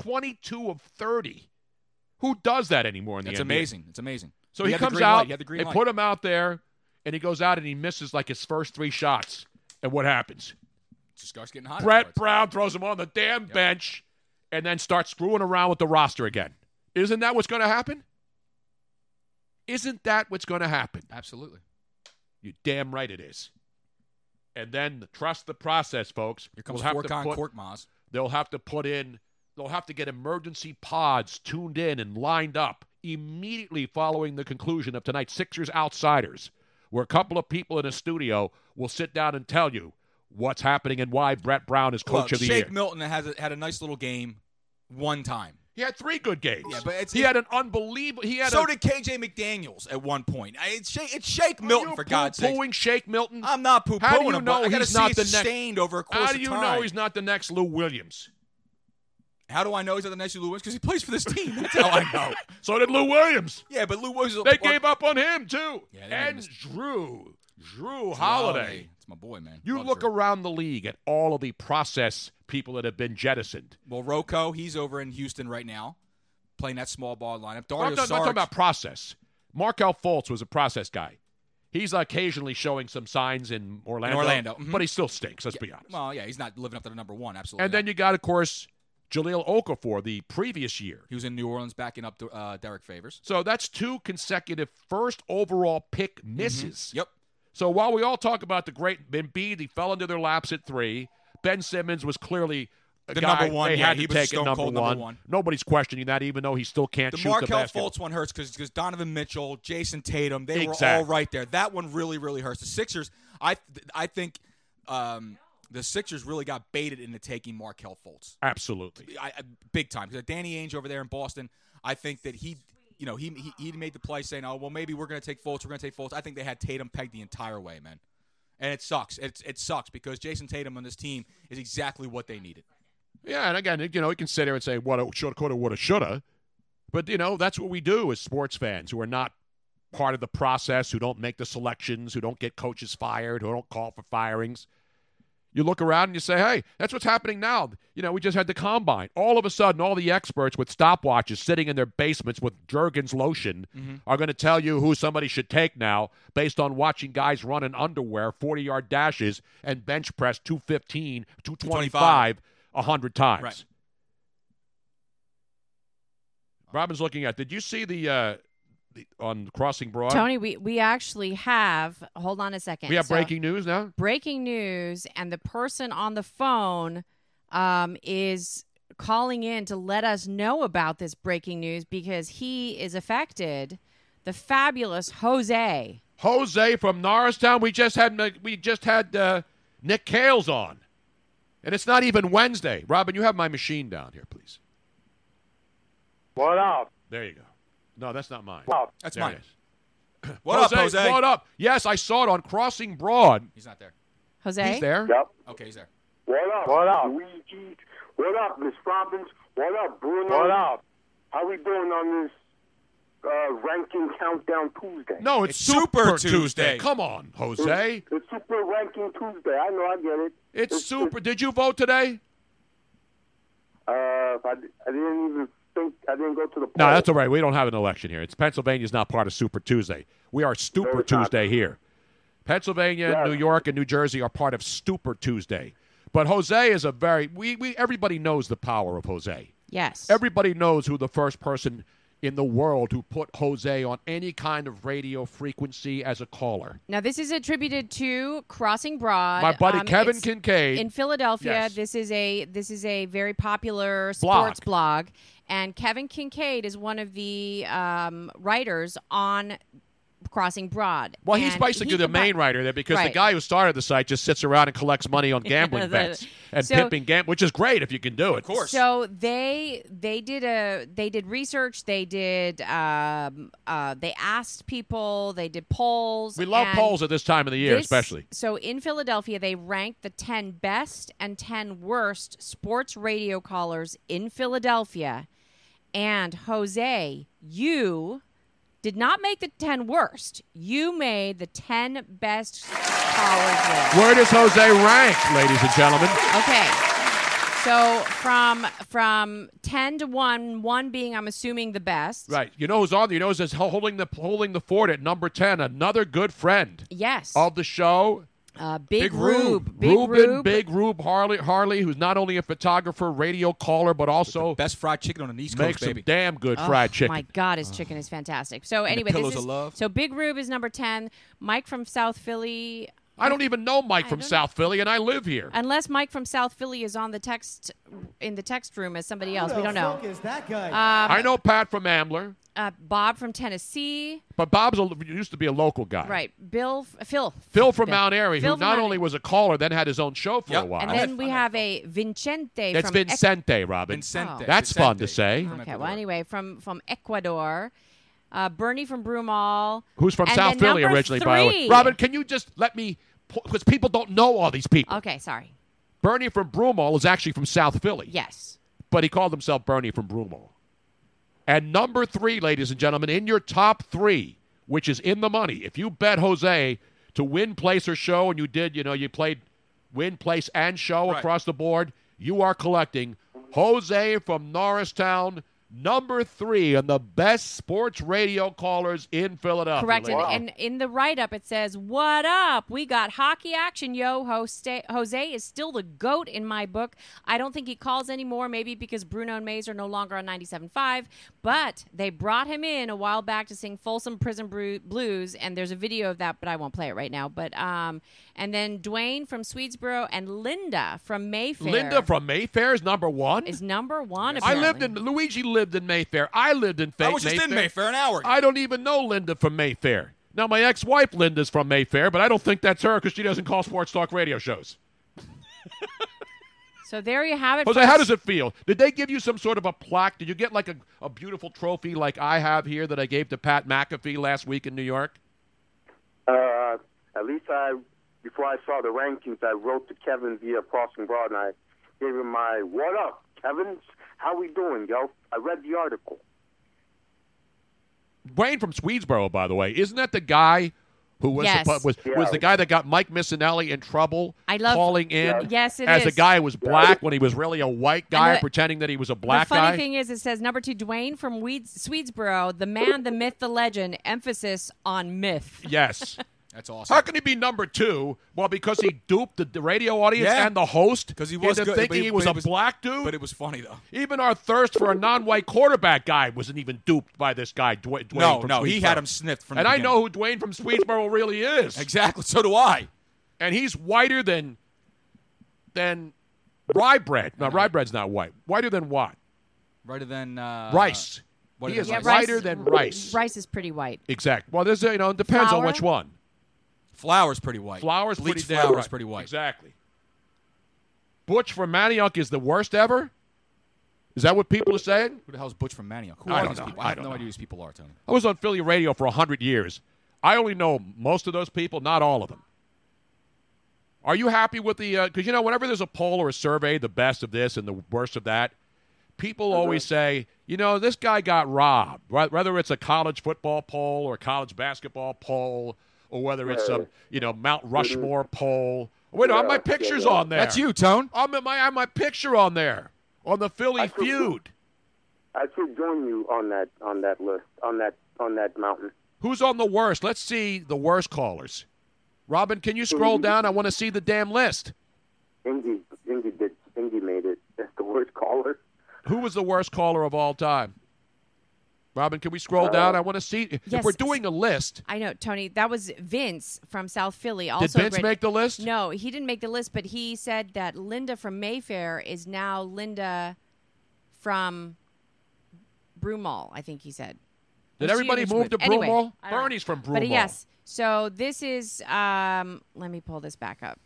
[SPEAKER 6] 22 of 30. Who does that anymore in the
[SPEAKER 5] It's
[SPEAKER 6] NBA?
[SPEAKER 5] amazing. It's amazing.
[SPEAKER 6] So
[SPEAKER 5] You
[SPEAKER 6] he,
[SPEAKER 5] had the
[SPEAKER 6] comes
[SPEAKER 5] green light.
[SPEAKER 6] out
[SPEAKER 5] You had the green
[SPEAKER 6] and
[SPEAKER 5] light.
[SPEAKER 6] put him out there, and he goes out and he misses like his first three shots. And what happens?
[SPEAKER 5] Just starts getting hot.
[SPEAKER 6] Brett Brown throws him on the damn bench and then starts screwing around with the roster again. Isn't that what's going to happen? Isn't that what's going to happen?
[SPEAKER 5] Absolutely.
[SPEAKER 6] You damn right it is. And then trust the process, folks.
[SPEAKER 5] Here comes
[SPEAKER 6] We'll have to
[SPEAKER 5] Forkon
[SPEAKER 6] put-
[SPEAKER 5] Korkmaz.
[SPEAKER 6] They'll have to put in, they'll have to get emergency pods tuned in and lined up immediately following the conclusion of tonight's Sixers Outsiders, where a couple of people in a studio will sit down and tell you what's happening and why Brett Brown is coach
[SPEAKER 5] Look,
[SPEAKER 6] of the
[SPEAKER 5] Shake
[SPEAKER 6] year.
[SPEAKER 5] Milton has a, had a nice little game one time.
[SPEAKER 6] He had three good games.
[SPEAKER 5] Yeah, but it's,
[SPEAKER 6] he had an unbelievable. He had
[SPEAKER 5] so
[SPEAKER 6] a,
[SPEAKER 5] did KJ McDaniels at one point. I- It's Shake, it's Shake Milton for God's sake.
[SPEAKER 6] pooing Shake Milton.
[SPEAKER 5] I'm not poo
[SPEAKER 6] How do you
[SPEAKER 5] him,
[SPEAKER 6] know
[SPEAKER 5] but I gotta
[SPEAKER 6] he's
[SPEAKER 5] see
[SPEAKER 6] not
[SPEAKER 5] it
[SPEAKER 6] the
[SPEAKER 5] sustained
[SPEAKER 6] next?
[SPEAKER 5] over a course
[SPEAKER 6] How do
[SPEAKER 5] of
[SPEAKER 6] you
[SPEAKER 5] time.
[SPEAKER 6] know he's not the next Lou
[SPEAKER 5] <laughs>
[SPEAKER 6] Williams?
[SPEAKER 5] How do I know he's not the next Lou Williams? Because he plays for this team. That's how Oh, I <laughs> know.
[SPEAKER 6] so did Lou Williams.
[SPEAKER 5] Yeah, but Lou Williams.
[SPEAKER 6] They gave up on him too.
[SPEAKER 5] Yeah, they
[SPEAKER 6] and
[SPEAKER 5] made
[SPEAKER 6] Drew, Drew Holiday.
[SPEAKER 5] It's my boy, man.
[SPEAKER 6] You look around the league at all of the process people that have been jettisoned.
[SPEAKER 5] Well, Rocco, he's over in Houston right now, playing that small ball lineup.
[SPEAKER 6] I'm
[SPEAKER 5] Dario
[SPEAKER 6] not, not
[SPEAKER 5] Saric-
[SPEAKER 6] talking about process. Markel Fultz was a process guy. He's occasionally showing some signs in Orlando,
[SPEAKER 5] Orlando, mhm.
[SPEAKER 6] but he still stinks. Let's be honest.
[SPEAKER 5] Well, yeah, he's not living up to the number one. Absolutely.
[SPEAKER 6] And then you got, of course, Jaleel Okafor the previous year.
[SPEAKER 5] He was in New Orleans backing up uh, Derek Favors.
[SPEAKER 6] So that's two consecutive first overall pick misses.
[SPEAKER 5] Mm-hmm. Yep.
[SPEAKER 6] So while we all talk about the great Embiid, he fell into their laps at three. Ben Simmons was clearly a
[SPEAKER 5] The
[SPEAKER 6] guy
[SPEAKER 5] number one,
[SPEAKER 6] They
[SPEAKER 5] yeah,
[SPEAKER 6] had to
[SPEAKER 5] he was
[SPEAKER 6] take at
[SPEAKER 5] stone
[SPEAKER 6] number
[SPEAKER 5] cold
[SPEAKER 6] one.
[SPEAKER 5] number one.
[SPEAKER 6] Nobody's questioning that, even though he still can't
[SPEAKER 5] The
[SPEAKER 6] shoot the
[SPEAKER 5] Markel
[SPEAKER 6] basketball.
[SPEAKER 5] Fultz one hurts because Donovan Mitchell, Jason Tatum, they were all
[SPEAKER 6] Exactly.
[SPEAKER 5] right there. That one really, really hurts. The Sixers, I th- I think um, the Sixers really got baited into taking Markel Fultz
[SPEAKER 6] Absolutely.
[SPEAKER 5] I, I, big time. 'Cause Danny Ainge over there in Boston, I think that he, you know, he, he he made the play saying, oh well, maybe we're going to take Fultz, we're going to take Fultz. I think they had Tatum pegged the entire way, man, and it sucks. It it sucks because Jason Tatum on this team is exactly what they needed.
[SPEAKER 6] Yeah, and again, you know, we can sit here and say what should coulda woulda shoulda, but you know that's what we do as sports fans who are not part of the process, who don't make the selections, who don't get coaches fired, who don't call for firings. You look around and you say, "Hey, that's what's happening now." You know, we just had the combine. All of a sudden, all the experts with stopwatches sitting in their basements with Jergens lotion
[SPEAKER 5] Mhm.
[SPEAKER 6] are going to tell you who somebody should take now based on watching guys run in underwear, 40-yard dashes, and bench press 215, 225 a hundred times.
[SPEAKER 5] Right.
[SPEAKER 6] Robin's looking at. Did you see the, uh, the on Crossing Broad?
[SPEAKER 2] Tony, we, we actually have, hold on a second.
[SPEAKER 6] we have
[SPEAKER 2] So-
[SPEAKER 6] breaking news now.
[SPEAKER 2] breaking news and the person on the phone um, is calling in to let us know about this breaking news because he is affected the fabulous jose
[SPEAKER 6] Jose from Norristown. We just had we just had uh, Nick Cales on, and it's not even Wednesday. Robin, you have my machine down here, please.
[SPEAKER 1] What up?
[SPEAKER 6] There you go. No, that's not mine.
[SPEAKER 5] That's
[SPEAKER 6] There it
[SPEAKER 5] mine.
[SPEAKER 6] is.
[SPEAKER 5] What up, Jose?
[SPEAKER 6] What up? Yes, I saw it on Crossing Broad.
[SPEAKER 5] He's not there.
[SPEAKER 2] Jose?
[SPEAKER 6] He's there.
[SPEAKER 1] Yep.
[SPEAKER 5] Okay, he's there.
[SPEAKER 1] What up? What up? Luigi. What up, Miss Robbins? What up, Bruno? What up? How we doing on this uh, ranking countdown Tuesday?
[SPEAKER 6] No, it's, Super Tuesday. Come on, Jose.
[SPEAKER 1] It's, it's Super Ranking Tuesday. I know. I get it.
[SPEAKER 6] It's, super. Did you vote today?
[SPEAKER 1] Uh, I, I didn't even think. I didn't go to the.
[SPEAKER 6] No, that's all right. We don't have an election here. It's Pennsylvania's not part of Super Tuesday. We are Stupor Tuesday here. Pennsylvania, New York, and New Jersey are part of Stupor Tuesday. But Jose is a very we, we everybody knows the power of Jose.
[SPEAKER 2] Yes.
[SPEAKER 6] Everybody knows who the first person in the world who put Jose on any kind of radio frequency as a caller.
[SPEAKER 2] Now this is attributed to Crossing Broad. um,
[SPEAKER 6] My buddy Kevin
[SPEAKER 2] it's-
[SPEAKER 6] Kincaid.
[SPEAKER 2] in Philadelphia.
[SPEAKER 6] Yes.
[SPEAKER 2] This is a this is a very popular
[SPEAKER 6] Blog.
[SPEAKER 2] sports blog, and Kevin Kincaid is one of the um, writers on Crossing Broad.
[SPEAKER 6] Well, he's
[SPEAKER 2] And
[SPEAKER 6] basically
[SPEAKER 2] he
[SPEAKER 6] the
[SPEAKER 2] compi-
[SPEAKER 6] main writer there because the
[SPEAKER 2] Right.
[SPEAKER 6] guy who started the site just sits around and collects money
[SPEAKER 2] <laughs>
[SPEAKER 6] on
[SPEAKER 2] Yeah,
[SPEAKER 6] gambling
[SPEAKER 2] that-
[SPEAKER 6] bets and
[SPEAKER 2] so-
[SPEAKER 6] pimping gam, which is great if you can do it. Of
[SPEAKER 2] So they they did a they did research. They did um, uh, they asked people. They did polls.
[SPEAKER 6] we love
[SPEAKER 2] and
[SPEAKER 6] polls at this time of the year,
[SPEAKER 2] this-
[SPEAKER 6] especially.
[SPEAKER 2] So in Philadelphia, they ranked the ten best and ten worst sports radio callers in Philadelphia, and Jose, you did not make the ten worst. You made the ten best callers. list.
[SPEAKER 6] Where does Jose rank, ladies and gentlemen?
[SPEAKER 2] Okay. So from from ten to one, one being I'm assuming the best.
[SPEAKER 6] Right. You know who's on there? You know who's holding the holding the fort at number ten? Another good friend
[SPEAKER 2] Yes.
[SPEAKER 6] of the show.
[SPEAKER 2] Uh, Big, Rube. Big
[SPEAKER 6] Ruben,
[SPEAKER 2] Rube.
[SPEAKER 6] Big Rube Harley, Harley, who's not only a photographer, radio caller, but also
[SPEAKER 5] best fried chicken on an East
[SPEAKER 6] makes
[SPEAKER 5] Coast, baby.
[SPEAKER 6] Some damn good
[SPEAKER 2] Oh,
[SPEAKER 6] fried chicken.
[SPEAKER 2] My God, his chicken is fantastic. So
[SPEAKER 6] And the
[SPEAKER 2] anyway,
[SPEAKER 6] pillows
[SPEAKER 2] this
[SPEAKER 6] of
[SPEAKER 2] is
[SPEAKER 6] love.
[SPEAKER 2] so Big Rube is number ten. Mike from South Philly.
[SPEAKER 6] I don't even know Mike from South Philly, and I live here.
[SPEAKER 2] Unless Mike from South Philly is on the text in the text room as somebody else, we don't know.
[SPEAKER 4] Is that guy?
[SPEAKER 2] Um,
[SPEAKER 6] I know Pat from Ambler,
[SPEAKER 2] Uh, Bob from Tennessee.
[SPEAKER 6] but Bob's a, used to be a local guy.
[SPEAKER 2] Right. Bill. Phil.
[SPEAKER 6] Phil from
[SPEAKER 2] Bill.
[SPEAKER 6] Mount Airy, who
[SPEAKER 2] Phil from
[SPEAKER 6] not
[SPEAKER 2] Mount
[SPEAKER 6] only was a caller, then had his own show for a while.
[SPEAKER 2] And then we have a Vincente.
[SPEAKER 6] That's
[SPEAKER 2] from Ecuador.
[SPEAKER 6] Vincente, Robin.
[SPEAKER 2] Vincente.
[SPEAKER 6] That's fun to say.
[SPEAKER 2] Okay. Well, anyway, from from Ecuador, uh, Bernie from Broomall,
[SPEAKER 6] Who's from
[SPEAKER 2] And
[SPEAKER 6] South
[SPEAKER 2] then
[SPEAKER 6] Philly
[SPEAKER 2] number
[SPEAKER 6] originally, by the way.
[SPEAKER 2] three.
[SPEAKER 6] Robin, can you just let me, because people don't know all these people.
[SPEAKER 2] Okay, sorry.
[SPEAKER 6] Bernie from Broomall is actually from South Philly.
[SPEAKER 2] Yes.
[SPEAKER 6] But he called himself Bernie from Broomall. And number three, ladies and gentlemen, in your top three, which is in the money, if you bet Jose to win, place, or show, and you did, you know, you played win, place, and show
[SPEAKER 5] Right.
[SPEAKER 6] across the board, you are collecting Jose from Norristown, number three, and the best sports radio callers in Philadelphia.
[SPEAKER 2] Correct. And,
[SPEAKER 6] ladies.
[SPEAKER 2] and in the write up, it says, What up? We got hockey action, yo. Jose, Jose is still the GOAT in my book. I don't think he calls anymore, maybe because Bruno and Mays are no longer on 97.5, but they brought him in a while back to sing Folsom Prison Bru- Blues, and there's a video of that, but I won't play it right now. But um, And then Dwayne from Swedesboro and Linda from Mayfair.
[SPEAKER 6] Linda from Mayfair is number one.
[SPEAKER 2] is number one.
[SPEAKER 6] I
[SPEAKER 2] apparently.
[SPEAKER 6] lived in Luigi lived in Mayfair. I lived in
[SPEAKER 5] I
[SPEAKER 6] fake
[SPEAKER 5] was just
[SPEAKER 6] Mayfair.
[SPEAKER 5] in Mayfair an hour ago.
[SPEAKER 6] I don't even know Linda from Mayfair. Now my ex-wife Linda's from Mayfair, but I don't think that's her because she doesn't call sports talk radio shows.
[SPEAKER 2] So there you have it.
[SPEAKER 6] Jose, how
[SPEAKER 2] folks.
[SPEAKER 6] does it feel? Did they give you some sort of a plaque? Did you get like a, a beautiful trophy like I have here that I gave to Pat McAfee last week in New York?
[SPEAKER 1] Uh, at least I, before I saw the rankings, I wrote to Kevin via Crossing Broad, and I gave him my "What up, Kevin? How we doing, yo?" I read the article.
[SPEAKER 6] Wayne from Swedesboro, by the way, isn't that the guy who was
[SPEAKER 2] Yes.
[SPEAKER 6] suppo- was was the guy that got Mike Missinelli in trouble?
[SPEAKER 2] I love-
[SPEAKER 6] calling in.
[SPEAKER 2] Yes, it
[SPEAKER 6] as
[SPEAKER 2] is.
[SPEAKER 6] a guy who was black when he was really a white guy,
[SPEAKER 2] the-
[SPEAKER 6] pretending that he was a black
[SPEAKER 2] the funny
[SPEAKER 6] guy.
[SPEAKER 2] thing is, it says number two, Dwayne from Weeds, Swedesboro, the man, the myth, the legend. Emphasis on myth. <laughs>
[SPEAKER 6] Yes.
[SPEAKER 5] That's awesome.
[SPEAKER 6] How can he be number two? Well, because he duped the- the radio audience
[SPEAKER 5] Yeah.
[SPEAKER 6] and the host
[SPEAKER 5] Because he was
[SPEAKER 6] into
[SPEAKER 5] good, but
[SPEAKER 6] thinking he was
[SPEAKER 5] but
[SPEAKER 6] a black dude.
[SPEAKER 5] But it was
[SPEAKER 6] <laughs>
[SPEAKER 5] funny though.
[SPEAKER 6] Even our thirst for a non-white quarterback guy wasn't even duped by this guy, Dwayne. Dwayne
[SPEAKER 5] No,
[SPEAKER 6] from
[SPEAKER 5] no, he
[SPEAKER 6] Swedesboro.
[SPEAKER 5] had him sniffed from.
[SPEAKER 6] And
[SPEAKER 5] the
[SPEAKER 6] I
[SPEAKER 5] beginning.
[SPEAKER 6] know who Dwayne from Swedesboro really is.
[SPEAKER 5] Exactly. So do I.
[SPEAKER 6] And he's whiter than than rye bread. No, rye bread's not white. Whiter than what?
[SPEAKER 5] Righter than uh,
[SPEAKER 6] Rice.
[SPEAKER 5] What
[SPEAKER 6] He
[SPEAKER 5] is
[SPEAKER 6] is
[SPEAKER 5] rice?
[SPEAKER 6] whiter than rice.
[SPEAKER 2] Rice is pretty white.
[SPEAKER 6] Exact. Well, there's a- you know it depends on
[SPEAKER 2] Flour?
[SPEAKER 6] which one.
[SPEAKER 5] Flour's pretty white.
[SPEAKER 6] Flour's
[SPEAKER 5] Bleached
[SPEAKER 6] pretty damn
[SPEAKER 5] flour's
[SPEAKER 6] right.
[SPEAKER 5] pretty white.
[SPEAKER 6] Exactly. Butch from Manioc is the worst ever. Is that what people are saying?
[SPEAKER 5] Who the hell's Butch from Manioc? Who
[SPEAKER 6] I
[SPEAKER 5] are
[SPEAKER 6] don't
[SPEAKER 5] these
[SPEAKER 6] know.
[SPEAKER 5] people?
[SPEAKER 6] I
[SPEAKER 5] I have
[SPEAKER 6] don't
[SPEAKER 5] no
[SPEAKER 6] know.
[SPEAKER 5] idea who these people are, Tony.
[SPEAKER 6] I was on Philly radio for 100 years. I only know most of those people, not all of them. Are you happy with the. Because, you know, whenever there's a poll or a survey, the best of this and the worst of that, people
[SPEAKER 5] Uh-huh.
[SPEAKER 6] always say, you know, this guy got robbed. Wh- Whether it's a college football poll or a college basketball poll or whether it's
[SPEAKER 5] Yeah.
[SPEAKER 6] some, you know, Mount Rushmore poll. Wait, I have my
[SPEAKER 5] Mm-hmm. Yeah, yeah,
[SPEAKER 6] pictures
[SPEAKER 5] yeah.
[SPEAKER 6] on there.
[SPEAKER 5] That's you, Tone.
[SPEAKER 6] I'm in my, I have my picture on there on the Philly
[SPEAKER 1] could-
[SPEAKER 6] feud.
[SPEAKER 1] I should join you on that on that list on that on that mountain.
[SPEAKER 6] Who's on the worst? Let's see the worst callers. Robin, can you scroll down? I want to see the damn list.
[SPEAKER 1] Indy, Indy did. Indy made it. <laughs> That's the worst caller.
[SPEAKER 6] Who was the worst caller of all time? Robin, can we scroll down? I want to see.
[SPEAKER 2] yes.
[SPEAKER 6] If we're doing a list,
[SPEAKER 2] I know, Tony. That was Vince from South Philly. Also,
[SPEAKER 6] Vince make the list?
[SPEAKER 2] No, he didn't make the list, but he said that Linda from Mayfair is now Linda from Broomall. I think he said.
[SPEAKER 6] did
[SPEAKER 2] Was she
[SPEAKER 6] everybody
[SPEAKER 2] in
[SPEAKER 6] move to
[SPEAKER 2] Richmond? Anyway,
[SPEAKER 6] Broomall?
[SPEAKER 2] I don't know.
[SPEAKER 6] Bernie's from Broomall.
[SPEAKER 2] But uh, yes, so this is. Um, let me pull this back up.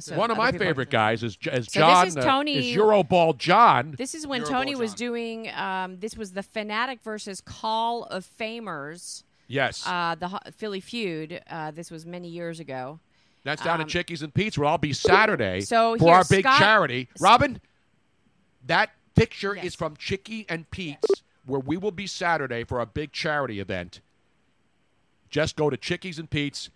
[SPEAKER 2] So
[SPEAKER 6] One of
[SPEAKER 2] other
[SPEAKER 6] my
[SPEAKER 2] people-
[SPEAKER 6] favorite guys is, is
[SPEAKER 2] So
[SPEAKER 6] John.
[SPEAKER 2] this is
[SPEAKER 6] uh,
[SPEAKER 2] Tony-
[SPEAKER 6] Euroball John.
[SPEAKER 2] This is when Tony was doing. Um, this was the Fanatic versus Call of Famers.
[SPEAKER 6] Yes.
[SPEAKER 2] Uh, the Ho- Philly feud. Uh, this was many years ago.
[SPEAKER 6] That's down
[SPEAKER 2] um,
[SPEAKER 6] at Chickies and Pete's, where I'll be Saturday
[SPEAKER 2] So
[SPEAKER 6] for
[SPEAKER 2] here,
[SPEAKER 6] our big
[SPEAKER 2] Scott-
[SPEAKER 6] charity. Robin, that picture is from Chickie and Pete's, where we will be Saturday for our big charity event. Just go to Chickies and Pete's,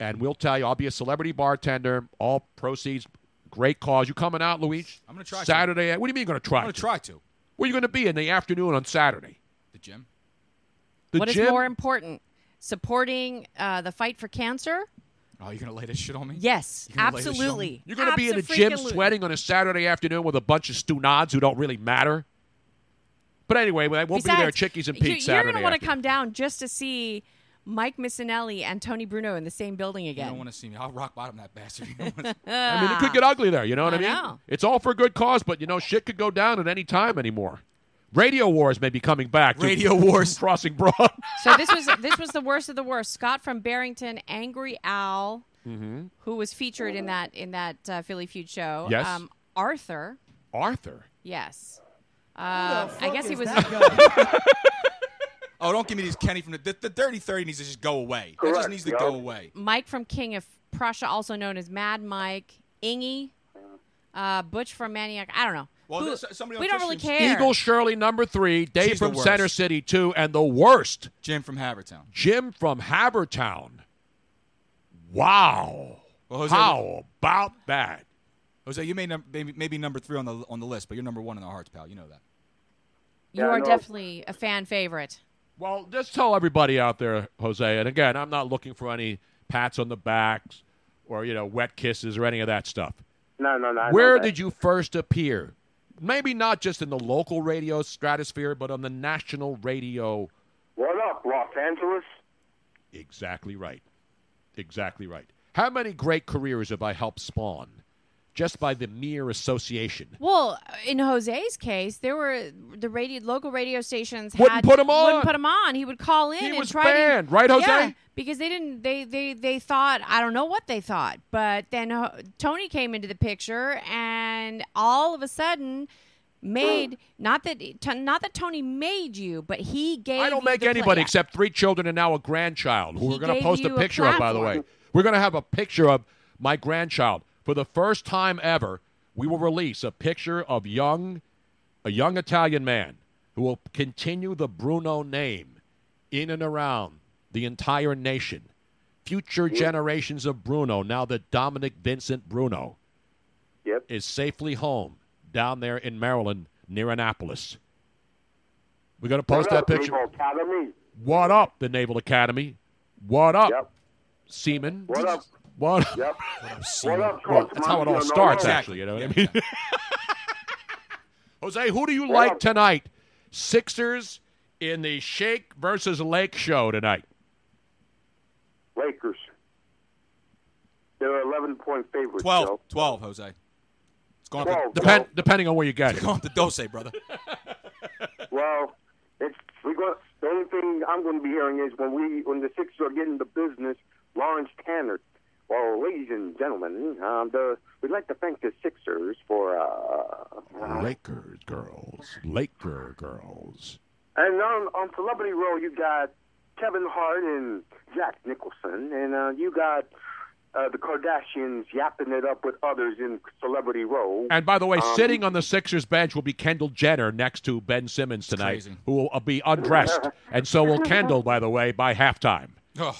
[SPEAKER 6] and we'll tell you. I'll be a celebrity bartender. All proceeds, great cause. You coming out, Luigi?
[SPEAKER 5] I'm gonna try to.
[SPEAKER 6] Saturday. What do you mean you're going to try?
[SPEAKER 5] I'm gonna try to.
[SPEAKER 6] Where you going to be in the afternoon on Saturday?
[SPEAKER 5] The gym.
[SPEAKER 6] The
[SPEAKER 2] What is
[SPEAKER 6] gym.
[SPEAKER 2] more important? Supporting uh, the fight for cancer?
[SPEAKER 5] Oh, you're gonna lay this shit on me?
[SPEAKER 2] Yes,
[SPEAKER 5] You gonna lay this shit on me?
[SPEAKER 2] absolutely.
[SPEAKER 6] You're going to be in the gym
[SPEAKER 2] Abso-freaking-lutely.
[SPEAKER 6] sweating on a Saturday afternoon with a bunch of stunads who don't really matter. But anyway, we'll be there,
[SPEAKER 2] Besides,
[SPEAKER 6] at Chickies and
[SPEAKER 2] you-
[SPEAKER 6] Pete
[SPEAKER 2] You're
[SPEAKER 6] Saturday.
[SPEAKER 2] going to want to
[SPEAKER 6] afternoon.
[SPEAKER 2] come down just to see Mike Missinelli and Tony Bruno in the same building
[SPEAKER 5] You don't
[SPEAKER 2] again.
[SPEAKER 5] want to see me. I'll rock bottom that bastard. You don't wanna-
[SPEAKER 6] I mean, it could get ugly there. You know what I,
[SPEAKER 2] I
[SPEAKER 6] mean?
[SPEAKER 2] know.
[SPEAKER 6] It's all for a good cause, but you know, shit could go down at any time anymore. Radio wars may be coming back. to
[SPEAKER 5] Radio
[SPEAKER 6] <laughs>
[SPEAKER 5] wars.
[SPEAKER 6] crossing broad.
[SPEAKER 2] so this was this was the worst of the worst. Scott from Barrington, Angry Al,
[SPEAKER 6] mm-hmm.
[SPEAKER 2] who was featured in that in that uh, Philly Feud show. Um,
[SPEAKER 6] Yes.
[SPEAKER 2] Arthur,
[SPEAKER 6] Arthur.
[SPEAKER 2] yes. Uh, I
[SPEAKER 6] fuck
[SPEAKER 2] guess he
[SPEAKER 6] is
[SPEAKER 2] was.
[SPEAKER 5] oh, don't give me these Kenny from the, the the dirty thirty needs to just go away. That just
[SPEAKER 1] Correct,
[SPEAKER 5] needs to
[SPEAKER 1] yeah.
[SPEAKER 5] go away.
[SPEAKER 2] Mike from King of Prussia, also known as Mad Mike, Ingy, uh, Butch from Maniac. I don't know.
[SPEAKER 5] Well,
[SPEAKER 2] Who-
[SPEAKER 5] there's somebody on
[SPEAKER 2] we don't really
[SPEAKER 5] Christian's-
[SPEAKER 2] care.
[SPEAKER 6] Eagle Shirley number three, Dave
[SPEAKER 5] She's the
[SPEAKER 6] from
[SPEAKER 5] worst.
[SPEAKER 6] Center City two, and the worst,
[SPEAKER 5] Jim from Havertown.
[SPEAKER 6] Jim from Havertown. Wow.
[SPEAKER 5] Well, Jose-
[SPEAKER 6] How about that?
[SPEAKER 5] Jose, you may num- maybe maybe number three on the on the list, but you're number one in the hearts, pal. You know that.
[SPEAKER 2] You
[SPEAKER 5] Yeah, I
[SPEAKER 2] are
[SPEAKER 5] know.
[SPEAKER 2] definitely a fan favorite.
[SPEAKER 6] Well, just tell everybody out there, Jose, and again, I'm not looking for any pats on the backs or, you know, wet kisses or any of that stuff.
[SPEAKER 1] No, no, no. I know
[SPEAKER 6] Where
[SPEAKER 1] that.
[SPEAKER 6] did you first appear? Maybe not just in the local radio stratosphere, but on the national radio.
[SPEAKER 1] What up, Los Angeles?
[SPEAKER 6] Exactly right. Exactly right. How many great careers have I helped spawn just by the mere association?
[SPEAKER 2] Well, in Jose's case, there were the radio, local radio stations
[SPEAKER 6] Wouldn't
[SPEAKER 2] had,
[SPEAKER 6] put him
[SPEAKER 2] Wouldn't
[SPEAKER 6] on.
[SPEAKER 2] put him on. He would call in
[SPEAKER 6] He
[SPEAKER 2] and
[SPEAKER 6] was
[SPEAKER 2] try
[SPEAKER 6] banned,
[SPEAKER 2] to,
[SPEAKER 6] right, Jose?
[SPEAKER 2] Yeah, because they didn't. They they they thought I don't know what they thought, but then uh, Tony came into the picture, and all of a sudden.
[SPEAKER 6] <gasps>
[SPEAKER 2] Made not that not that Tony made you, but he gave.
[SPEAKER 6] I don't
[SPEAKER 2] you
[SPEAKER 6] make
[SPEAKER 2] the play-
[SPEAKER 6] anybody
[SPEAKER 2] yeah.
[SPEAKER 6] except three children and now a grandchild who
[SPEAKER 2] He
[SPEAKER 6] we're going to
[SPEAKER 2] gave
[SPEAKER 6] post a
[SPEAKER 2] you a
[SPEAKER 6] picture of, by the way.
[SPEAKER 2] platform.
[SPEAKER 6] We're going to have a picture of my grandchild. For the first time ever, we will release a picture of young, a young Italian man who will continue the Bruno name in and around the entire nation. Future
[SPEAKER 2] Mm.
[SPEAKER 6] generations of Bruno, now that Dominic Vincent Bruno
[SPEAKER 1] yep.
[SPEAKER 6] is safely home down there in Maryland near Annapolis. We're going to post
[SPEAKER 1] what
[SPEAKER 6] that
[SPEAKER 1] up,
[SPEAKER 6] picture.
[SPEAKER 1] Naval Academy?
[SPEAKER 6] What up, the Naval Academy? What up, Seaman?
[SPEAKER 1] What up?
[SPEAKER 6] What up?
[SPEAKER 1] Yep.
[SPEAKER 6] Seaman?
[SPEAKER 1] What up,
[SPEAKER 6] Well,
[SPEAKER 1] Coach
[SPEAKER 6] that's how it all
[SPEAKER 1] Monty?
[SPEAKER 6] starts,
[SPEAKER 1] Exactly.
[SPEAKER 6] actually. You know what I mean? <laughs> Jose, who do you like tonight? Sixers in the Shake versus Lake show tonight.
[SPEAKER 1] Lakers. They're 11 point favorites.
[SPEAKER 5] 12,
[SPEAKER 1] Joe.
[SPEAKER 5] 12, Jose. It's going up.
[SPEAKER 1] Twelve,
[SPEAKER 5] the-
[SPEAKER 6] Depend, depending on where you
[SPEAKER 5] <laughs>
[SPEAKER 6] get it.
[SPEAKER 5] Going up the dose, brother.
[SPEAKER 1] Well, it's we go. The only thing I'm going to be hearing is when we when the Sixers are getting the business, Lawrence Tanner. Well, ladies and gentlemen, um, the, we'd like to thank the Sixers for. Uh,
[SPEAKER 6] Lakers girls, Laker girls.
[SPEAKER 1] and on, on Celebrity Row, you got Kevin Hart and Jack Nicholson, and uh, you got uh, the Kardashians yapping it up with others in Celebrity Row.
[SPEAKER 6] And by the way,
[SPEAKER 1] Um,
[SPEAKER 6] sitting on the Sixers bench will be Kendall Jenner next to Ben Simmons tonight,
[SPEAKER 5] crazy.
[SPEAKER 6] who will uh, be undressed,
[SPEAKER 1] <laughs>
[SPEAKER 6] and so will Kendall, by the way, by halftime.
[SPEAKER 5] Oh.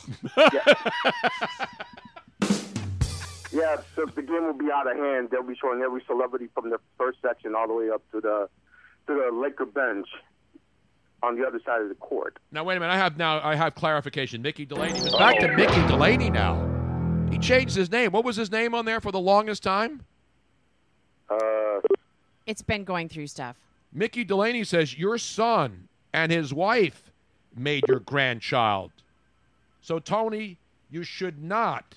[SPEAKER 1] Yeah, the, the game will be out of hand. They'll be showing every celebrity from the first section all the way up to the to the Laker bench on the other side of the court.
[SPEAKER 6] Now wait a minute. I have now I have clarification. Mickey Delaney. Back to Mickey Delaney now. He changed his name. What was his name on there for the longest time?
[SPEAKER 1] Uh,
[SPEAKER 2] It's been going through stuff.
[SPEAKER 6] Mickey Delaney says your son and his wife made your grandchild. So Tony, you should not.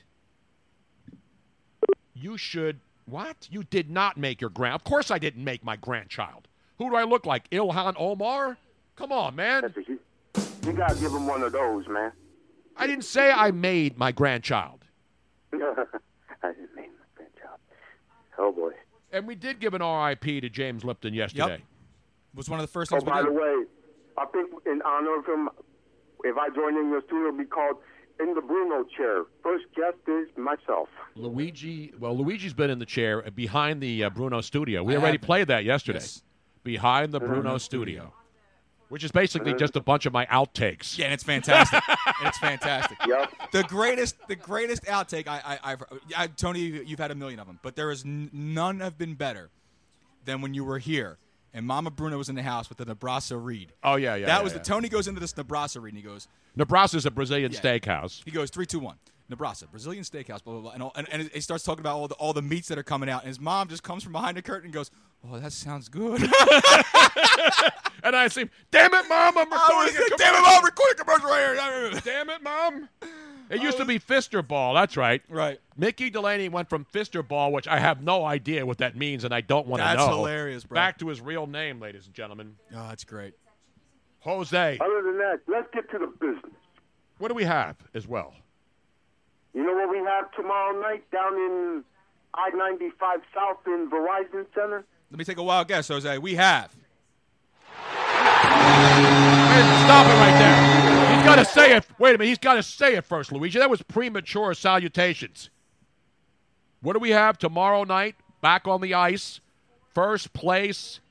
[SPEAKER 6] You should what? You did not make your grand. Of course, I didn't make my grandchild. Who do I look like? Ilhan Omar? Come on, man.
[SPEAKER 1] You gotta give him one of those, man. <laughs>
[SPEAKER 6] I didn't say I made my grandchild.
[SPEAKER 1] I didn't mean my grandchild. Oh boy.
[SPEAKER 6] And we did give an RIP to James Lipton yesterday.
[SPEAKER 5] Was one of the first
[SPEAKER 1] Oh,
[SPEAKER 5] things we
[SPEAKER 1] by
[SPEAKER 5] did.
[SPEAKER 1] the way, I think in honor of him, if I join in your studio, it'll be called in the Bruno chair. First guest is myself.
[SPEAKER 6] Luigi, well, Luigi's been in the chair uh, behind the uh, Bruno studio. We
[SPEAKER 1] I
[SPEAKER 6] already
[SPEAKER 1] have.
[SPEAKER 6] played that yesterday. Behind the Bruno studio, which is basically just a bunch of my outtakes.
[SPEAKER 5] Yeah, and it's fantastic.
[SPEAKER 1] <laughs>
[SPEAKER 5] it's fantastic. The greatest, the greatest outtake I, I, I've, I, Tony, you- you've had a million of them, but there is n- none have been better than when you were here and Mama Bruno was in the house with the Nebraska read.
[SPEAKER 6] Oh yeah, yeah.
[SPEAKER 5] that
[SPEAKER 6] yeah,
[SPEAKER 5] was
[SPEAKER 6] yeah.
[SPEAKER 5] the Tony goes into this Nebraska read and he goes,
[SPEAKER 6] Nebraska's a Brazilian
[SPEAKER 5] Yeah.
[SPEAKER 6] steakhouse.
[SPEAKER 5] He goes three, two, one. Nebraska, Brazilian steakhouse, blah blah blah, and, all, and, and he starts talking about all the all the meats that are coming out. And his mom just comes from behind the curtain and goes, "Oh, that sounds <laughs> good."
[SPEAKER 6] and I see, "Damn it, mom, I'm recording a
[SPEAKER 5] Damn it,
[SPEAKER 6] commercial."
[SPEAKER 5] mom, I'm recording a commercial right here.
[SPEAKER 6] Damn it, mom. It used to be Fister Ball. That's right.
[SPEAKER 5] <laughs> Right.
[SPEAKER 6] Mickey Delaney went from Fister Ball, which I have no idea what that means, and I don't want to know.
[SPEAKER 5] That's hilarious, bro.
[SPEAKER 6] Back to his real name, ladies and gentlemen.
[SPEAKER 5] Oh, that's great.
[SPEAKER 6] Jose.
[SPEAKER 1] Other than that, let's get to the business.
[SPEAKER 6] What do we have as well?
[SPEAKER 1] You know what we have tomorrow night down in I 95 South in Verizon Center?
[SPEAKER 5] Let me take a wild guess, Jose. We have.
[SPEAKER 6] Stop it right there. He's got to say it. Wait a minute. He's got to say it first, Luigi. That was premature salutations. What do we have tomorrow night? Back on the ice. First place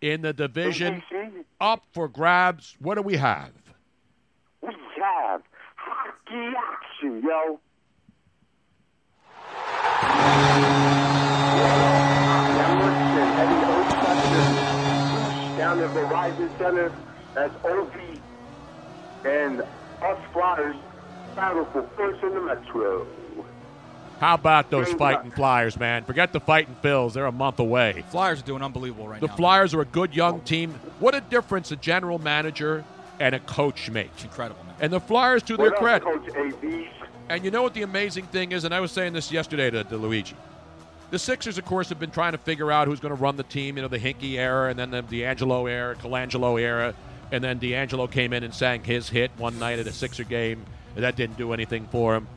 [SPEAKER 6] in the division. Up for grabs. What do we have?
[SPEAKER 1] We have hockey action, yo. Down at Verizon Center, that's OP and us Flyers battle for first in the Metro.
[SPEAKER 6] How about those
[SPEAKER 1] Bring
[SPEAKER 6] fighting Flyers, man? Forget the fighting Phils. They're a month away.
[SPEAKER 5] Flyers are doing unbelievable right
[SPEAKER 6] The
[SPEAKER 5] now.
[SPEAKER 6] Flyers are a good young team. What a difference a general manager and a coach make.
[SPEAKER 5] incredible, man.
[SPEAKER 6] And the Flyers, to their
[SPEAKER 1] What up,
[SPEAKER 6] credit.
[SPEAKER 1] Coach AB?
[SPEAKER 6] And you know what the amazing thing is, and I was saying this yesterday to, to Luigi. The Sixers, of course, have been trying to figure out who's going to run the team. You know, the Hinkie era, and then the D'Angelo era, Colangelo era, and then D'Angelo came in and sang his hit one night at a Sixer game, and that didn't do anything for him.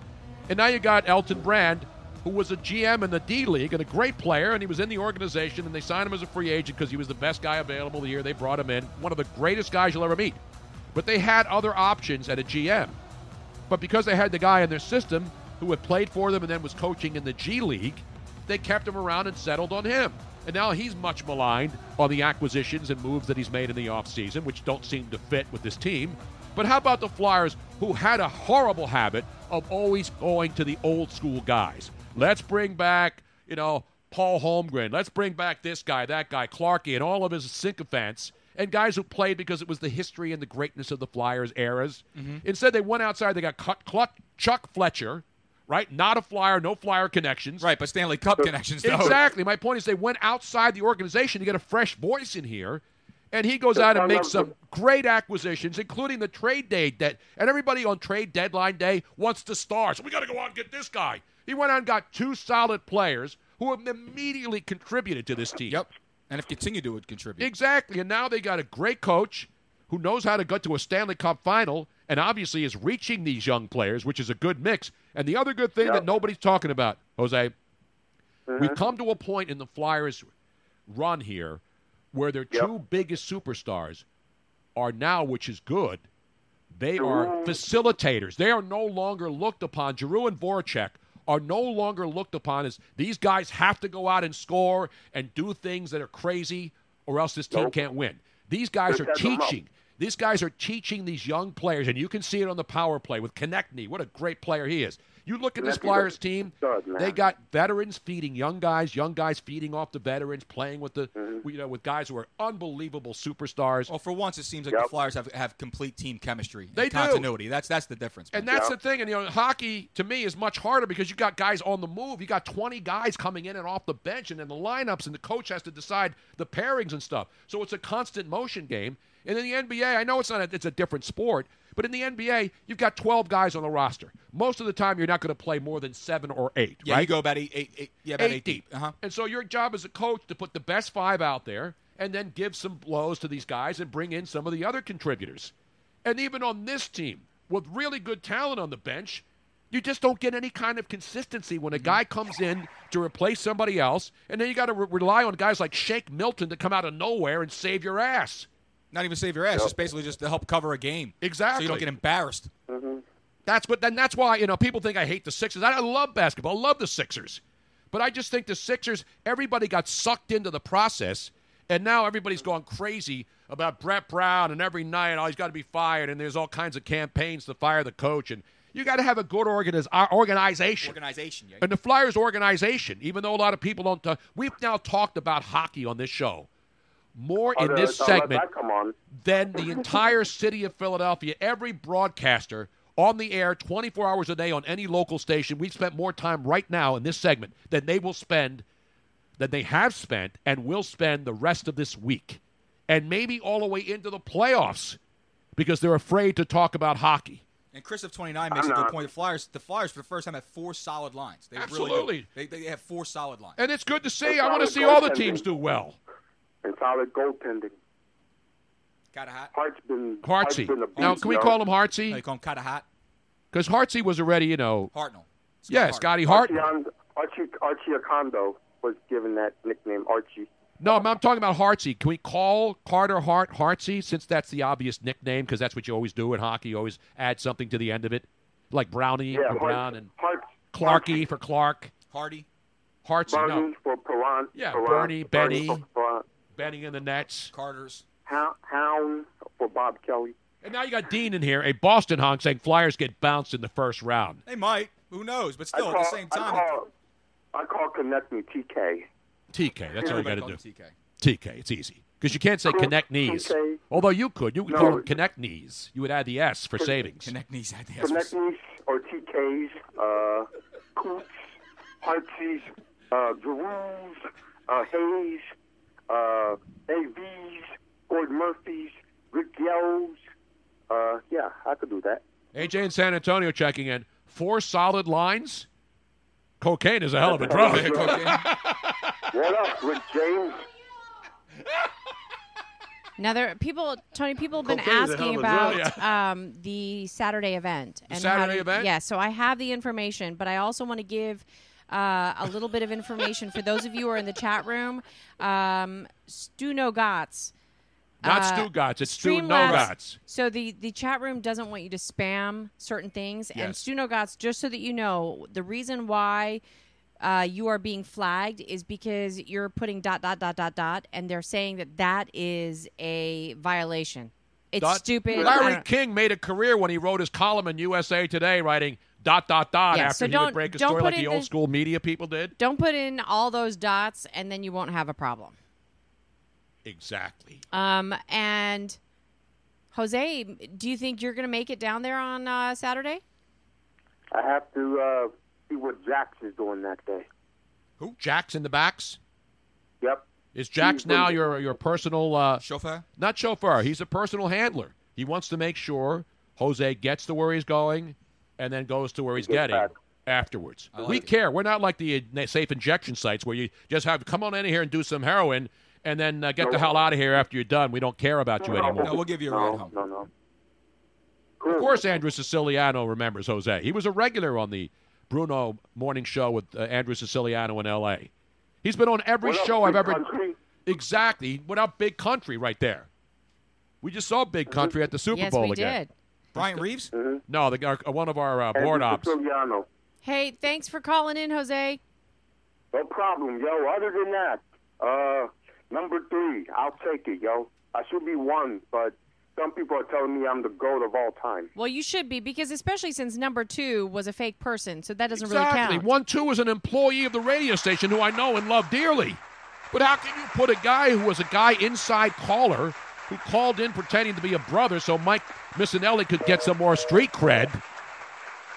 [SPEAKER 6] And now you got Elton Brand, who was a GM in the D League and a great player, and he was in the organization, and they signed him as a free agent because he was the best guy available the year they brought him in, one of the greatest guys you'll ever meet. But they had other options at a GM. But because they had the guy in their system who had played for them and then was coaching in the G League, they kept him around and settled on him. And now he's much maligned on the acquisitions and moves that he's made in the offseason, which don't seem to fit with this team. But how about the Flyers, who had a horrible habit of always going to the old school guys? Let's bring back, you know, Paul Holmgren. Let's bring back this guy, that guy, Clarkie, and all of his sycophants and guys who played because it was the history and the greatness of the Flyers eras. Instead, they went outside. They got cut, Cluck, Chuck Fletcher, right? Not a Flyer, no Flyer connections.
[SPEAKER 5] Right, but Stanley Cup connections, though.
[SPEAKER 6] Exactly. My point is, they went outside the organization to get a fresh voice in here. And he goes
[SPEAKER 5] They're
[SPEAKER 6] out and
[SPEAKER 5] part
[SPEAKER 6] makes
[SPEAKER 5] of
[SPEAKER 6] some great acquisitions, including the trade day that and everybody on trade deadline day wants the stars. We got to go out and get this guy. He went out and got two solid players who have immediately contributed to this team. Yep.
[SPEAKER 5] And if continue to would contribute.
[SPEAKER 6] Exactly. And now they got a great coach who knows how to get to a Stanley Cup final and obviously is reaching these young players, which is a good mix. And the other good thing that nobody's talking about, Jose, we've come to a point in the Flyers run here where their two biggest superstars are now, which is good. They are facilitators. They are no longer looked upon. Giroux and Voracek are no longer looked upon as these guys have to go out and score and do things that are crazy, or else this team can't win. These guys
[SPEAKER 5] They
[SPEAKER 6] are
[SPEAKER 5] set them up.
[SPEAKER 6] teaching. These guys are teaching these young players, and you can see it on the power play with Konechny. What a great player he is. You look at this
[SPEAKER 1] Konechny was
[SPEAKER 6] Flyers team, they got veterans feeding young guys, young guys feeding off the veterans, playing with the you know with guys who are unbelievable superstars.
[SPEAKER 5] Well, for once, it seems like the Flyers have, have complete team chemistry, and
[SPEAKER 6] They do.
[SPEAKER 5] continuity. That's that's the difference.
[SPEAKER 6] And that's the thing. And you know, hockey to me is much harder because you got guys on the move. You got 20 guys coming in and off the bench, and then the lineups, and the coach has to decide the pairings and stuff. So it's a constant motion game. And in the NBA, I know it's not. A, it's a different sport, but in the NBA, you've got 12 guys on the roster. Most of the time, you're not going to play more than seven or eight.
[SPEAKER 5] Yeah,
[SPEAKER 6] right?
[SPEAKER 5] you go about eight, eight, eight yeah, about eight, deep. Uh-huh.
[SPEAKER 6] And so your job as a coach to put the best five out there and then give some blows to these guys and bring in some of the other contributors. And even on this team, with really good talent on the bench, you just don't get any kind of consistency when a guy comes in to replace somebody else, and then you got to re- rely on guys like Shake Milton to come out of nowhere and save your ass.
[SPEAKER 5] Not even save your ass, just basically just to help cover a game.
[SPEAKER 6] Exactly.
[SPEAKER 5] So you don't get embarrassed.
[SPEAKER 6] That's but then that's why you know people think I hate the Sixers. I, I love basketball. I love the Sixers, but I just think the Sixers. Everybody got sucked into the process, and now everybody's gone crazy about Brett Brown and every night. Oh, he's got to be fired, and there's all kinds of campaigns to fire the coach. And you got to have a good organiz- uh, organization.
[SPEAKER 5] Organization, yeah.
[SPEAKER 6] And the Flyers organization, even though a lot of people don't, ta- we've now talked about hockey on this show more
[SPEAKER 14] Oh,
[SPEAKER 6] in
[SPEAKER 1] I'll
[SPEAKER 6] this
[SPEAKER 1] let- I'll let
[SPEAKER 6] segment
[SPEAKER 1] that come on. <laughs>
[SPEAKER 6] than the entire city of Philadelphia, every broadcaster on the air 24 hours a day on any local station. We've spent more time right now in this segment than they will spend, than they have spent, and will spend the rest of this week. And maybe all the way into the playoffs because they're afraid to talk about hockey.
[SPEAKER 5] And Chris of 29 makes
[SPEAKER 6] I'm
[SPEAKER 5] a good
[SPEAKER 6] not.
[SPEAKER 5] point. The Flyers, the Flyers for the first time have four solid lines. They Really
[SPEAKER 6] Absolutely.
[SPEAKER 5] do. they, they have four solid lines.
[SPEAKER 6] And it's good to see. I want to see all the teams do well.
[SPEAKER 1] And solid goaltending.
[SPEAKER 5] Got a hot.
[SPEAKER 1] Hart's been Hart's
[SPEAKER 6] Hartsey.
[SPEAKER 1] been a beast,
[SPEAKER 6] Now, can we
[SPEAKER 1] yo.
[SPEAKER 6] call him Hartsey?
[SPEAKER 5] No, you call him kind of hot.
[SPEAKER 6] Because Hartsey was already, you know.
[SPEAKER 5] Hartnell.
[SPEAKER 6] Yeah, Scotty Hart.
[SPEAKER 1] Archie, Archie, Archie Okondo was given that nickname, Archie.
[SPEAKER 6] No, I'm, I'm talking about Hartsey. Can we call Carter Hart Hartsey since that's the obvious nickname? Because that's what you always do in hockey. You always add something to the end of it, like Brownie for Brown and
[SPEAKER 1] Hart,
[SPEAKER 6] Clarky for Clark.
[SPEAKER 5] Hardy.
[SPEAKER 6] Hartsey,
[SPEAKER 1] Bernie
[SPEAKER 6] no.
[SPEAKER 1] for Perron.
[SPEAKER 6] Yeah,
[SPEAKER 1] Perron,
[SPEAKER 6] Bernie, Benny.
[SPEAKER 1] for Perron.
[SPEAKER 6] Benny in the Nets.
[SPEAKER 5] Carter's.
[SPEAKER 1] Hound, Hound for Bob Kelly.
[SPEAKER 6] And now you got Dean in here, a Boston honk saying Flyers get bounced in the first round.
[SPEAKER 5] They might. Who knows? But still,
[SPEAKER 1] I
[SPEAKER 5] at
[SPEAKER 1] call,
[SPEAKER 5] the same time,
[SPEAKER 1] I call, I call Connect Me TK.
[SPEAKER 6] TK, that's all you got
[SPEAKER 1] Everybody
[SPEAKER 6] to do.
[SPEAKER 1] calls him TK.
[SPEAKER 6] TK, it's easy because you can't say
[SPEAKER 1] Cool.
[SPEAKER 6] connect knees.
[SPEAKER 1] TK.
[SPEAKER 6] Although you could, you could
[SPEAKER 1] No.
[SPEAKER 6] call them connect knees. You would add the S for savings.
[SPEAKER 5] Connect knees, I
[SPEAKER 1] Connect Me's or TK's, uh, Coots, Hartsies, uh, Giroux, uh, Hayes, uh, AVs, Gordon Murphy's, Rick Yells. Uh, yeah, I could do that.
[SPEAKER 6] AJ in San Antonio checking in. Four solid lines. Cocaine is a hell of a
[SPEAKER 2] <laughs>
[SPEAKER 6] drug.
[SPEAKER 2] Uh,
[SPEAKER 1] What
[SPEAKER 6] <laughs>
[SPEAKER 1] up, Rick James?
[SPEAKER 2] Now there people Tony people have been
[SPEAKER 6] Cocaine's a
[SPEAKER 2] asking
[SPEAKER 6] hell of a
[SPEAKER 2] about
[SPEAKER 6] drug,
[SPEAKER 2] um, the Saturday event
[SPEAKER 6] The
[SPEAKER 2] how
[SPEAKER 6] Saturday
[SPEAKER 2] to-
[SPEAKER 6] event?
[SPEAKER 2] Yeah, so I have the information, but I also want to give uh, a little bit of information for those of you who are in the chat room. Um, Stu No Gots.
[SPEAKER 6] Not
[SPEAKER 2] uh,
[SPEAKER 6] Stu Gotts, it's Stu No
[SPEAKER 2] Streamlabs-
[SPEAKER 6] Gotts.
[SPEAKER 2] So the the chat room doesn't want you to spam certain things. And
[SPEAKER 6] Yes.
[SPEAKER 2] Stu No Gots, just so that you know, the reason why uh, you are being flagged is because you're putting dot dot dot dot dot, and they're saying that that is a violation. It's
[SPEAKER 6] Dot-
[SPEAKER 2] stupid. Uh, I
[SPEAKER 6] Larry
[SPEAKER 2] don't-
[SPEAKER 6] King made a career when he wrote his column in USA Today, writing dot dot dot
[SPEAKER 2] Yeah,
[SPEAKER 6] after
[SPEAKER 2] so
[SPEAKER 6] he
[SPEAKER 2] don't-
[SPEAKER 6] would break a
[SPEAKER 2] don't
[SPEAKER 6] story
[SPEAKER 2] put
[SPEAKER 6] like
[SPEAKER 2] in
[SPEAKER 6] the old
[SPEAKER 2] the-
[SPEAKER 6] school media people did.
[SPEAKER 2] Don't put in all those dots, and then you won't have a problem.
[SPEAKER 6] Exactly.
[SPEAKER 2] Um, and Jose, do you think you're going to make it down there on uh, Saturday?
[SPEAKER 1] I have to uh, see what Jax is doing that day.
[SPEAKER 6] Who? Jack's in the backs.
[SPEAKER 1] Yep.
[SPEAKER 6] Is
[SPEAKER 1] He's
[SPEAKER 6] Jack's
[SPEAKER 2] Mm-hmm.
[SPEAKER 6] now
[SPEAKER 1] been-
[SPEAKER 6] your your personal uh,
[SPEAKER 5] <laughs> chauffeur?
[SPEAKER 6] Not chauffeur. He's a personal handler. He wants to make sure Jose gets to where he's going, and then goes to where he's getting afterwards. we care. We're not like the uh, safe injection sites where you just have come on in here and do some heroin, and then uh, get the hell out of here after you're done. We don't care about you anymore.
[SPEAKER 5] No, we'll give you a
[SPEAKER 1] no,
[SPEAKER 5] ride home.
[SPEAKER 1] No, no.
[SPEAKER 6] Of course, Andrew Siciliano remembers Jose. He was a regular on the Bruno Morning Show with uh, Andrew Siciliano in L.A. He's been on every
[SPEAKER 1] What up,
[SPEAKER 6] show I've
[SPEAKER 1] big
[SPEAKER 6] ever.
[SPEAKER 1] country?
[SPEAKER 6] Exactly. What up, Big Country? Right there. We just saw Big Country at the Super
[SPEAKER 2] yes,
[SPEAKER 6] Bowl
[SPEAKER 2] we
[SPEAKER 6] again.
[SPEAKER 2] did.
[SPEAKER 5] Brian Reeves?
[SPEAKER 6] No, the, our, one of our uh,
[SPEAKER 1] Andrew
[SPEAKER 6] board ops.
[SPEAKER 1] Siciliano.
[SPEAKER 2] Hey, thanks for calling in, Jose.
[SPEAKER 1] No problem, yo. Other than that, uh, number three, I'll take it, yo. I should be one, but Some people are telling me I'm the goat of all time.
[SPEAKER 2] Well, you should be because especially since number two was a fake person, so that doesn't
[SPEAKER 6] Exactly.
[SPEAKER 2] really count.
[SPEAKER 6] One two is an employee of the radio station who I know and love dearly. But how can you put a guy who was a guy inside caller who called in pretending to be a brother so Mike Missinelli could get some more street cred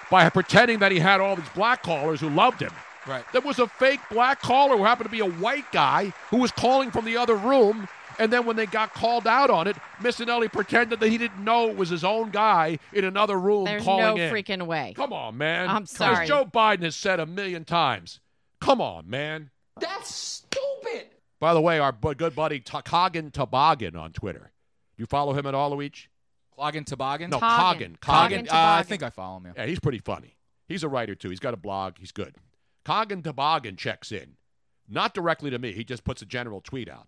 [SPEAKER 6] by pretending that he had all these black callers who loved him?
[SPEAKER 5] Right.
[SPEAKER 6] There was a fake black caller who happened to be a white guy who was calling from the other room. And then when they got called out on it, Missinelli pretended that he didn't know it was his own guy in another room
[SPEAKER 2] There's no
[SPEAKER 6] calling in.
[SPEAKER 2] freaking way.
[SPEAKER 6] Come on, man.
[SPEAKER 2] I'm sorry.
[SPEAKER 6] As Joe Biden has said a million times, come on, man.
[SPEAKER 12] That's stupid.
[SPEAKER 6] By the way, our bu- good buddy Ta- Coggin Toboggan on Twitter. You follow him at all, Luigi?
[SPEAKER 5] Clogging toboggan?
[SPEAKER 6] No, Coggin.
[SPEAKER 5] Coggin.
[SPEAKER 6] Coggin.
[SPEAKER 5] Uh, I think I follow him. yeah.
[SPEAKER 6] Yeah, he's pretty funny. He's a writer, too. He's got a blog. He's good. Coggin Toboggan checks in. Not directly to me. He just puts a general tweet out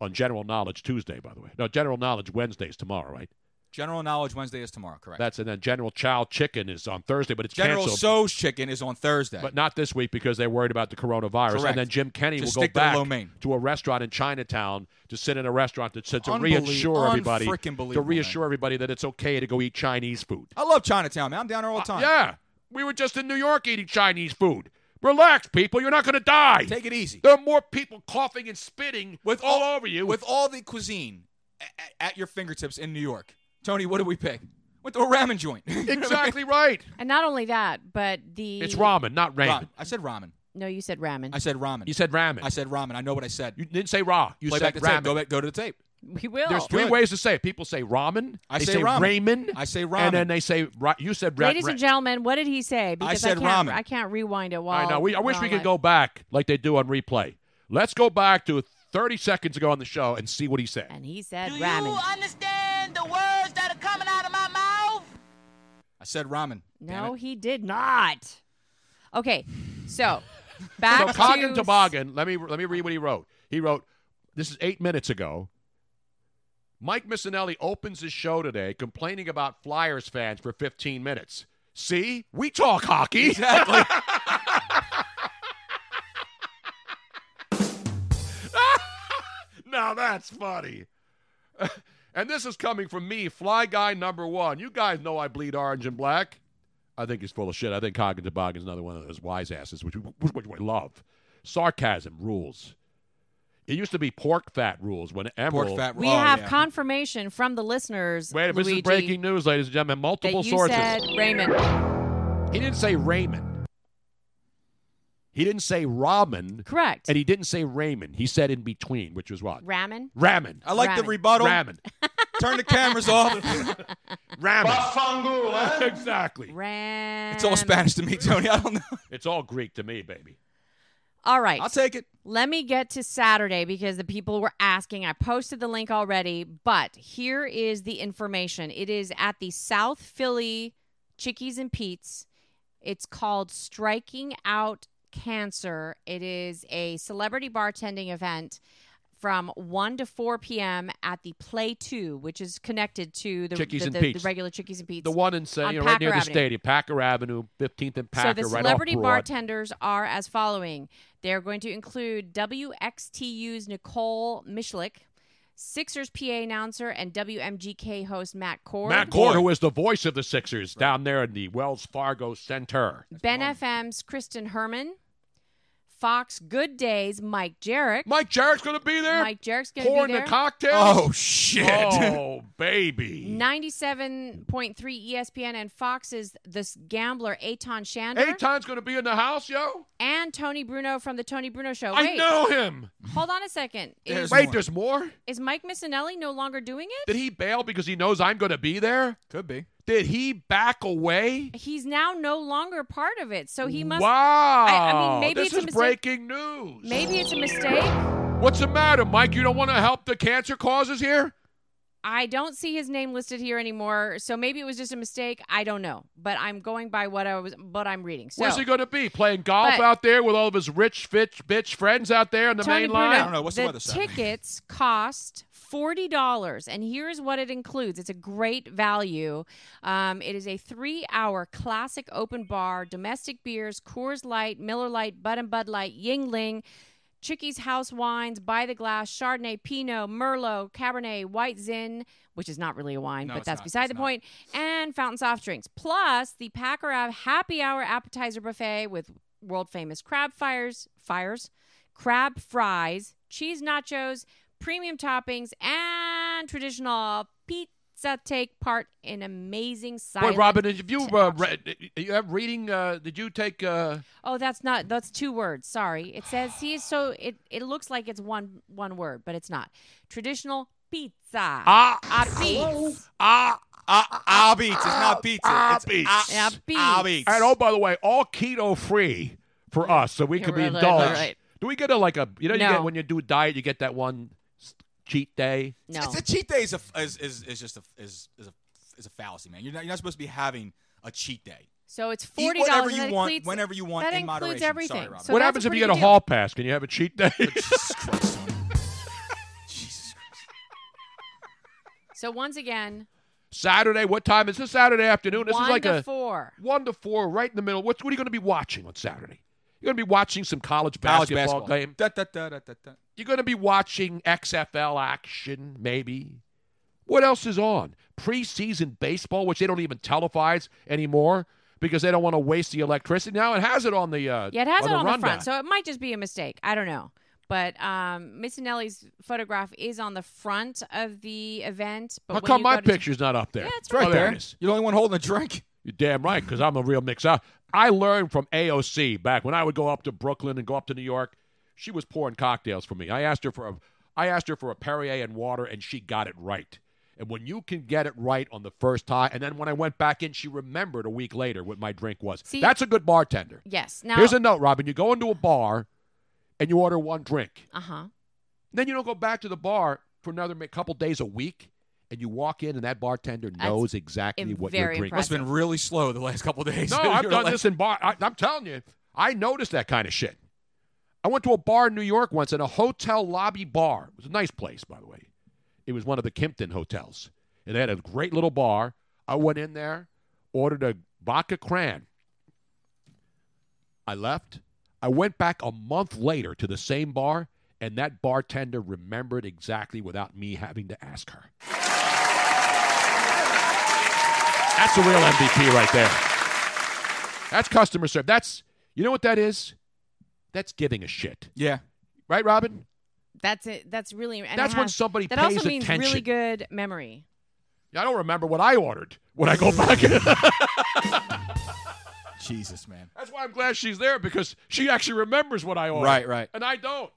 [SPEAKER 6] on General Knowledge Tuesday, by the way. No, General Knowledge Wednesday is tomorrow, right?
[SPEAKER 5] General Knowledge Wednesday is tomorrow, correct?
[SPEAKER 6] That's and then General Chow Chicken is on Thursday, but it's
[SPEAKER 5] General
[SPEAKER 6] canceled.
[SPEAKER 5] So's chicken is on Thursday.
[SPEAKER 6] But not this week because they're worried about the coronavirus.
[SPEAKER 5] Correct.
[SPEAKER 6] And then Jim Kenny
[SPEAKER 5] Just
[SPEAKER 6] will go
[SPEAKER 5] stick to the
[SPEAKER 6] back
[SPEAKER 5] lo mein.
[SPEAKER 6] to a restaurant in Chinatown to sit in a restaurant to, to, to
[SPEAKER 5] Unbelie-
[SPEAKER 6] reassure everybody
[SPEAKER 5] unfreaking
[SPEAKER 6] to
[SPEAKER 5] believable,
[SPEAKER 6] reassure everybody that it's okay to go eat Chinese food. Uh,
[SPEAKER 5] I love Chinatown, man. I'm down there all the time.
[SPEAKER 6] Yeah, we were just in New York eating Chinese food. Relax, people. You're not going to die.
[SPEAKER 5] Take it easy.
[SPEAKER 6] There are more people coughing and spitting with all, over you.
[SPEAKER 5] With all the cuisine a- a- at your fingertips in New York. Tony, what did we pick? Went to a ramen joint. <laughs>
[SPEAKER 6] exactly right.
[SPEAKER 2] And not only that, but the
[SPEAKER 6] It's ramen, not ramen.
[SPEAKER 5] Ra- I said ramen.
[SPEAKER 2] No, you said ramen.
[SPEAKER 5] I said ramen.
[SPEAKER 6] You said ramen.
[SPEAKER 5] I said ramen. I know what I said.
[SPEAKER 6] You didn't say raw. You
[SPEAKER 5] Play
[SPEAKER 6] said
[SPEAKER 5] back the
[SPEAKER 6] ramen.
[SPEAKER 5] tape. Go, back, go to the tape.
[SPEAKER 2] we will.
[SPEAKER 6] There's three
[SPEAKER 5] Good.
[SPEAKER 6] ways to say it. People say ramen.
[SPEAKER 5] I
[SPEAKER 6] they
[SPEAKER 5] say
[SPEAKER 6] say,
[SPEAKER 5] ramen.
[SPEAKER 6] Raymond.
[SPEAKER 5] I say ramen.
[SPEAKER 6] And then they say ra- you said ra-
[SPEAKER 2] Ladies
[SPEAKER 6] ra-
[SPEAKER 2] and gentlemen, what did he say? Because
[SPEAKER 6] said
[SPEAKER 2] can't,
[SPEAKER 6] ramen.
[SPEAKER 2] I can't rewind it while
[SPEAKER 6] I know. We, I wish
[SPEAKER 2] while
[SPEAKER 6] we could go back like they do on replay. Let's go back to 30 seconds ago on the show and see what he said.
[SPEAKER 2] <laughs> And he said
[SPEAKER 4] You
[SPEAKER 2] ramen.
[SPEAKER 4] understand the words that are coming out of my mouth?
[SPEAKER 5] I said ramen. Damn <laughs>
[SPEAKER 2] No,
[SPEAKER 5] it.
[SPEAKER 2] he did not. Okay,
[SPEAKER 6] <laughs>
[SPEAKER 2] so back
[SPEAKER 6] so
[SPEAKER 2] to
[SPEAKER 6] Coggin Toboggan. Let me let me read what he wrote. He wrote, "This is eight minutes ago." Mike Missinelli opens his show today complaining about Flyers fans for 15 minutes. See, we talk hockey.
[SPEAKER 5] Exactly.
[SPEAKER 6] now that's funny. <laughs> and this is coming from me, fly guy number one. You guys know I bleed orange and black. I think he's full of shit. I think Coggin Toboggan's another one of those wise asses, which, which, which I love. Sarcasm rules. It used to be pork fat rules when Emerald.
[SPEAKER 5] fat
[SPEAKER 2] We
[SPEAKER 5] Oh,
[SPEAKER 2] have
[SPEAKER 5] yeah.
[SPEAKER 2] confirmation from the listeners.
[SPEAKER 6] Wait, this
[SPEAKER 2] Luigi,
[SPEAKER 6] is breaking news, ladies and gentlemen.
[SPEAKER 2] that
[SPEAKER 6] Multiple
[SPEAKER 2] you
[SPEAKER 6] sources.
[SPEAKER 2] said ramen.
[SPEAKER 6] He didn't say Raymond. He didn't say ramen.
[SPEAKER 2] Correct.
[SPEAKER 6] And he didn't say Raymond. He said in between, which was what?
[SPEAKER 2] Ramen.
[SPEAKER 6] Ramen.
[SPEAKER 5] I like the
[SPEAKER 2] Ramen.
[SPEAKER 5] rebuttal.
[SPEAKER 6] Ramen.
[SPEAKER 5] <laughs> Turn the cameras
[SPEAKER 2] <laughs>
[SPEAKER 5] off.
[SPEAKER 6] Ramen. <laughs> exactly.
[SPEAKER 2] Ramen.
[SPEAKER 5] It's all Spanish to me, Tony. I don't know.
[SPEAKER 6] It's all Greek to me, baby.
[SPEAKER 2] All right.
[SPEAKER 5] I'll take it.
[SPEAKER 2] Let me get to Saturday because the people were asking. I posted the link already, but here is the information. It is at the South Philly Chickies and Pete's. It's called Striking Out Cancer. It is a celebrity bartending event from 1 to 4 p.m. at the Play 2, which is connected to the,
[SPEAKER 6] Chickies
[SPEAKER 2] the,
[SPEAKER 6] and
[SPEAKER 2] the-
[SPEAKER 6] Pete's.
[SPEAKER 2] the regular Chickies and Pete's.
[SPEAKER 6] The one in say,
[SPEAKER 2] on
[SPEAKER 6] you know, right near
[SPEAKER 2] Packer
[SPEAKER 6] the
[SPEAKER 2] Avenue.
[SPEAKER 6] stadium, Packer Avenue, 15th and Packer,
[SPEAKER 2] So the
[SPEAKER 6] right
[SPEAKER 2] celebrity
[SPEAKER 6] off Broad.
[SPEAKER 2] bartenders are as following. They're going to include WXTU's Nicole Mishlick, Sixers PA announcer, and WMGK host Matt Cord.
[SPEAKER 6] Matt Cord, who is the voice of the Sixers down there in the Wells Fargo Center.
[SPEAKER 2] Ben FM's Kristen Herman. Fox Good Days Mike Jarek.
[SPEAKER 6] Mike Jarrett's going to be there.
[SPEAKER 2] Mike Jarek's going to
[SPEAKER 6] pouring
[SPEAKER 2] be there.
[SPEAKER 6] the cocktails.
[SPEAKER 5] Oh, shit. <laughs>
[SPEAKER 6] Oh, <laughs> baby.
[SPEAKER 2] 97.3 ESPN and Fox's this gambler Aton Shander
[SPEAKER 6] Aton's going to be in the house, yo.
[SPEAKER 2] and Tony Bruno from the Tony Bruno Show.
[SPEAKER 6] I
[SPEAKER 2] Oh, Wait,
[SPEAKER 6] know him.
[SPEAKER 2] hold on a second. Is,
[SPEAKER 6] Wait, there's more?
[SPEAKER 2] is Mike Missinelli no longer doing it?
[SPEAKER 6] Did he bail because he knows I'm going to be there?
[SPEAKER 5] Could be.
[SPEAKER 6] Did he back away?
[SPEAKER 2] he's now no longer part of it. So he must.
[SPEAKER 6] wow.
[SPEAKER 2] I- I mean, maybe
[SPEAKER 6] this
[SPEAKER 2] it's a
[SPEAKER 6] is
[SPEAKER 2] mistake.
[SPEAKER 6] breaking news.
[SPEAKER 2] Maybe it's a mistake.
[SPEAKER 6] What's the matter, Mike? You don't want to help the cancer causes here?
[SPEAKER 2] I don't see his name listed here anymore. So maybe it was just a mistake. I don't know. But I'm going by what I was, what I'm reading. So
[SPEAKER 6] Where's he going to be? Playing golf
[SPEAKER 2] But-
[SPEAKER 6] out there with all of his rich, bitch, bitch friends out there in the
[SPEAKER 2] Tony
[SPEAKER 6] main
[SPEAKER 2] Bruno,
[SPEAKER 6] line?
[SPEAKER 5] I don't know. What's the
[SPEAKER 2] the
[SPEAKER 5] weather Saturday?
[SPEAKER 2] tickets cost forty dollars, and here's what it includes. It's a great value. Um, it is a three-hour classic open bar, domestic beers, Coors Light, Miller Light, Bud and Bud Light, Yingling. Chicky's House Wines, By the Glass, Chardonnay, Pinot, Merlot, Cabernet, White Zin, which is not really a wine,
[SPEAKER 7] No,
[SPEAKER 2] but
[SPEAKER 7] it's
[SPEAKER 2] that's
[SPEAKER 7] not.
[SPEAKER 2] beside
[SPEAKER 7] It's
[SPEAKER 2] the
[SPEAKER 7] not.
[SPEAKER 2] point, and fountain soft drinks. Plus the Packer Ave Happy Hour appetizer buffet with world famous crab fires, fires, crab fries, cheese nachos, premium toppings, and traditional pizza take part in amazing silent.
[SPEAKER 6] Wait, Robin, did you uh, read? You have reading? Uh, did you take? Uh,
[SPEAKER 2] Oh, that's not. That's two words. Sorry. It says he is so. It it looks like it's one one word, but it's not. Traditional pizza.
[SPEAKER 5] Ah.
[SPEAKER 2] A beats.
[SPEAKER 6] Ah.
[SPEAKER 5] Ah, ah, beats. It's not pizza.
[SPEAKER 6] Ah,
[SPEAKER 5] it's
[SPEAKER 6] beats.
[SPEAKER 5] ah,
[SPEAKER 2] Yeah, beats.
[SPEAKER 5] ah, beats.
[SPEAKER 6] And oh, by the way, all keto free for us, so we
[SPEAKER 2] Yeah,
[SPEAKER 6] can be
[SPEAKER 2] right, right,
[SPEAKER 6] indulged.
[SPEAKER 2] right.
[SPEAKER 6] Do we get a like a? You know, you
[SPEAKER 2] No.
[SPEAKER 6] get when you do diet, you get that one s- cheat day.
[SPEAKER 2] No.
[SPEAKER 5] It's a cheat day is, a, is, is, is just a, is, is, a, is a fallacy, man. You're not, you're not supposed to be having a cheat day.
[SPEAKER 2] So it's
[SPEAKER 5] Eat
[SPEAKER 2] forty
[SPEAKER 5] whatever
[SPEAKER 2] dollars.
[SPEAKER 5] you
[SPEAKER 2] that
[SPEAKER 5] want,
[SPEAKER 2] includes,
[SPEAKER 5] whenever you want,
[SPEAKER 2] That
[SPEAKER 5] in
[SPEAKER 2] includes
[SPEAKER 5] moderation.
[SPEAKER 2] everything.
[SPEAKER 5] Sorry, Robin.
[SPEAKER 2] So
[SPEAKER 6] what
[SPEAKER 2] that's
[SPEAKER 6] happens
[SPEAKER 2] a
[SPEAKER 6] if you
[SPEAKER 2] pretty
[SPEAKER 6] get a
[SPEAKER 2] good
[SPEAKER 6] hall pass? Can you have a cheat day?
[SPEAKER 2] deal. So once again,
[SPEAKER 6] Saturday. What time is this? Saturday afternoon. This
[SPEAKER 2] one
[SPEAKER 6] is like
[SPEAKER 2] to
[SPEAKER 6] a
[SPEAKER 2] four.
[SPEAKER 6] one to four, right in the middle. What, what are you going to be watching on Saturday? You're going to be watching some college
[SPEAKER 5] College
[SPEAKER 6] basketball,
[SPEAKER 5] basketball.
[SPEAKER 6] game. You're going to be watching XFL action, maybe. What else is on? Preseason baseball, which they don't even televise anymore because they don't want to waste the electricity. Now it has it on the uh,
[SPEAKER 2] Yeah, it has
[SPEAKER 6] on
[SPEAKER 2] it
[SPEAKER 6] the
[SPEAKER 2] on the
[SPEAKER 6] rundown.
[SPEAKER 2] front, so it might just be a mistake. I don't know. But um, Missinelli's photograph is on the front of the event. But
[SPEAKER 6] How
[SPEAKER 2] when
[SPEAKER 6] come
[SPEAKER 2] you
[SPEAKER 6] my
[SPEAKER 2] go to-
[SPEAKER 6] picture's not up there?
[SPEAKER 2] Yeah, it's
[SPEAKER 6] Oh,
[SPEAKER 2] right
[SPEAKER 6] there.
[SPEAKER 2] there.
[SPEAKER 6] it is.
[SPEAKER 5] You're the only one holding a drink.
[SPEAKER 6] You're damn right, because I'm a real mixer. I learned from AOC back when I would go up to Brooklyn and go up to New York. She was pouring cocktails for me. I asked her for a, I asked her for a Perrier and water, and she got it right. And when you can get it right on the first time, and then when I went back in, she remembered a week later what my drink was.
[SPEAKER 2] See-
[SPEAKER 6] That's a good bartender.
[SPEAKER 2] Yes. Now.
[SPEAKER 6] Here's a note, Robin. You go into a bar, and you order one drink.
[SPEAKER 2] Uh huh.
[SPEAKER 6] Then you don't go back to the bar for another ma- couple days a week, and you walk in, and that bartender knows exactly what your drink.
[SPEAKER 5] Must have been really slow the last couple days. <laughs>
[SPEAKER 6] No,
[SPEAKER 5] You
[SPEAKER 6] I've
[SPEAKER 5] were
[SPEAKER 6] done
[SPEAKER 5] like-
[SPEAKER 6] this in bar. I, I'm telling you, I noticed that kind of shit. I went to a bar in New York once in a hotel lobby bar. It was a nice place, by the way. It was one of the Kimpton hotels, and they had a great little bar. I went in there, ordered a vodka cran. I left. I went back a month later to the same bar, and that bartender remembered exactly without me having to ask her. That's a real MVP right there. That's customer service. That's you know what that is? That's giving a shit.
[SPEAKER 5] Yeah.
[SPEAKER 6] Right, Robin?
[SPEAKER 2] That's it. That's really. And it
[SPEAKER 6] That's when
[SPEAKER 2] has-
[SPEAKER 6] somebody
[SPEAKER 2] that
[SPEAKER 6] pays
[SPEAKER 2] also means really
[SPEAKER 6] attention.
[SPEAKER 2] good memory.
[SPEAKER 6] I don't remember what I ordered when I
[SPEAKER 5] <laughs>
[SPEAKER 6] go back. <laughs>
[SPEAKER 5] Jesus, man.
[SPEAKER 6] That's why I'm glad she's there because she actually remembers what I ordered.
[SPEAKER 5] Right, right.
[SPEAKER 6] And I don't.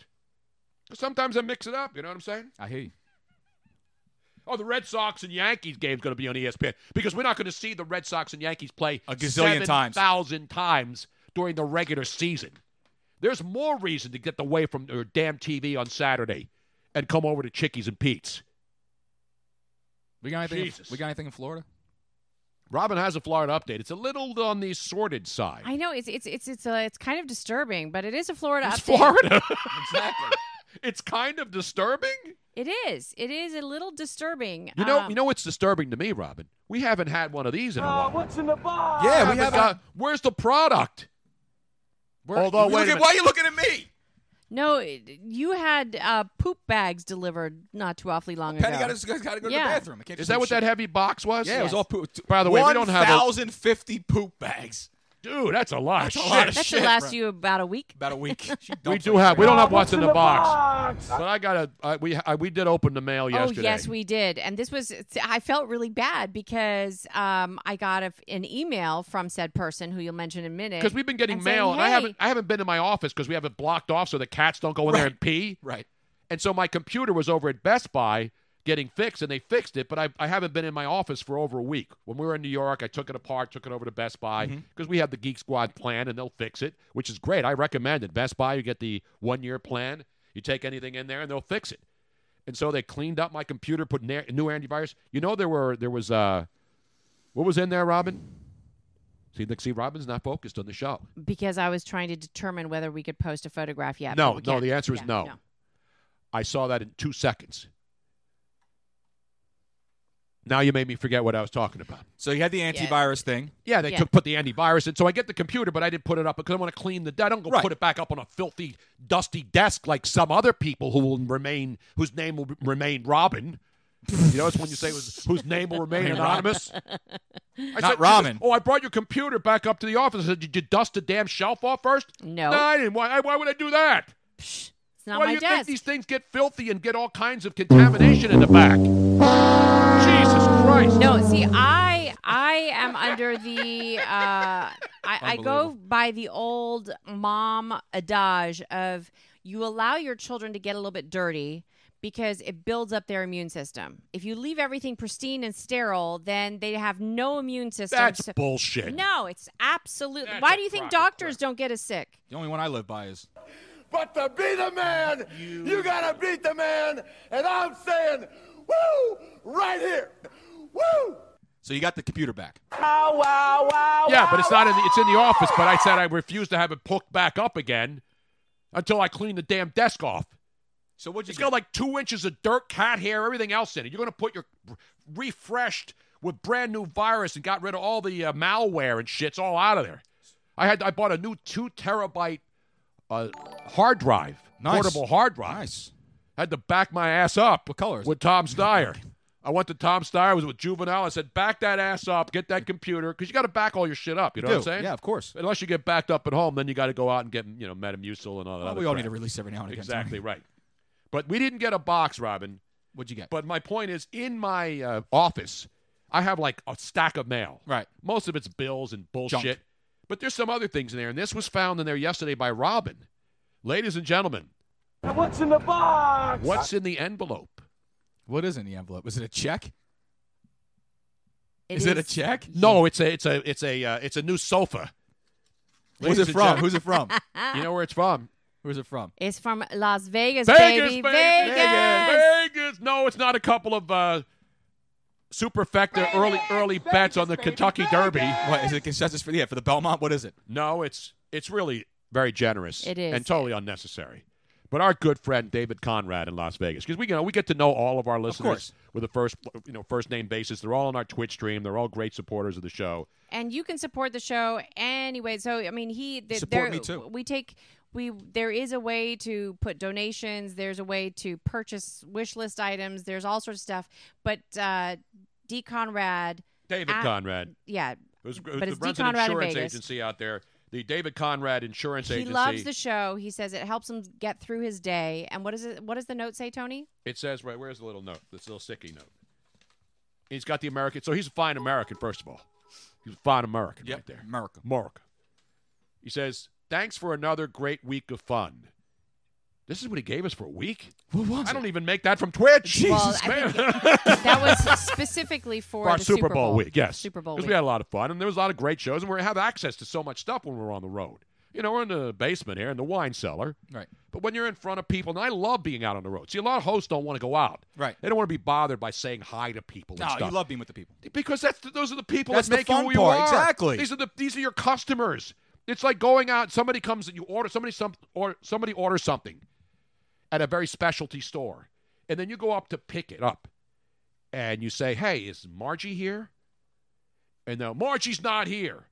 [SPEAKER 6] 'Cause Sometimes I mix it up, you know what I'm saying?
[SPEAKER 5] I hear you.
[SPEAKER 6] Oh, the Red Sox and Yankees game's going to be on E ESPN because we're not going to see the Red Sox and Yankees play
[SPEAKER 5] A gazillion times.
[SPEAKER 6] 7,000 times during the regular season. There's more reason to get away from your damn TV on Saturday and come over to Chickies and Pete's.
[SPEAKER 5] We got anything?
[SPEAKER 6] Jesus.
[SPEAKER 5] We got anything in Florida?
[SPEAKER 6] Robin has a Florida update. It's a little on the sordid side.
[SPEAKER 2] I know it's it's it's it's uh, it's kind of disturbing, but it is a Florida.
[SPEAKER 6] It's
[SPEAKER 2] update.
[SPEAKER 6] Florida. <laughs>
[SPEAKER 5] <laughs>
[SPEAKER 6] exactly. It's kind of disturbing.
[SPEAKER 2] It is. It is a little disturbing.
[SPEAKER 6] You know,
[SPEAKER 2] Um,
[SPEAKER 6] you know what's disturbing to me, Robin? We haven't had one of
[SPEAKER 5] Oh.
[SPEAKER 6] these in a while.
[SPEAKER 12] what's in the box?
[SPEAKER 6] Yeah, we have. Got, where's the product? Although, wait a
[SPEAKER 5] You look at-
[SPEAKER 6] minute.
[SPEAKER 5] why are you looking at me?
[SPEAKER 2] No, it- you had uh, poop bags delivered not too awfully long
[SPEAKER 5] Penny
[SPEAKER 2] ago.
[SPEAKER 5] got to, got to go to
[SPEAKER 2] Yeah.
[SPEAKER 5] the bathroom. I can't
[SPEAKER 6] Is
[SPEAKER 5] just
[SPEAKER 6] that
[SPEAKER 5] leave
[SPEAKER 6] what that
[SPEAKER 5] shit.
[SPEAKER 6] heavy box was?
[SPEAKER 5] Yeah, it was all poop.
[SPEAKER 6] By the way, we don't have a-
[SPEAKER 5] 1,050 poop bags.
[SPEAKER 6] Dude, that's a lot. That's
[SPEAKER 5] a
[SPEAKER 6] of
[SPEAKER 5] lot
[SPEAKER 6] shit.
[SPEAKER 5] of shit.
[SPEAKER 2] That should last
[SPEAKER 5] bro.
[SPEAKER 2] you about a week.
[SPEAKER 5] About
[SPEAKER 6] <laughs>
[SPEAKER 5] a week. She
[SPEAKER 6] We
[SPEAKER 5] dumps
[SPEAKER 6] do
[SPEAKER 5] that
[SPEAKER 6] have. We
[SPEAKER 5] shit.
[SPEAKER 6] don't have what's in the box. But I got a. I, we I, we did open the mail yesterday.
[SPEAKER 2] Oh yes, we did, and this was. I felt really bad because um, I got a, an email from said person who you'll mention in a minute.
[SPEAKER 6] Because we've been getting
[SPEAKER 2] and saying,
[SPEAKER 6] mail, and I
[SPEAKER 2] "Hey,
[SPEAKER 6] haven't I haven't been to my office because we have it blocked off so the cats don't go in there and pee.
[SPEAKER 5] Right.
[SPEAKER 6] And so my computer was over at Best Buy getting fixed, and they fixed it. But I, I haven't been in my office for over a week. When we were in New York, I took it apart, took it over to Best Buy because we have the Geek Squad plan, and they'll fix it, which is great. I recommend it. Best Buy, you get the one year plan. You take anything in there, and they'll fix it. And so they cleaned up my computer, put na- new antivirus. You know there were there was uh, what was in there, Robin? See, look, see, Robin's not focused on the show.
[SPEAKER 2] because I was trying to determine whether we could post a photograph yet.
[SPEAKER 6] no,
[SPEAKER 2] but we
[SPEAKER 6] no.
[SPEAKER 2] can't.
[SPEAKER 6] The answer is
[SPEAKER 2] Yeah,
[SPEAKER 6] no. I saw that in two seconds. Now you made me forget what I was talking about.
[SPEAKER 5] So you had the antivirus thing.
[SPEAKER 6] Yeah, they took put the antivirus in. So I get the computer, but I didn't put it up because I want to clean the. I don't go put it back up on a filthy, dusty desk like some other people who will remain whose name will remain Robin. you know, it's when you say whose whose name will remain
[SPEAKER 5] Remain
[SPEAKER 6] anonymous. <laughs> I
[SPEAKER 5] Not
[SPEAKER 6] said,
[SPEAKER 5] ramen.
[SPEAKER 6] Oh, I brought your computer back up to the office. I said, did you dust the damn shelf off first?
[SPEAKER 2] No.
[SPEAKER 6] No, I didn't. Why, why would I do that?
[SPEAKER 2] It's not
[SPEAKER 6] Why
[SPEAKER 2] my
[SPEAKER 6] do you think
[SPEAKER 2] desk.
[SPEAKER 6] these things get filthy and get all kinds of contamination in the back? Jesus Christ.
[SPEAKER 2] No, see, I I am under the uh, I, I go by the old mom adage of you allow your children to get a little bit dirty because it builds up their immune system. If you leave everything pristine and sterile, then they have no immune system.
[SPEAKER 6] That's
[SPEAKER 2] so-
[SPEAKER 6] bullshit.
[SPEAKER 2] No, it's absolutely.
[SPEAKER 6] That's
[SPEAKER 2] Why
[SPEAKER 6] a
[SPEAKER 2] do you think
[SPEAKER 6] crock of
[SPEAKER 2] doctors don't get as sick?
[SPEAKER 5] The only one I live by is
[SPEAKER 12] But to be the man, you, gotta beat the man, and I'm saying, woo, right here, woo.
[SPEAKER 5] so you got the computer back.
[SPEAKER 12] Wow, wow, wow.
[SPEAKER 6] Yeah, but it's not in the, it's in the office. But I said I refuse to have it hooked back up again until I clean the damn desk off.
[SPEAKER 5] So what you?
[SPEAKER 6] It's got like two inches of dirt, cat hair, everything else in it. You're gonna put your refreshed with brand new virus and got rid of all the uh, malware and shit's all out of there. I had I bought a new two terabyte uh, hard drive,
[SPEAKER 5] Nice.
[SPEAKER 6] portable hard drive.
[SPEAKER 5] Nice.
[SPEAKER 6] Had to back my ass up. What
[SPEAKER 5] colors?
[SPEAKER 6] With Tom
[SPEAKER 5] <laughs>
[SPEAKER 6] Steyer. I went to Tom Steyer. I was with Juvenile. I said, back that ass up. Get that computer because you got to back all your shit up. You
[SPEAKER 5] You
[SPEAKER 6] know what I'm
[SPEAKER 5] do.
[SPEAKER 6] saying?
[SPEAKER 5] Yeah, of course.
[SPEAKER 6] Unless you get backed up at home, then you got to go out and get you know Metamucil and all that.
[SPEAKER 5] Well,
[SPEAKER 6] other
[SPEAKER 5] we all
[SPEAKER 6] crap.
[SPEAKER 5] need a release every now and again,
[SPEAKER 6] Exactly right. But we didn't get a box, Robin.
[SPEAKER 5] What'd you get?
[SPEAKER 6] But my point is, in my uh, office, I have like a stack of mail. Right. Most of it's bills and bullshit. But there's some other things in there, and this was found in there yesterday by Robin. Ladies and gentlemen,
[SPEAKER 12] What's in the box?
[SPEAKER 6] what's in the envelope?
[SPEAKER 5] What is in the envelope? Is it a check?
[SPEAKER 2] Is
[SPEAKER 5] Is it a check?
[SPEAKER 6] No, it's a it's a it's a uh, it's a new sofa.
[SPEAKER 5] Who's
[SPEAKER 6] Ladies
[SPEAKER 5] it
[SPEAKER 6] and
[SPEAKER 5] from?
[SPEAKER 6] gentlemen-
[SPEAKER 5] Who's it from?
[SPEAKER 6] You know where it's from?
[SPEAKER 5] Where's it from?
[SPEAKER 2] It's from Las Vegas,
[SPEAKER 6] Vegas,
[SPEAKER 2] baby.
[SPEAKER 6] Vegas,
[SPEAKER 2] Vegas.
[SPEAKER 6] Vegas, Vegas. No, it's not a couple of uh, super early early bets on the Kentucky Derby.
[SPEAKER 5] What is it? Consensus for yeah for the Belmont? What is it?
[SPEAKER 6] No, it's it's really very generous.
[SPEAKER 5] It is.
[SPEAKER 6] and totally unnecessary. But our good friend David Conrad in Las Vegas, because we you know we get to know all of our listeners
[SPEAKER 5] course.
[SPEAKER 6] with a first you know first name basis. They're all on our Twitch stream. They're all great supporters of the show.
[SPEAKER 2] and you can support the show anyway. So I mean, he th-
[SPEAKER 6] Support
[SPEAKER 2] there,
[SPEAKER 6] me, too.
[SPEAKER 2] We take we there is a way to put donations. There's a way to purchase wish list items. There's all sorts of stuff. But uh, D Conrad,
[SPEAKER 6] David
[SPEAKER 2] at-
[SPEAKER 6] Conrad.
[SPEAKER 2] yeah,
[SPEAKER 6] It was, it was
[SPEAKER 2] Ah. but
[SPEAKER 6] the
[SPEAKER 2] it's D
[SPEAKER 6] runs
[SPEAKER 2] Conrad in
[SPEAKER 6] an insurance
[SPEAKER 2] Vegas.
[SPEAKER 6] agency out there, the David Conrad Insurance
[SPEAKER 2] He
[SPEAKER 6] Agency.
[SPEAKER 2] loves the show. He says it helps him get through his day. And what is it? What does the note say, Tony?
[SPEAKER 6] It says right. Where's the little note? This little sticky note. He's got the American. So he's a fine American, first of all. He's a fine American right there.
[SPEAKER 5] America.
[SPEAKER 6] America. He says, "Thanks for another great week of fun." This is what he gave us for a week.
[SPEAKER 5] What was
[SPEAKER 6] I don't even make that from Twitch.
[SPEAKER 2] well, I
[SPEAKER 6] <laughs>
[SPEAKER 2] think that was specifically for
[SPEAKER 6] For our
[SPEAKER 2] the
[SPEAKER 6] Super, Bowl, week, yes.
[SPEAKER 2] Super Bowl
[SPEAKER 6] Because
[SPEAKER 2] week.
[SPEAKER 6] we had a lot of fun, and there was a lot of great shows, and we have access to so much stuff when we're on the road. You know, we're in the basement here in the wine cellar.
[SPEAKER 5] Right.
[SPEAKER 6] But when you're in front of people, and I love being out on the road. See, a lot of hosts don't want to go out.
[SPEAKER 5] Right.
[SPEAKER 6] They don't want to be bothered by saying hi to people.
[SPEAKER 5] No,
[SPEAKER 6] and stuff.
[SPEAKER 5] you love being with the people.
[SPEAKER 6] because that's the, those are the people
[SPEAKER 5] That's
[SPEAKER 6] that
[SPEAKER 5] the
[SPEAKER 6] make
[SPEAKER 5] fun
[SPEAKER 6] you who
[SPEAKER 5] part,
[SPEAKER 6] you are.
[SPEAKER 5] exactly.
[SPEAKER 6] These are the these are your customers. It's like going out. Somebody comes and you order somebody some or somebody orders something at a very specialty store, and then you go up to pick it up, and you say, "Hey, is Margie here?" And now Margie's not here.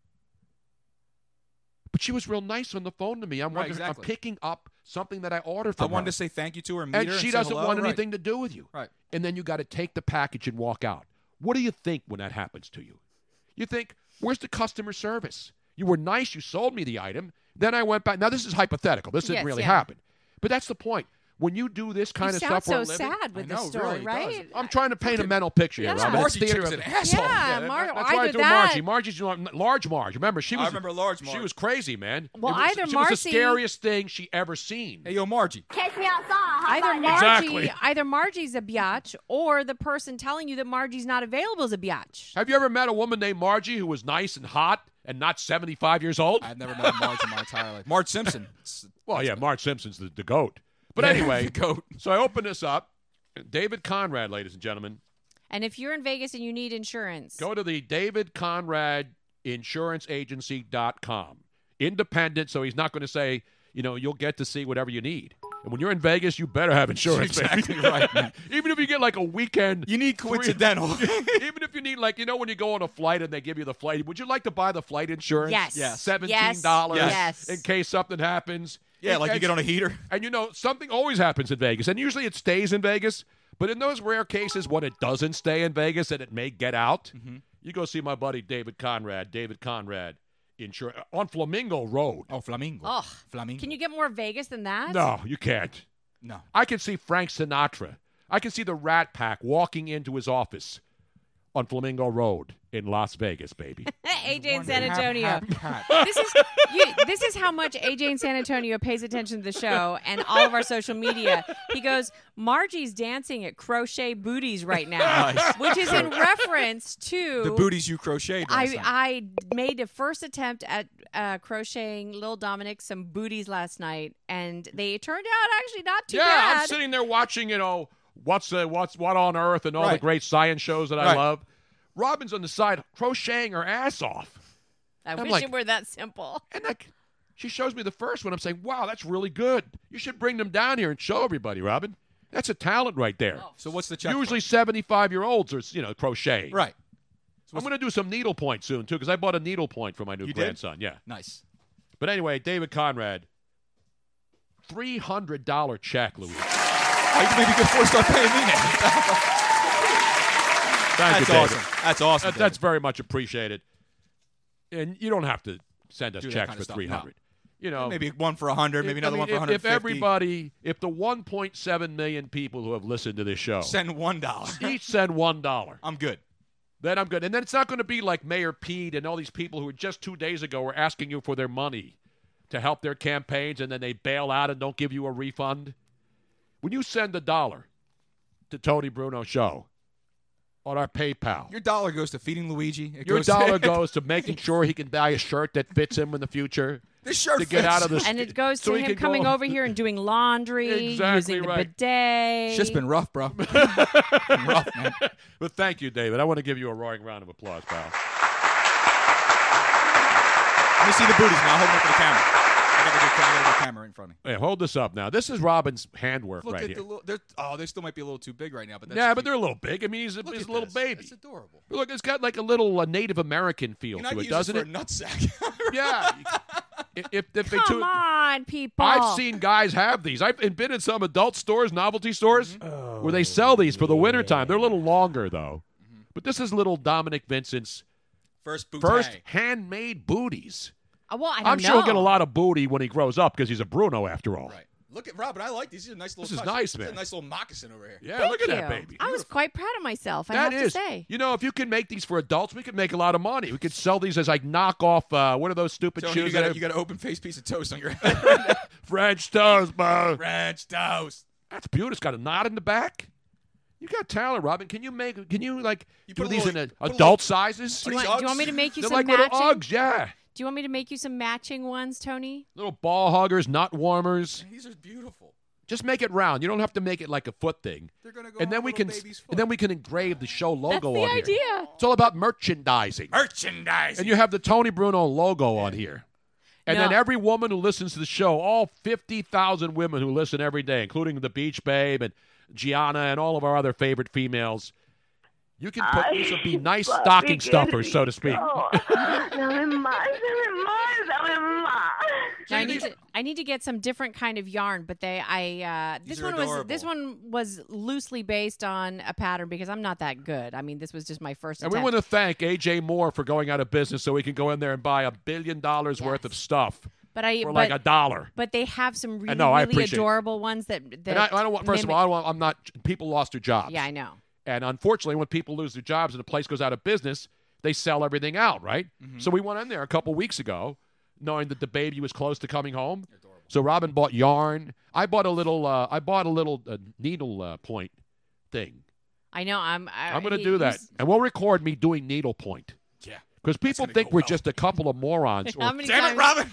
[SPEAKER 6] But she was real nice on the phone to me. I'm
[SPEAKER 5] Right,
[SPEAKER 6] wondering,
[SPEAKER 5] exactly.
[SPEAKER 6] I'm picking up something that I ordered
[SPEAKER 5] I
[SPEAKER 6] from
[SPEAKER 5] wanted
[SPEAKER 6] her
[SPEAKER 5] to say thank you to her, meet
[SPEAKER 6] and
[SPEAKER 5] her,
[SPEAKER 6] she
[SPEAKER 5] say
[SPEAKER 6] doesn't
[SPEAKER 5] hello.
[SPEAKER 6] want
[SPEAKER 5] Right.
[SPEAKER 6] anything to do with you.
[SPEAKER 5] Right.
[SPEAKER 6] And then you got to take the package and walk out. What do you think when that happens to you? You think, where's the customer service? You were nice. You sold me the item. Then I went back. Now this is hypothetical. This
[SPEAKER 2] Yes,
[SPEAKER 6] didn't really
[SPEAKER 2] yeah.
[SPEAKER 6] happen. But that's the point. When you do this kind
[SPEAKER 2] you
[SPEAKER 6] of stuff,
[SPEAKER 2] sound
[SPEAKER 6] for a
[SPEAKER 2] so
[SPEAKER 6] living-
[SPEAKER 2] sad with
[SPEAKER 6] I
[SPEAKER 2] this
[SPEAKER 6] know, it
[SPEAKER 2] story,
[SPEAKER 6] really does.
[SPEAKER 2] right?
[SPEAKER 6] I'm trying to paint a mental picture here.
[SPEAKER 2] Yeah.
[SPEAKER 6] Robin. It's
[SPEAKER 5] Margie
[SPEAKER 6] theater
[SPEAKER 5] Chick's
[SPEAKER 6] of
[SPEAKER 5] an
[SPEAKER 6] it.
[SPEAKER 5] asshole.
[SPEAKER 2] Yeah,
[SPEAKER 6] that-
[SPEAKER 2] Mar-
[SPEAKER 6] that's why I
[SPEAKER 2] either
[SPEAKER 6] do
[SPEAKER 2] that-
[SPEAKER 6] Margie. Margie's you know, large Marge. Remember, she
[SPEAKER 5] I
[SPEAKER 6] was
[SPEAKER 5] remember large
[SPEAKER 6] She
[SPEAKER 5] Marge.
[SPEAKER 6] was crazy, man.
[SPEAKER 2] Well,
[SPEAKER 6] It was-
[SPEAKER 2] either
[SPEAKER 6] she was
[SPEAKER 2] Marcy-
[SPEAKER 6] the scariest thing she ever seen. Hey,
[SPEAKER 5] yo, Margie.
[SPEAKER 12] Catch me outside. How
[SPEAKER 2] Either
[SPEAKER 12] about
[SPEAKER 2] Margie,
[SPEAKER 12] that?
[SPEAKER 6] Exactly.
[SPEAKER 2] either Margie's a biatch, or the person telling you that Margie's not available is a biatch.
[SPEAKER 6] Have you ever met a woman named Margie who was nice and hot and not 75 years old?
[SPEAKER 5] I've never met a Marge in my entire life.
[SPEAKER 6] <laughs>
[SPEAKER 5] Marge Simpson.
[SPEAKER 6] Well, yeah, Marge Simpson's the, the goat. But anyway, goat. so I open this up. David Conrad, ladies and gentlemen,
[SPEAKER 2] And if you're in Vegas and you need insurance,
[SPEAKER 6] go to the David Conrad Insurance Agency.com. Independent, so he's not going to say, you know, you'll get to see whatever you need. And when you're in Vegas, you better have
[SPEAKER 5] <laughs>
[SPEAKER 6] insurance. baby.
[SPEAKER 5] <laughs> Exactly right, man.
[SPEAKER 6] Even if you get like a weekend, you
[SPEAKER 5] need coincidental.
[SPEAKER 6] even if you need like you know when you go on a flight and they give you the flight, would you like to buy the flight insurance?
[SPEAKER 2] Yes. Yes.
[SPEAKER 6] Seventeen dollars.
[SPEAKER 2] Yes. Yes.
[SPEAKER 6] In case something happens.
[SPEAKER 5] <laughs> Yeah,
[SPEAKER 6] And-
[SPEAKER 5] like you
[SPEAKER 6] and-
[SPEAKER 5] get on a heater.
[SPEAKER 6] And you know something always happens in Vegas, and usually it stays in Vegas. But in those rare cases when it doesn't stay in Vegas and it may get out,
[SPEAKER 5] Mm-hmm.
[SPEAKER 6] you go see my buddy David Conrad. David Conrad. Insur- on Flamingo Road.
[SPEAKER 5] Oh, Flamingo.
[SPEAKER 2] Ugh.
[SPEAKER 5] Flamingo.
[SPEAKER 2] Can you get more Vegas than that? <laughs>
[SPEAKER 6] No, you can't.
[SPEAKER 5] No.
[SPEAKER 6] I can see Frank Sinatra. I can see the Rat Pack walking into his office on Flamingo Road in Las Vegas, baby.
[SPEAKER 2] AJ in San
[SPEAKER 5] Hap,
[SPEAKER 2] Antonio.
[SPEAKER 5] hap,
[SPEAKER 2] This is you, this is how much AJ in San Antonio pays attention to the show and all of our social media. He goes, Margie's dancing at crochet booties right now,
[SPEAKER 5] Nice.
[SPEAKER 2] which is in reference to
[SPEAKER 5] The booties you crocheted. last
[SPEAKER 2] I,
[SPEAKER 5] night.
[SPEAKER 2] I made a first attempt at uh, crocheting Lil Dominic some booties last night, and they turned out actually not <laughs> too
[SPEAKER 6] yeah,
[SPEAKER 2] bad.
[SPEAKER 6] I'm sitting there watching, you know, what's uh, what's what on earth and all the
[SPEAKER 5] Right.
[SPEAKER 6] great science shows that I
[SPEAKER 5] Right.
[SPEAKER 6] love. Robin's on the side crocheting her ass off.
[SPEAKER 2] I
[SPEAKER 6] I'm
[SPEAKER 2] wish
[SPEAKER 6] like-
[SPEAKER 2] it were that
[SPEAKER 6] <laughs>
[SPEAKER 2] simple.
[SPEAKER 6] And like she shows me the first one. I'm saying, wow, that's really good. You should bring them down here and show everybody, Robin. That's a talent right there.
[SPEAKER 5] Oh, So what's the check?
[SPEAKER 6] Usually 75 year olds are, you know, crocheting.
[SPEAKER 5] Right.
[SPEAKER 6] I'm going to do some needlepoint soon, too, because I bought a needlepoint for my new
[SPEAKER 5] You did?
[SPEAKER 6] grandson. Yeah.
[SPEAKER 5] Nice.
[SPEAKER 6] But anyway, David Conrad, $300 check, Louis.
[SPEAKER 5] Oh, you maybe could force start paying me <laughs> now.
[SPEAKER 6] Thank you,
[SPEAKER 5] That's
[SPEAKER 6] David.
[SPEAKER 5] awesome. That's awesome,
[SPEAKER 6] That- that's very much appreciated. And you don't have to send us
[SPEAKER 5] Do that
[SPEAKER 6] checks
[SPEAKER 5] kind of
[SPEAKER 6] for
[SPEAKER 5] stuff,
[SPEAKER 6] 300 You
[SPEAKER 5] no.
[SPEAKER 6] know,
[SPEAKER 5] Maybe one for 100, maybe
[SPEAKER 6] if- I
[SPEAKER 5] another
[SPEAKER 6] mean,
[SPEAKER 5] one for
[SPEAKER 6] if-
[SPEAKER 5] 150.
[SPEAKER 6] If everybody, if the 1.7 million people who have listened to this show
[SPEAKER 5] send $1.
[SPEAKER 6] each send one dollar,
[SPEAKER 5] I'm good.
[SPEAKER 6] then I'm good. And then it's not going to be like Mayor Pete and all these people who just two days ago were asking you for their money to help their campaigns, and then they bail out and don't give you a refund. When you send a dollar to Tony Bruno Show on our PayPal,
[SPEAKER 5] Your dollar goes to feeding Luigi. It
[SPEAKER 6] your
[SPEAKER 5] <laughs> goes
[SPEAKER 6] dollar
[SPEAKER 5] to,
[SPEAKER 6] goes to
[SPEAKER 5] <laughs>
[SPEAKER 6] making sure he can buy a shirt that fits him in the future.
[SPEAKER 5] This shirt
[SPEAKER 6] to get
[SPEAKER 5] fits.
[SPEAKER 6] out of
[SPEAKER 2] <laughs>
[SPEAKER 6] the
[SPEAKER 2] and it goes
[SPEAKER 6] so
[SPEAKER 2] to
[SPEAKER 6] he
[SPEAKER 2] him
[SPEAKER 6] can go
[SPEAKER 2] coming
[SPEAKER 6] on-
[SPEAKER 2] over
[SPEAKER 6] <laughs>
[SPEAKER 2] here and doing laundry,
[SPEAKER 6] Exactly
[SPEAKER 2] using
[SPEAKER 6] right.
[SPEAKER 2] the bidet.
[SPEAKER 5] It's just <laughs> been rough, bro.
[SPEAKER 6] But thank you, David. I want to give you a roaring round of applause, pal.
[SPEAKER 5] Let me see the booties now. Hold them up to the camera. I got the big, I got the big camera in front of me.
[SPEAKER 6] Hey, hold this up now. This is Robin's handwork
[SPEAKER 5] Look
[SPEAKER 6] right
[SPEAKER 5] at
[SPEAKER 6] here.
[SPEAKER 5] the little. They're, oh, they still might be a little too big right now, but that's
[SPEAKER 6] yeah, but
[SPEAKER 5] cute.
[SPEAKER 6] they're a little big. I mean, he's a,
[SPEAKER 5] Look
[SPEAKER 6] he's
[SPEAKER 5] at
[SPEAKER 6] a little
[SPEAKER 5] this.
[SPEAKER 6] baby.
[SPEAKER 5] It's adorable.
[SPEAKER 6] Look, it's got like a little uh, Native American feel
[SPEAKER 5] You
[SPEAKER 6] to
[SPEAKER 5] know,
[SPEAKER 6] it, doesn't
[SPEAKER 5] it?
[SPEAKER 6] it?
[SPEAKER 5] for a nutsack.
[SPEAKER 6] <laughs>
[SPEAKER 5] <laughs>
[SPEAKER 6] yeah. If, if, if they
[SPEAKER 2] Come
[SPEAKER 6] took-
[SPEAKER 2] on, people.
[SPEAKER 6] I've seen guys have these. I've been in some adult stores, novelty stores,
[SPEAKER 5] Mm-hmm.
[SPEAKER 6] where they sell these for the wintertime. They're a little longer, though. But this is little Dominic Vincent's
[SPEAKER 5] First boot.
[SPEAKER 6] first handmade booties.
[SPEAKER 2] Uh, Well, I don't
[SPEAKER 6] I'm sure he'll
[SPEAKER 2] know.
[SPEAKER 6] get a lot of booty when he grows up because he's a Bruno after all.
[SPEAKER 5] Right. Look at Robin. I like these. These are nice little.
[SPEAKER 6] This is
[SPEAKER 5] touch.
[SPEAKER 6] nice,
[SPEAKER 5] This is
[SPEAKER 6] man.
[SPEAKER 5] a nice little moccasin over here.
[SPEAKER 6] Yeah,
[SPEAKER 2] Thank
[SPEAKER 6] look at that
[SPEAKER 2] you.
[SPEAKER 6] baby.
[SPEAKER 2] I was quite proud of myself. I
[SPEAKER 6] That
[SPEAKER 2] have
[SPEAKER 6] is-
[SPEAKER 2] to say.
[SPEAKER 6] you know, if you can make these for adults, we could make a lot of money. We could sell these as like knockoff. Uh, what are those stupid
[SPEAKER 5] Tony,
[SPEAKER 6] shoes?
[SPEAKER 5] you got,
[SPEAKER 6] that
[SPEAKER 5] a,
[SPEAKER 6] have-
[SPEAKER 5] you got an open face piece of toast
[SPEAKER 6] <laughs>
[SPEAKER 5] on your <laughs> head.
[SPEAKER 6] French toast, bro.
[SPEAKER 5] Ranch toast.
[SPEAKER 6] That's beautiful. It's got a knot in the back. You got talent, Robin. Can you make? Can you like do
[SPEAKER 5] put a
[SPEAKER 6] these
[SPEAKER 5] little-
[SPEAKER 6] in
[SPEAKER 5] put a
[SPEAKER 6] a,
[SPEAKER 5] little-
[SPEAKER 6] adult sizes?
[SPEAKER 2] Do you, want, do you want me to make you
[SPEAKER 6] They're
[SPEAKER 2] some
[SPEAKER 6] like
[SPEAKER 2] matching?
[SPEAKER 6] little Uggs, yeah.
[SPEAKER 2] Do you want me to make you some matching ones, Tony?
[SPEAKER 6] Little ball hoggers, knot warmers.
[SPEAKER 5] These are beautiful.
[SPEAKER 6] Just make it round. You don't have to make it like a foot thing.
[SPEAKER 5] They're gonna go
[SPEAKER 6] and then
[SPEAKER 5] on
[SPEAKER 6] we
[SPEAKER 5] little
[SPEAKER 6] can
[SPEAKER 5] baby's foot.
[SPEAKER 6] and then we can engrave the show logo
[SPEAKER 2] the
[SPEAKER 6] on here.
[SPEAKER 2] idea.
[SPEAKER 6] It's all about merchandising.
[SPEAKER 5] merchandise.
[SPEAKER 6] and you have the Tony Bruno logo on here. And then
[SPEAKER 2] No.
[SPEAKER 6] every woman who listens to the show, all 50,000 women who listen every day, including the Beach Babe and Gianna and all of our other favorite females, you can put these would be nice stocking stuffers, so to speak. <laughs>
[SPEAKER 10] Never mind, never mind, never mind.
[SPEAKER 2] Now, I need to I need to get some different kind of yarn, but they I uh,
[SPEAKER 5] These
[SPEAKER 2] this
[SPEAKER 5] are
[SPEAKER 2] one was this
[SPEAKER 5] adorable.
[SPEAKER 2] one was loosely based on a pattern because I'm not that good. I mean, this was just my first.
[SPEAKER 6] And we
[SPEAKER 2] attempt.
[SPEAKER 6] want to thank AJ Moore for going out of business so we can go in there and buy a billion dollars worth of stuff
[SPEAKER 2] but I
[SPEAKER 6] for
[SPEAKER 2] but,
[SPEAKER 6] like a dollar.
[SPEAKER 2] but they have some really,
[SPEAKER 6] know, I
[SPEAKER 2] really
[SPEAKER 6] appreciate it.
[SPEAKER 2] adorable ones that that
[SPEAKER 6] And I, I don't want, first of all, I
[SPEAKER 2] mimic-
[SPEAKER 6] don't want, I'm not, people lost their jobs.
[SPEAKER 2] yeah, I know.
[SPEAKER 6] And unfortunately, when people lose their jobs and a place goes out of business, they sell everything out, right?
[SPEAKER 5] Mm-hmm.
[SPEAKER 6] So we went in there a couple weeks ago, knowing that the baby was close to coming home. So Robin bought yarn. I bought a little. Uh, I bought a little uh, needle uh, point thing.
[SPEAKER 2] I know. I'm. I,
[SPEAKER 6] I'm going to
[SPEAKER 2] he-
[SPEAKER 6] do that,
[SPEAKER 2] he's-
[SPEAKER 6] and we'll record me doing needle point
[SPEAKER 5] Yeah.
[SPEAKER 6] because people
[SPEAKER 5] gonna
[SPEAKER 6] think
[SPEAKER 5] go
[SPEAKER 6] we're
[SPEAKER 5] well.
[SPEAKER 6] just a couple of
[SPEAKER 5] <laughs>
[SPEAKER 6] morons. Or,
[SPEAKER 2] <laughs> How many
[SPEAKER 5] Damn
[SPEAKER 2] times,
[SPEAKER 5] it, Robin.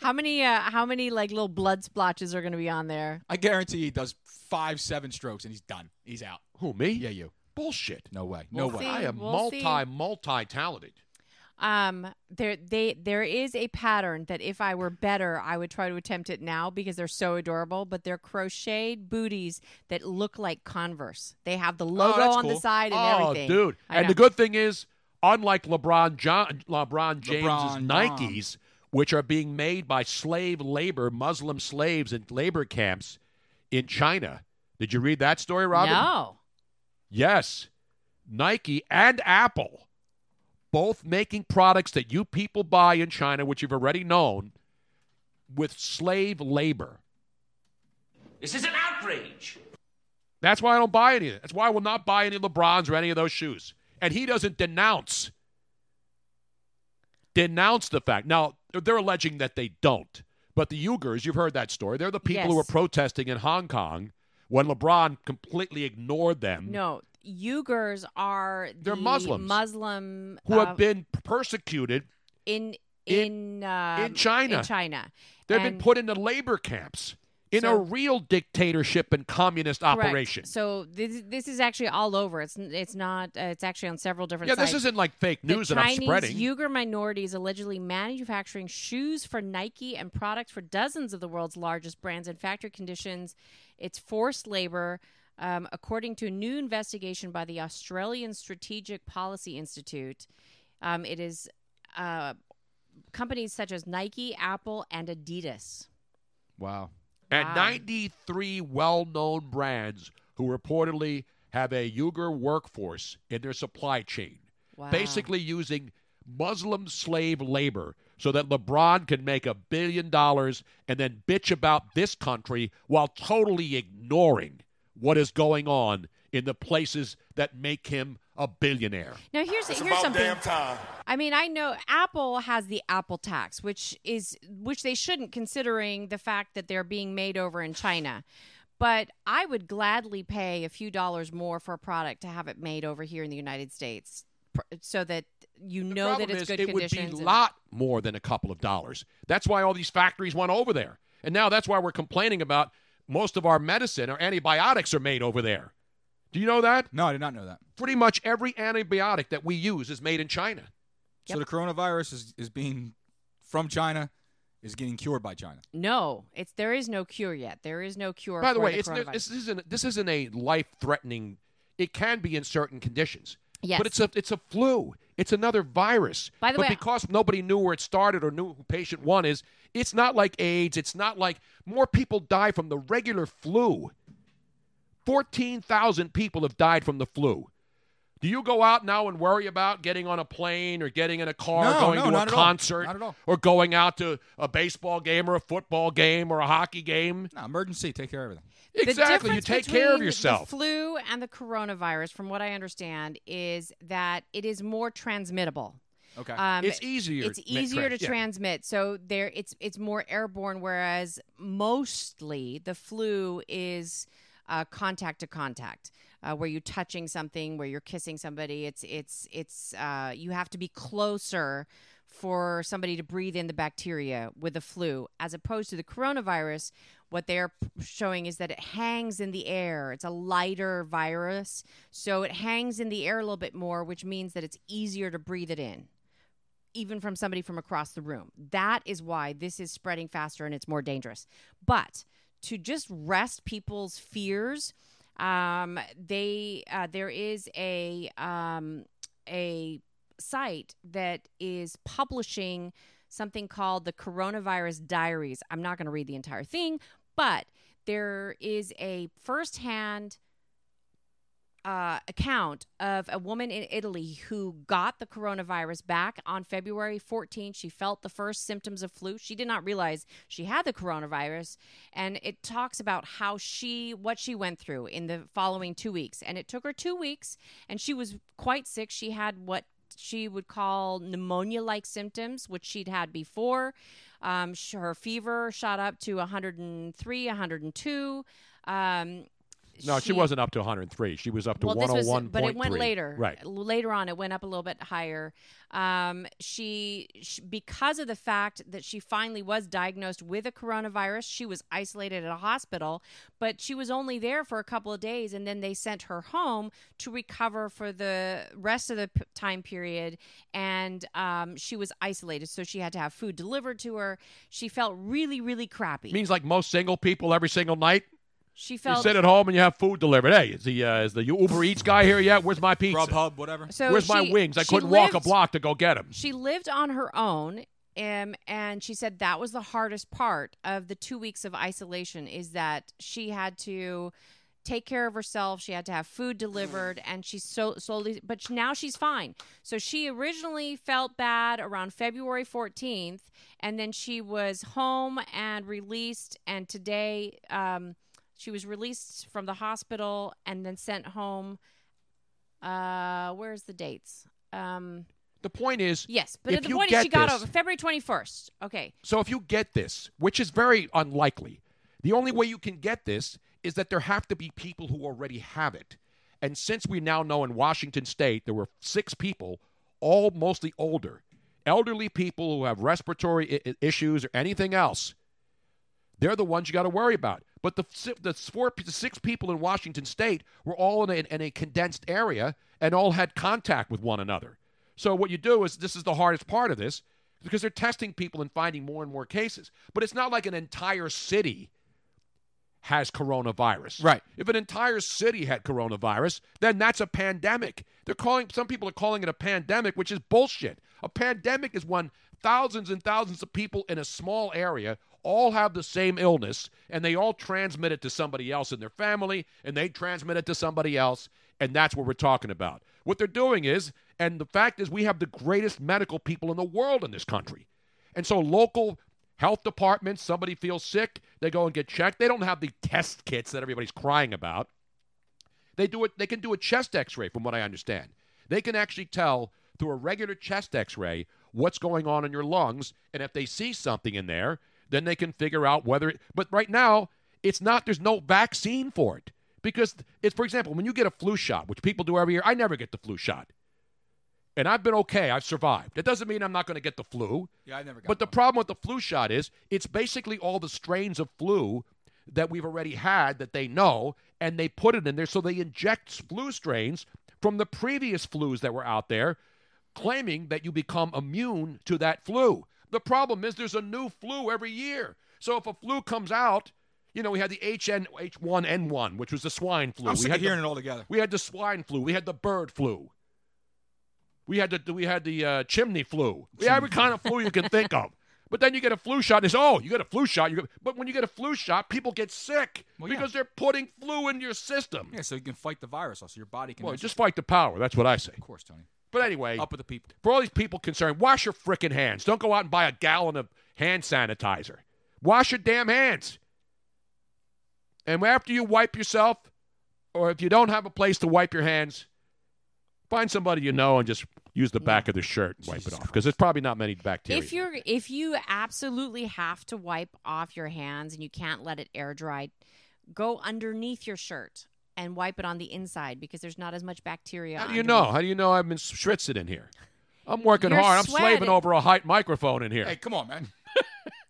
[SPEAKER 2] How many? Uh, how many like little blood splotches are going to be on there?
[SPEAKER 5] I guarantee he does five, seven strokes and he's done. He's out.
[SPEAKER 6] who me?
[SPEAKER 5] Yeah, you.
[SPEAKER 6] Bullshit.
[SPEAKER 5] No way. No
[SPEAKER 2] We'll
[SPEAKER 5] way.
[SPEAKER 2] see.
[SPEAKER 6] I am
[SPEAKER 2] We'll see.
[SPEAKER 6] multi multi talented.
[SPEAKER 2] Um, there they there is a pattern that if I were better, I would try to attempt it now because they're so adorable. But they're crocheted booties that look like Converse. They have the logo
[SPEAKER 6] Oh, that's
[SPEAKER 2] on the
[SPEAKER 6] cool.
[SPEAKER 2] side and
[SPEAKER 6] oh,
[SPEAKER 2] everything.
[SPEAKER 6] dude!
[SPEAKER 2] I
[SPEAKER 6] and
[SPEAKER 2] know.
[SPEAKER 6] the good thing is, unlike LeBron John, LeBron James's
[SPEAKER 2] LeBron
[SPEAKER 6] Nikes, which are being made by slave labor, Muslim slaves in labor camps in China. Did you read that story, Robin?
[SPEAKER 2] No.
[SPEAKER 6] Yes, Nike and Apple, both making products that you people buy in China, which you've already known, with slave labor.
[SPEAKER 16] This is an outrage.
[SPEAKER 6] That's why I don't buy any of it. That's why I will not buy any LeBrons or any of those shoes. And he doesn't denounce denounce the fact. Now they're alleging that they don't, but the Uyghurs, you've heard that story. They're the people who were
[SPEAKER 2] Yes.
[SPEAKER 6] protesting in Hong Kong when LeBron completely ignored them,
[SPEAKER 2] No, Uyghurs are
[SPEAKER 6] Mm. They're
[SPEAKER 2] the
[SPEAKER 6] Muslims.
[SPEAKER 2] Muslim
[SPEAKER 6] who
[SPEAKER 2] uh,
[SPEAKER 6] have been persecuted.
[SPEAKER 2] in in uh,
[SPEAKER 6] in China.
[SPEAKER 2] In China,
[SPEAKER 6] They've been
[SPEAKER 2] And-
[SPEAKER 6] put into labor camps in a
[SPEAKER 2] So-
[SPEAKER 6] real dictatorship and communist
[SPEAKER 2] Correct.
[SPEAKER 6] operation.
[SPEAKER 2] So this this is actually all over. It's it's not. Uh, it's actually on several different.
[SPEAKER 6] yeah,
[SPEAKER 2] sites.
[SPEAKER 6] this isn't like fake
[SPEAKER 2] The
[SPEAKER 6] news that
[SPEAKER 2] Chinese
[SPEAKER 6] I'm spreading.
[SPEAKER 2] Uyghur minorities allegedly manufacturing shoes for Nike and products for dozens of the world's largest brands in factory conditions. It's forced labor, um, according to a new investigation by the Australian Strategic Policy Institute. Um, it is uh, companies such as Nike, Apple, and Adidas.
[SPEAKER 6] Wow. And
[SPEAKER 2] Wow.
[SPEAKER 6] 93 well known brands who reportedly have a Uyghur workforce in their supply chain,
[SPEAKER 2] Wow.
[SPEAKER 6] basically using Muslim slave labor so that LeBron can make a billion dollars and then bitch about this country while totally ignoring what is going on in the places that make him a billionaire.
[SPEAKER 2] Now here's
[SPEAKER 12] It's
[SPEAKER 2] here's
[SPEAKER 12] about
[SPEAKER 2] something.
[SPEAKER 12] damn time.
[SPEAKER 2] I mean, I know Apple has the Apple tax, which is which they shouldn't considering the fact that they're being made over in China. But I would gladly pay a few dollars more for a product to have it made over here in the United States, pr- so that you know that
[SPEAKER 6] problem
[SPEAKER 2] it's
[SPEAKER 6] is
[SPEAKER 2] good
[SPEAKER 6] it would be
[SPEAKER 2] conditions. and-
[SPEAKER 6] lot more than a couple of dollars. That's why all these factories went over there. And now that's why we're complaining about most of our medicine or antibiotics are made over there. Do you know that?
[SPEAKER 5] No, I did not know that.
[SPEAKER 6] Pretty much every antibiotic that we use is made in China.
[SPEAKER 5] So the coronavirus is, is being from China, is getting cured by China.
[SPEAKER 2] no, it's there is no cure yet. There is no cure.
[SPEAKER 6] By the
[SPEAKER 2] for
[SPEAKER 6] way, it's,
[SPEAKER 2] coronavirus.
[SPEAKER 6] this isn't this isn't a life-threatening. It can be in certain conditions.
[SPEAKER 2] Yes.
[SPEAKER 6] But it's a it's a flu. It's another virus.
[SPEAKER 2] By the
[SPEAKER 6] but
[SPEAKER 2] way-
[SPEAKER 6] because nobody knew where it started or knew who patient one is, it's not like AIDS. It's not like more people die from the regular flu. Fourteen thousand people have died from the flu. Do you go out now and worry about getting on a plane or getting in a car,
[SPEAKER 5] No,
[SPEAKER 6] or going
[SPEAKER 5] no,
[SPEAKER 6] to a
[SPEAKER 5] not at all.
[SPEAKER 6] concert,
[SPEAKER 5] Not at all.
[SPEAKER 6] or going out to a baseball game or a football game or a hockey game?
[SPEAKER 5] No, emergency, take care of everything.
[SPEAKER 2] The
[SPEAKER 6] Exactly. You
[SPEAKER 2] difference
[SPEAKER 6] take care of
[SPEAKER 2] between
[SPEAKER 6] yourself.
[SPEAKER 2] The flu and the coronavirus, from what I understand, is that it is more transmittable.
[SPEAKER 6] Okay.
[SPEAKER 2] Um,
[SPEAKER 6] It's easier
[SPEAKER 2] It's
[SPEAKER 6] to ma-
[SPEAKER 2] easier
[SPEAKER 6] trans-
[SPEAKER 2] to
[SPEAKER 6] yeah.
[SPEAKER 2] transmit. So there, it's it's more airborne, whereas mostly the flu is uh, contact to contact, uh, where you're touching something, where you're kissing somebody. It's it's it's uh, you have to be closer for somebody to breathe in the bacteria with the flu, as opposed to the coronavirus. What they're p- showing is that it hangs in the air. It's a lighter virus, so it hangs in the air a little bit more, which means that it's easier to breathe it in even from somebody from across the room. That is why this is spreading faster and it's more dangerous. But to just rest people's fears, um, they uh, there is a um, a site that is publishing something called the Coronavirus Diaries. I'm not going to read the entire thing, but there is a firsthand uh, account of a woman in Italy who got the coronavirus back on February 14th. She felt the first symptoms of flu. She did not realize she had the coronavirus. And it talks about how she, what she went through in the following two weeks. And it took her two weeks, and she was quite sick. She had what she would call pneumonia like symptoms, which she'd had before. Um, sh- her fever shot up to 103, 102. Um,
[SPEAKER 6] No, she,
[SPEAKER 2] she-
[SPEAKER 6] wasn't up to 103. She was up to
[SPEAKER 2] well, this was,
[SPEAKER 6] 101.
[SPEAKER 2] but it went later.
[SPEAKER 6] Right.
[SPEAKER 2] later on, it went up a little bit higher. Um, she, she, because of the fact that she finally was diagnosed with a coronavirus, she was isolated at a hospital, but she was only there for a couple of days, and then they sent her home to recover for the rest of the p- time period. And um, she was isolated, so she had to have food delivered to her. She felt really, really crappy.
[SPEAKER 6] Means like most single people every single night.
[SPEAKER 2] she
[SPEAKER 6] You
[SPEAKER 2] felt
[SPEAKER 6] sit at home and you have food delivered. Hey, is the uh, is the Uber Eats guy here yet? Where's my pizza?
[SPEAKER 5] Grubhub, whatever.
[SPEAKER 2] So
[SPEAKER 6] Where's my
[SPEAKER 2] she-
[SPEAKER 6] wings? I
[SPEAKER 2] she
[SPEAKER 6] couldn't walk a
[SPEAKER 2] lived-
[SPEAKER 6] block to go get them.
[SPEAKER 2] She lived on her own. Um, and she said that was the hardest part of the two weeks of isolation is that she had to take care of herself. She had to have food delivered, and she's so slowly, but sh- now she's fine. So she originally felt bad around February 14th, and then she was home and released. And today, um, she was released from the hospital and then sent home. Uh, where's the dates? Um,
[SPEAKER 6] The point is,
[SPEAKER 2] Yes, but
[SPEAKER 6] if
[SPEAKER 2] at the
[SPEAKER 6] you
[SPEAKER 2] point
[SPEAKER 6] get
[SPEAKER 2] is she got
[SPEAKER 6] this-
[SPEAKER 2] over February 21st. Okay.
[SPEAKER 6] So if you get this, which is very unlikely, the only way you can get this is that there have to be people who already have it. And since we now know in Washington state there were six people, all mostly older, elderly people who have respiratory I- I- issues or anything else, they're the ones you got to worry about. But the si- the four the six people in Washington State were all in a, in a condensed area and all had contact with one another. So what you do is this is the hardest part of this because they're testing people and finding more and more cases. But it's not like an entire city has coronavirus. Right. If an entire city had coronavirus, then that's a pandemic. They're calling some people are calling it a pandemic, which is bullshit. A pandemic is when thousands and thousands of people in a small area all have the same illness and they all transmit it to somebody else in their family and they transmit it to somebody else and that's what we're talking about. What they're doing is and the fact is we have the greatest medical people in the world in this country. And so local health departments, somebody feels sick, they go and get checked. They don't have the test kits that everybody's crying about. They do it they can do a chest x-ray from what I understand. They can actually tell through a regular chest x-ray what's going on in your lungs and if they see something in there, then they can figure out whether it, but right now it's not there's no vaccine for it. Because it's for example, when you get a flu shot, which people do every year, I never get the flu shot. And I've been okay, I've survived. That doesn't mean I'm not going to get the flu.
[SPEAKER 5] Yeah, I never got.
[SPEAKER 6] But the problem with the flu shot is it's basically all the strains of flu that we've already had that they know, and they put it in there. So they inject flu strains from the previous flus that were out there, claiming that you become immune to that flu. The problem is there's a new flu every year. So if a flu comes out, you know, we had the HN, H1N1, which was the swine flu.
[SPEAKER 5] I'm
[SPEAKER 6] we
[SPEAKER 5] sick
[SPEAKER 6] had
[SPEAKER 5] of hearing
[SPEAKER 6] the,
[SPEAKER 5] it all together.
[SPEAKER 6] We had the swine flu. We had the bird flu. We had the we had the uh, chimney flu. We had every kind of flu you can think of. But then you get a flu shot. And it's oh, you get a flu shot. You get, but when you get a flu shot, people get sick because they're putting flu into your system.
[SPEAKER 5] Yeah, so you can fight the virus. Also, your body can.
[SPEAKER 6] Well,
[SPEAKER 5] actually-
[SPEAKER 6] just fight the power. That's what I say.
[SPEAKER 5] Of course, Tony.
[SPEAKER 6] But anyway,
[SPEAKER 5] Up with the people.
[SPEAKER 6] for all these people concerned, wash your frickin' hands. Don't go out and buy a gallon of hand sanitizer. Wash your damn hands. And after you wipe yourself, or if you don't have a place to wipe your hands, find somebody you know and just use the back of their shirt and wipe it off because there's probably not many bacteria.
[SPEAKER 2] If you're if you absolutely have to wipe off your hands and you can't let it air dry, go underneath your shirt and wipe it on the inside because there's not as much bacteria.
[SPEAKER 6] How do you know?
[SPEAKER 2] underneath.
[SPEAKER 6] How do you know I've been schwitzing in here? I'm working
[SPEAKER 2] You're
[SPEAKER 6] hard. I'm
[SPEAKER 2] sweating.
[SPEAKER 6] slaving over a height microphone in here.
[SPEAKER 5] Hey, come on, man.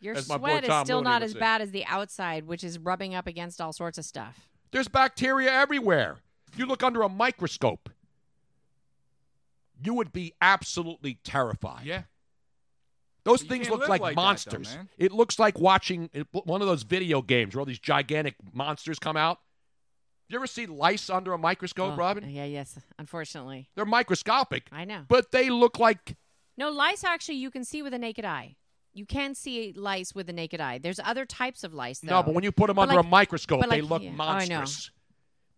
[SPEAKER 2] Your
[SPEAKER 6] As my boy
[SPEAKER 2] sweat is
[SPEAKER 6] Tom
[SPEAKER 2] still
[SPEAKER 6] Looney
[SPEAKER 2] not
[SPEAKER 6] would
[SPEAKER 2] as
[SPEAKER 6] say.
[SPEAKER 2] bad as the outside, which is rubbing up against all sorts of stuff.
[SPEAKER 6] There's bacteria everywhere. If you look under a microscope, you would be absolutely terrified.
[SPEAKER 5] Yeah.
[SPEAKER 6] Those
[SPEAKER 5] But you
[SPEAKER 6] things
[SPEAKER 5] can't
[SPEAKER 6] look
[SPEAKER 5] live
[SPEAKER 6] like,
[SPEAKER 5] like that, though,
[SPEAKER 6] monsters.
[SPEAKER 5] man.
[SPEAKER 6] it looks like watching it- one of those video games where all these gigantic monsters come out. You ever see lice under a microscope,
[SPEAKER 2] Oh,
[SPEAKER 6] Robin?
[SPEAKER 2] Yeah, yes. Unfortunately,
[SPEAKER 6] They're microscopic,
[SPEAKER 2] I know.
[SPEAKER 6] but they look like
[SPEAKER 2] No, lice actually you can see with the naked eye. You can see lice with the naked eye. There's other types of lice, though.
[SPEAKER 6] no. But when you put them under
[SPEAKER 2] like-
[SPEAKER 6] a microscope,
[SPEAKER 2] but
[SPEAKER 6] they
[SPEAKER 2] like-
[SPEAKER 6] look
[SPEAKER 2] yeah. Oh, I know.
[SPEAKER 6] monstrous.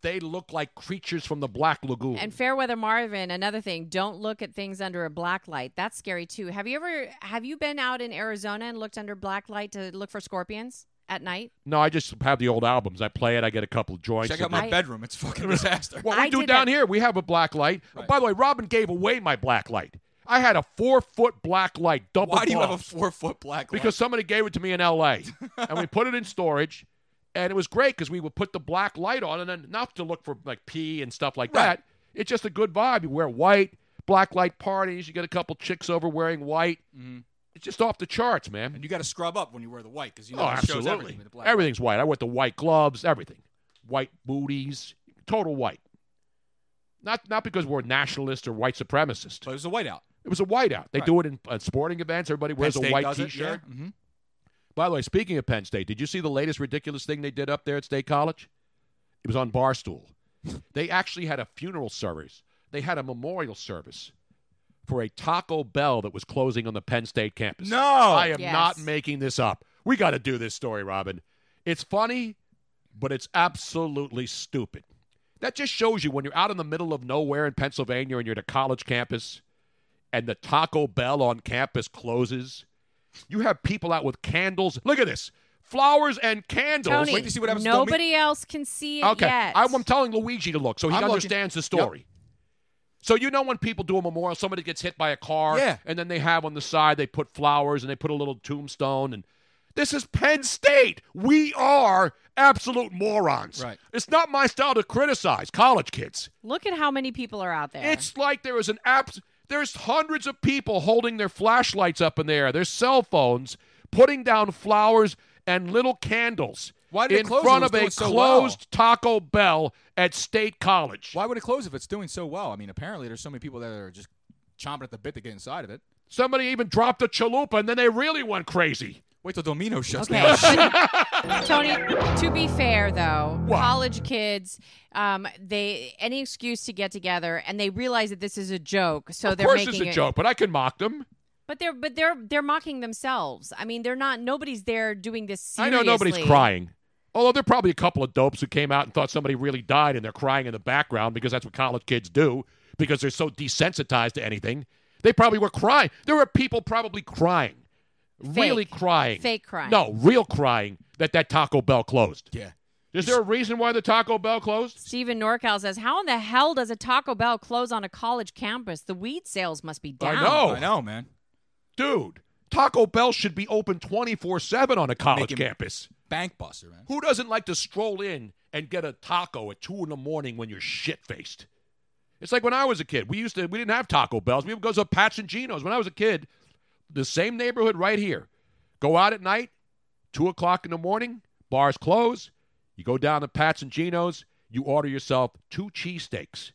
[SPEAKER 6] They look like creatures from the Black Lagoon.
[SPEAKER 2] And Fairweather Marvin, another thing, don't look at things under a black light. That's scary too. Have you ever have you been out in Arizona and looked under black light to look for scorpions at night?
[SPEAKER 6] No, I just have the old albums. I play it. I get a couple of joints.
[SPEAKER 5] Check out my bedroom. It's fucking disaster.
[SPEAKER 6] What we do
[SPEAKER 2] did
[SPEAKER 6] down here, we have a black light. By the way, Robin gave away my black light. I had a four foot black light double.
[SPEAKER 5] Why do you have a
[SPEAKER 6] gloss
[SPEAKER 5] four foot black? light? <laughs>
[SPEAKER 6] Because somebody gave it to me in L.A. and we put it in storage. And it was great because we would put the black light on, and then not to look for like pee and stuff like that. It's just a good vibe. You wear white, black light parties. You get a couple chicks over wearing white. It's just off the charts, man.
[SPEAKER 5] Mm-hmm. And you got to scrub up when you wear the white because you know
[SPEAKER 6] oh,
[SPEAKER 5] it
[SPEAKER 6] absolutely.
[SPEAKER 5] shows everything with the black.
[SPEAKER 6] Everything's white. I went the white gloves, everything. White booties, total white. Not not because we're nationalist or white supremacist. But
[SPEAKER 5] it was a whiteout.
[SPEAKER 6] It was a whiteout. They
[SPEAKER 5] Right.
[SPEAKER 6] do it in uh, sporting events. Everybody
[SPEAKER 5] Penn
[SPEAKER 6] wears
[SPEAKER 5] State
[SPEAKER 6] a white
[SPEAKER 5] does it,
[SPEAKER 6] T-shirt. Mm-hmm.
[SPEAKER 5] Yeah. hmm
[SPEAKER 6] By the way, speaking of Penn State, did you see the latest ridiculous thing they did up there at State College? It was on Barstool. they actually had a funeral service. They had a memorial service for a Taco Bell that was closing on the Penn State campus. No, I am
[SPEAKER 5] Yes.
[SPEAKER 6] not making this up. We got to do this story, Robin. It's funny, but it's absolutely stupid. That just shows you when you're out in the middle of nowhere in Pennsylvania and you're at a college campus and the Taco Bell on campus closes, you have people out with candles. Look at this flowers and candles.
[SPEAKER 2] Tony, nobody else can see it
[SPEAKER 6] Okay,
[SPEAKER 2] yet.
[SPEAKER 6] I'm, I'm telling Luigi to look so he
[SPEAKER 2] I'm looking.
[SPEAKER 6] understands the story. So you know when people do a memorial, somebody gets hit by a car,
[SPEAKER 5] Yeah.
[SPEAKER 6] and then they have on the side they put flowers and they put a little tombstone, and this is Penn State. We are absolute morons. Right. It's not my style to criticize college kids.
[SPEAKER 2] Look at how many people are out there.
[SPEAKER 6] It's like there is an abs. There's hundreds of people holding their flashlights up in the air, their cell phones, putting down flowers and little candles
[SPEAKER 5] Why did it
[SPEAKER 6] in
[SPEAKER 5] close? It
[SPEAKER 6] front
[SPEAKER 5] was
[SPEAKER 6] of a
[SPEAKER 5] doing so well.
[SPEAKER 6] closed Taco Bell at State College.
[SPEAKER 5] Why would it close if it's doing so well? I mean, apparently there's so many people that are just chomping at the bit to get inside of it.
[SPEAKER 6] Somebody even dropped a chalupa, and then they really went crazy.
[SPEAKER 5] Wait till Domino shuts
[SPEAKER 6] <laughs>
[SPEAKER 2] Okay.
[SPEAKER 5] down.
[SPEAKER 6] Oh,
[SPEAKER 2] Tony, to be fair though, college kids, um, they any excuse to get together, and they realize that this is a joke, so
[SPEAKER 6] of
[SPEAKER 2] they're
[SPEAKER 6] course,
[SPEAKER 2] making
[SPEAKER 6] it's a
[SPEAKER 2] it-
[SPEAKER 6] joke, but I can mock them.
[SPEAKER 2] But they're but they're they're mocking themselves. I mean, they're not. Nobody's there doing this. Seriously.
[SPEAKER 6] I know nobody's crying. Although there are probably a couple of dopes who came out and thought somebody really died and they're crying in the background because that's what college kids do because they're so desensitized to anything. They probably were crying. There were people probably crying. Really crying.
[SPEAKER 2] Fake crying.
[SPEAKER 6] No, real crying that that Taco Bell closed.
[SPEAKER 5] Yeah.
[SPEAKER 6] Is there a reason why the Taco Bell closed?
[SPEAKER 2] Stephen Norcal says, "How in the hell does a Taco Bell close on a college campus? The weed sales must be down."
[SPEAKER 6] I know.
[SPEAKER 5] I know, man.
[SPEAKER 6] Dude, Taco Bell should be open 24/7 on a college campus.
[SPEAKER 5] Bank buster, man.
[SPEAKER 6] Who doesn't like to stroll in and get a taco at two in the morning when you're shit faced? It's like when I was a kid. We used to we didn't have Taco Bells. We would go to Pat's and Gino's. When I was a kid, the same neighborhood right here. Go out at night, two o'clock in the morning, bars close. You go down to Pat's and Gino's. You order yourself two cheesesteaks.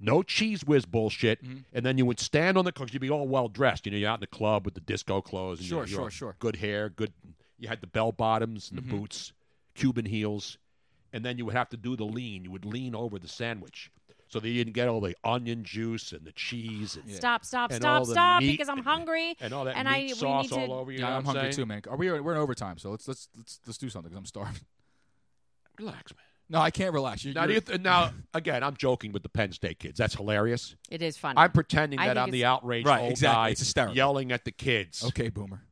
[SPEAKER 6] No cheese whiz bullshit.
[SPEAKER 5] Mm-hmm.
[SPEAKER 6] And then you would stand on the because you'd be all well dressed. You know, you're out in the club with the disco clothes. And
[SPEAKER 5] Sure,
[SPEAKER 6] you're- you're
[SPEAKER 5] sure,
[SPEAKER 6] all
[SPEAKER 5] sure. Mm-hmm.
[SPEAKER 6] Good hair, good. You had the bell bottoms and the boots, Cuban heels, and then you would have to do the lean. You would lean over the sandwich. So that you didn't get all the onion juice and the cheese. And,
[SPEAKER 2] Stop! Stop!
[SPEAKER 6] and all
[SPEAKER 2] stop!
[SPEAKER 6] the
[SPEAKER 2] Stop!
[SPEAKER 6] meat
[SPEAKER 2] Because I'm hungry,
[SPEAKER 6] and all that
[SPEAKER 2] and
[SPEAKER 6] meat
[SPEAKER 2] I, we
[SPEAKER 6] sauce
[SPEAKER 2] need to,
[SPEAKER 6] all over you.
[SPEAKER 5] Yeah,
[SPEAKER 6] know what
[SPEAKER 5] I'm hungry
[SPEAKER 6] saying?
[SPEAKER 5] too, man. Are we? We're in overtime, so let's let's let's let's do something. i I'm starving. <laughs>
[SPEAKER 6] Relax, man.
[SPEAKER 5] No, I can't relax. You're,
[SPEAKER 6] Now, do
[SPEAKER 5] you're-
[SPEAKER 6] you th- now, again, I'm joking with the Penn State kids. That's
[SPEAKER 5] Mm.
[SPEAKER 6] hilarious.
[SPEAKER 2] It is funny.
[SPEAKER 6] I'm pretending
[SPEAKER 2] I
[SPEAKER 6] that
[SPEAKER 2] think
[SPEAKER 6] I'm the
[SPEAKER 2] it's-
[SPEAKER 6] outraged
[SPEAKER 5] Right,
[SPEAKER 6] old
[SPEAKER 5] exactly.
[SPEAKER 6] guy
[SPEAKER 5] It's hysterical.
[SPEAKER 6] yelling at the kids.
[SPEAKER 5] okay, boomer.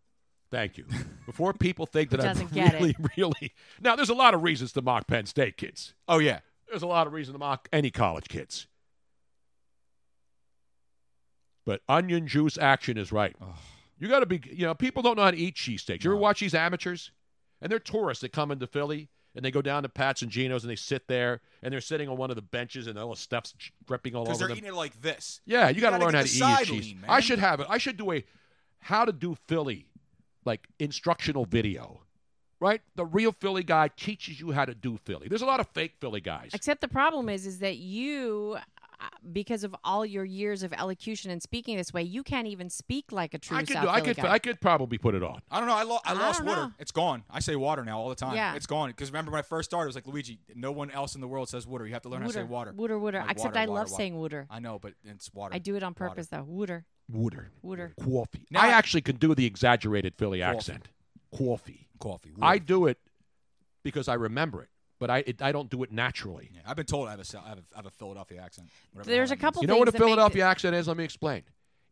[SPEAKER 6] Thank you. Before people think that I'm
[SPEAKER 2] doesn't get it?
[SPEAKER 6] really, <laughs> really. Now, there's a lot of reasons to mock Penn State kids.
[SPEAKER 5] Oh yeah.
[SPEAKER 6] There's a lot of reason to mock any college kids. But onion juice action is right. You got to be, you know, people don't know how to eat cheesesteaks. You ever watch these amateurs? And they're tourists that come into Philly and they go down to Pat's and Gino's and they sit there and they're sitting on one of the benches and all the stuff's dripping all over
[SPEAKER 5] Because they're
[SPEAKER 6] them.
[SPEAKER 5] eating it like this.
[SPEAKER 6] Yeah, you, got to
[SPEAKER 5] gotta
[SPEAKER 6] learn
[SPEAKER 5] get
[SPEAKER 6] how
[SPEAKER 5] the
[SPEAKER 6] to
[SPEAKER 5] side
[SPEAKER 6] eat your cheese.
[SPEAKER 5] lean,
[SPEAKER 6] I
[SPEAKER 5] man.
[SPEAKER 6] should have it. I should do a how to do Philly like instructional video. Right? The real Philly guy teaches you how to do Philly. There's a lot of fake Philly guys.
[SPEAKER 2] Except the problem is, is that you, uh, because of all your years of elocution and speaking this way, you can't even speak like a true
[SPEAKER 6] I could
[SPEAKER 2] South
[SPEAKER 6] do, I
[SPEAKER 2] Philly
[SPEAKER 6] could
[SPEAKER 2] guy.
[SPEAKER 6] I could probably put it on.
[SPEAKER 5] I don't know. I, lo- I
[SPEAKER 2] I
[SPEAKER 5] lost
[SPEAKER 2] don't
[SPEAKER 5] water.
[SPEAKER 2] know.
[SPEAKER 5] It's gone. I say water now all the time.
[SPEAKER 2] Yeah.
[SPEAKER 5] It's gone. Because remember when I first started, it was like Luigi. No one else in the world says water. You have to learn how to say water.
[SPEAKER 2] Wooder, wooder, wooder.
[SPEAKER 5] Like,
[SPEAKER 2] Except
[SPEAKER 5] water,
[SPEAKER 2] I
[SPEAKER 5] water,
[SPEAKER 2] love
[SPEAKER 5] water.
[SPEAKER 2] saying wooder.
[SPEAKER 5] I know, but it's water.
[SPEAKER 2] I do it on purpose though. Wooder,
[SPEAKER 6] Wooder.
[SPEAKER 2] wooder.
[SPEAKER 6] Coffee. I actually can do the exaggerated Philly accent. Coffee.
[SPEAKER 5] Coffee.
[SPEAKER 6] I do it because I remember it, but I it, I don't do it naturally.
[SPEAKER 5] Yeah, I've been told I have a, Sou- I have a, I have a Philadelphia accent. whatever the
[SPEAKER 2] There's
[SPEAKER 5] hell
[SPEAKER 2] a
[SPEAKER 5] that
[SPEAKER 2] couple
[SPEAKER 5] means.
[SPEAKER 6] You know what a
[SPEAKER 2] things that make
[SPEAKER 6] Philadelphia accent is? Let me explain.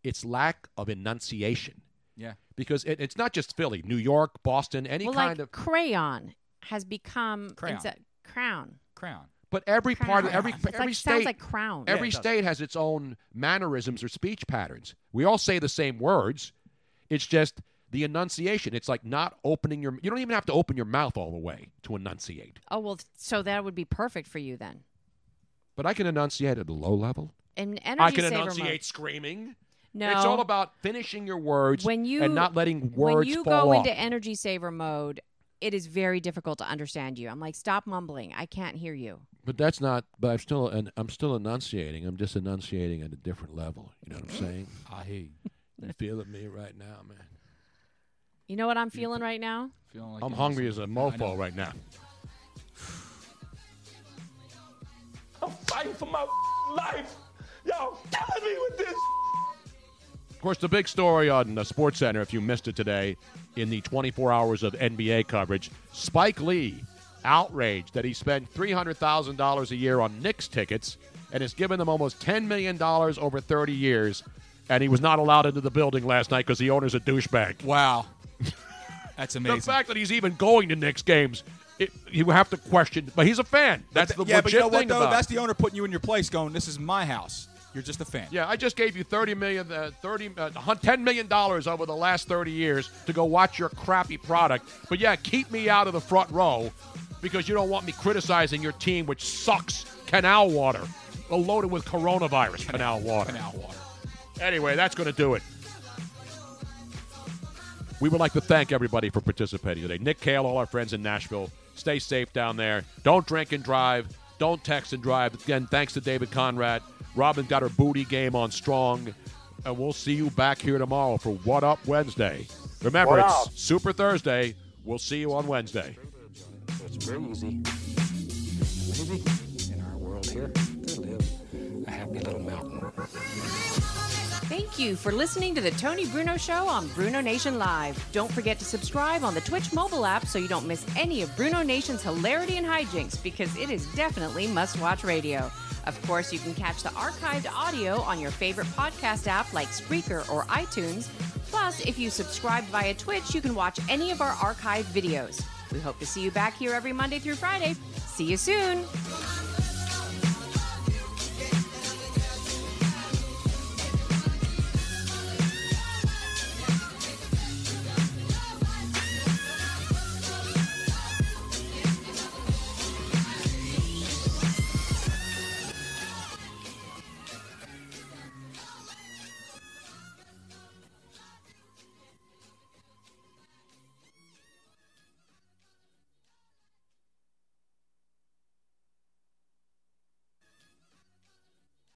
[SPEAKER 6] It's lack of enunciation.
[SPEAKER 5] Yeah.
[SPEAKER 6] Because it, it's not just Philly, New York, Boston, any
[SPEAKER 2] well,
[SPEAKER 6] kind
[SPEAKER 2] like
[SPEAKER 6] of.
[SPEAKER 2] crayon has become
[SPEAKER 6] Crayon.
[SPEAKER 2] inse- crown.
[SPEAKER 5] Crown.
[SPEAKER 6] But every part of every
[SPEAKER 2] It's like-
[SPEAKER 6] every state
[SPEAKER 2] sounds like crown. Yeah,
[SPEAKER 6] Every
[SPEAKER 2] it does.
[SPEAKER 6] state has its own mannerisms or speech patterns. We all say the same words. It's just the enunciation. It's like not opening your. You don't even have to open your mouth all the way to enunciate.
[SPEAKER 2] Oh well, so that would be perfect for you then.
[SPEAKER 6] But I can enunciate at a low level.
[SPEAKER 2] And energy
[SPEAKER 6] I can
[SPEAKER 2] saver
[SPEAKER 6] enunciate
[SPEAKER 2] mode.
[SPEAKER 6] screaming.
[SPEAKER 2] No,
[SPEAKER 6] It's all about finishing your words
[SPEAKER 2] when you
[SPEAKER 6] and not letting
[SPEAKER 2] when
[SPEAKER 6] words
[SPEAKER 2] you
[SPEAKER 6] fall
[SPEAKER 2] go
[SPEAKER 6] off.
[SPEAKER 2] into energy saver mode. It is very difficult to understand you. I'm like, stop mumbling. I can't hear you.
[SPEAKER 6] But that's not. But I'm still. And I'm still enunciating. I'm just enunciating at a different level. You know what I'm saying? I hear you. You feeling me right now, man?
[SPEAKER 2] You know what I'm feeling right now?
[SPEAKER 5] Feeling
[SPEAKER 6] I'm hungry as a mofo right now.
[SPEAKER 12] I'm fighting for my life. Y'all killing me with this.
[SPEAKER 6] Of course, the big story on the Sports Center, if you missed it today, in the 24 hours of NBA coverage, Spike Lee outraged that he spent $300,000 a year on Knicks tickets and has given them almost $10 million over 30 years, and he was not allowed into the building last night because the owner's a douchebag.
[SPEAKER 5] Wow. <laughs> That's amazing.
[SPEAKER 6] The fact that he's even going to Knicks games, it, you have to question. But he's a fan. That's the
[SPEAKER 5] yeah,
[SPEAKER 6] legit
[SPEAKER 5] but you know
[SPEAKER 6] thing
[SPEAKER 5] what though?
[SPEAKER 6] about it.
[SPEAKER 5] That's the owner putting you in your place, going, "This is my house. You're just a fan."
[SPEAKER 6] Yeah, I just gave you thirty million, uh, thirty, uh, hun- ten million dollars over the last thirty years to go watch your crappy product. But yeah, keep me out of the front row because you don't want me criticizing your team, which sucks. Canal water, Uh, loaded with coronavirus. Canal, water.
[SPEAKER 5] Canal water.
[SPEAKER 6] Anyway, that's going to do it. We would like to thank everybody for participating today. Nick Kale, all our friends in Nashville. Stay safe down there. Don't drink and drive. Don't text and drive. Again, thanks to David Conrad. Robin got her booty game on strong. And we'll see you back here tomorrow for What Up Wednesday. Remember,
[SPEAKER 7] What
[SPEAKER 6] it's
[SPEAKER 7] up?
[SPEAKER 6] Super Thursday. We'll see you on Wednesday.
[SPEAKER 7] It's pretty easy. Maybe in our world here, to live a happy little mountain.
[SPEAKER 2] Thank you for listening to the Tony Bruno Show on Bruno Nation Live. Don't forget to subscribe on the Twitch mobile app so you don't miss any of Bruno Nation's hilarity and hijinks because it is definitely must watch radio. Of course, you can catch the archived audio on your favorite podcast app like Spreaker or iTunes. Plus, if you subscribe via Twitch, you can watch any of our archived videos. We hope to see you back here every Monday through Friday. See you soon.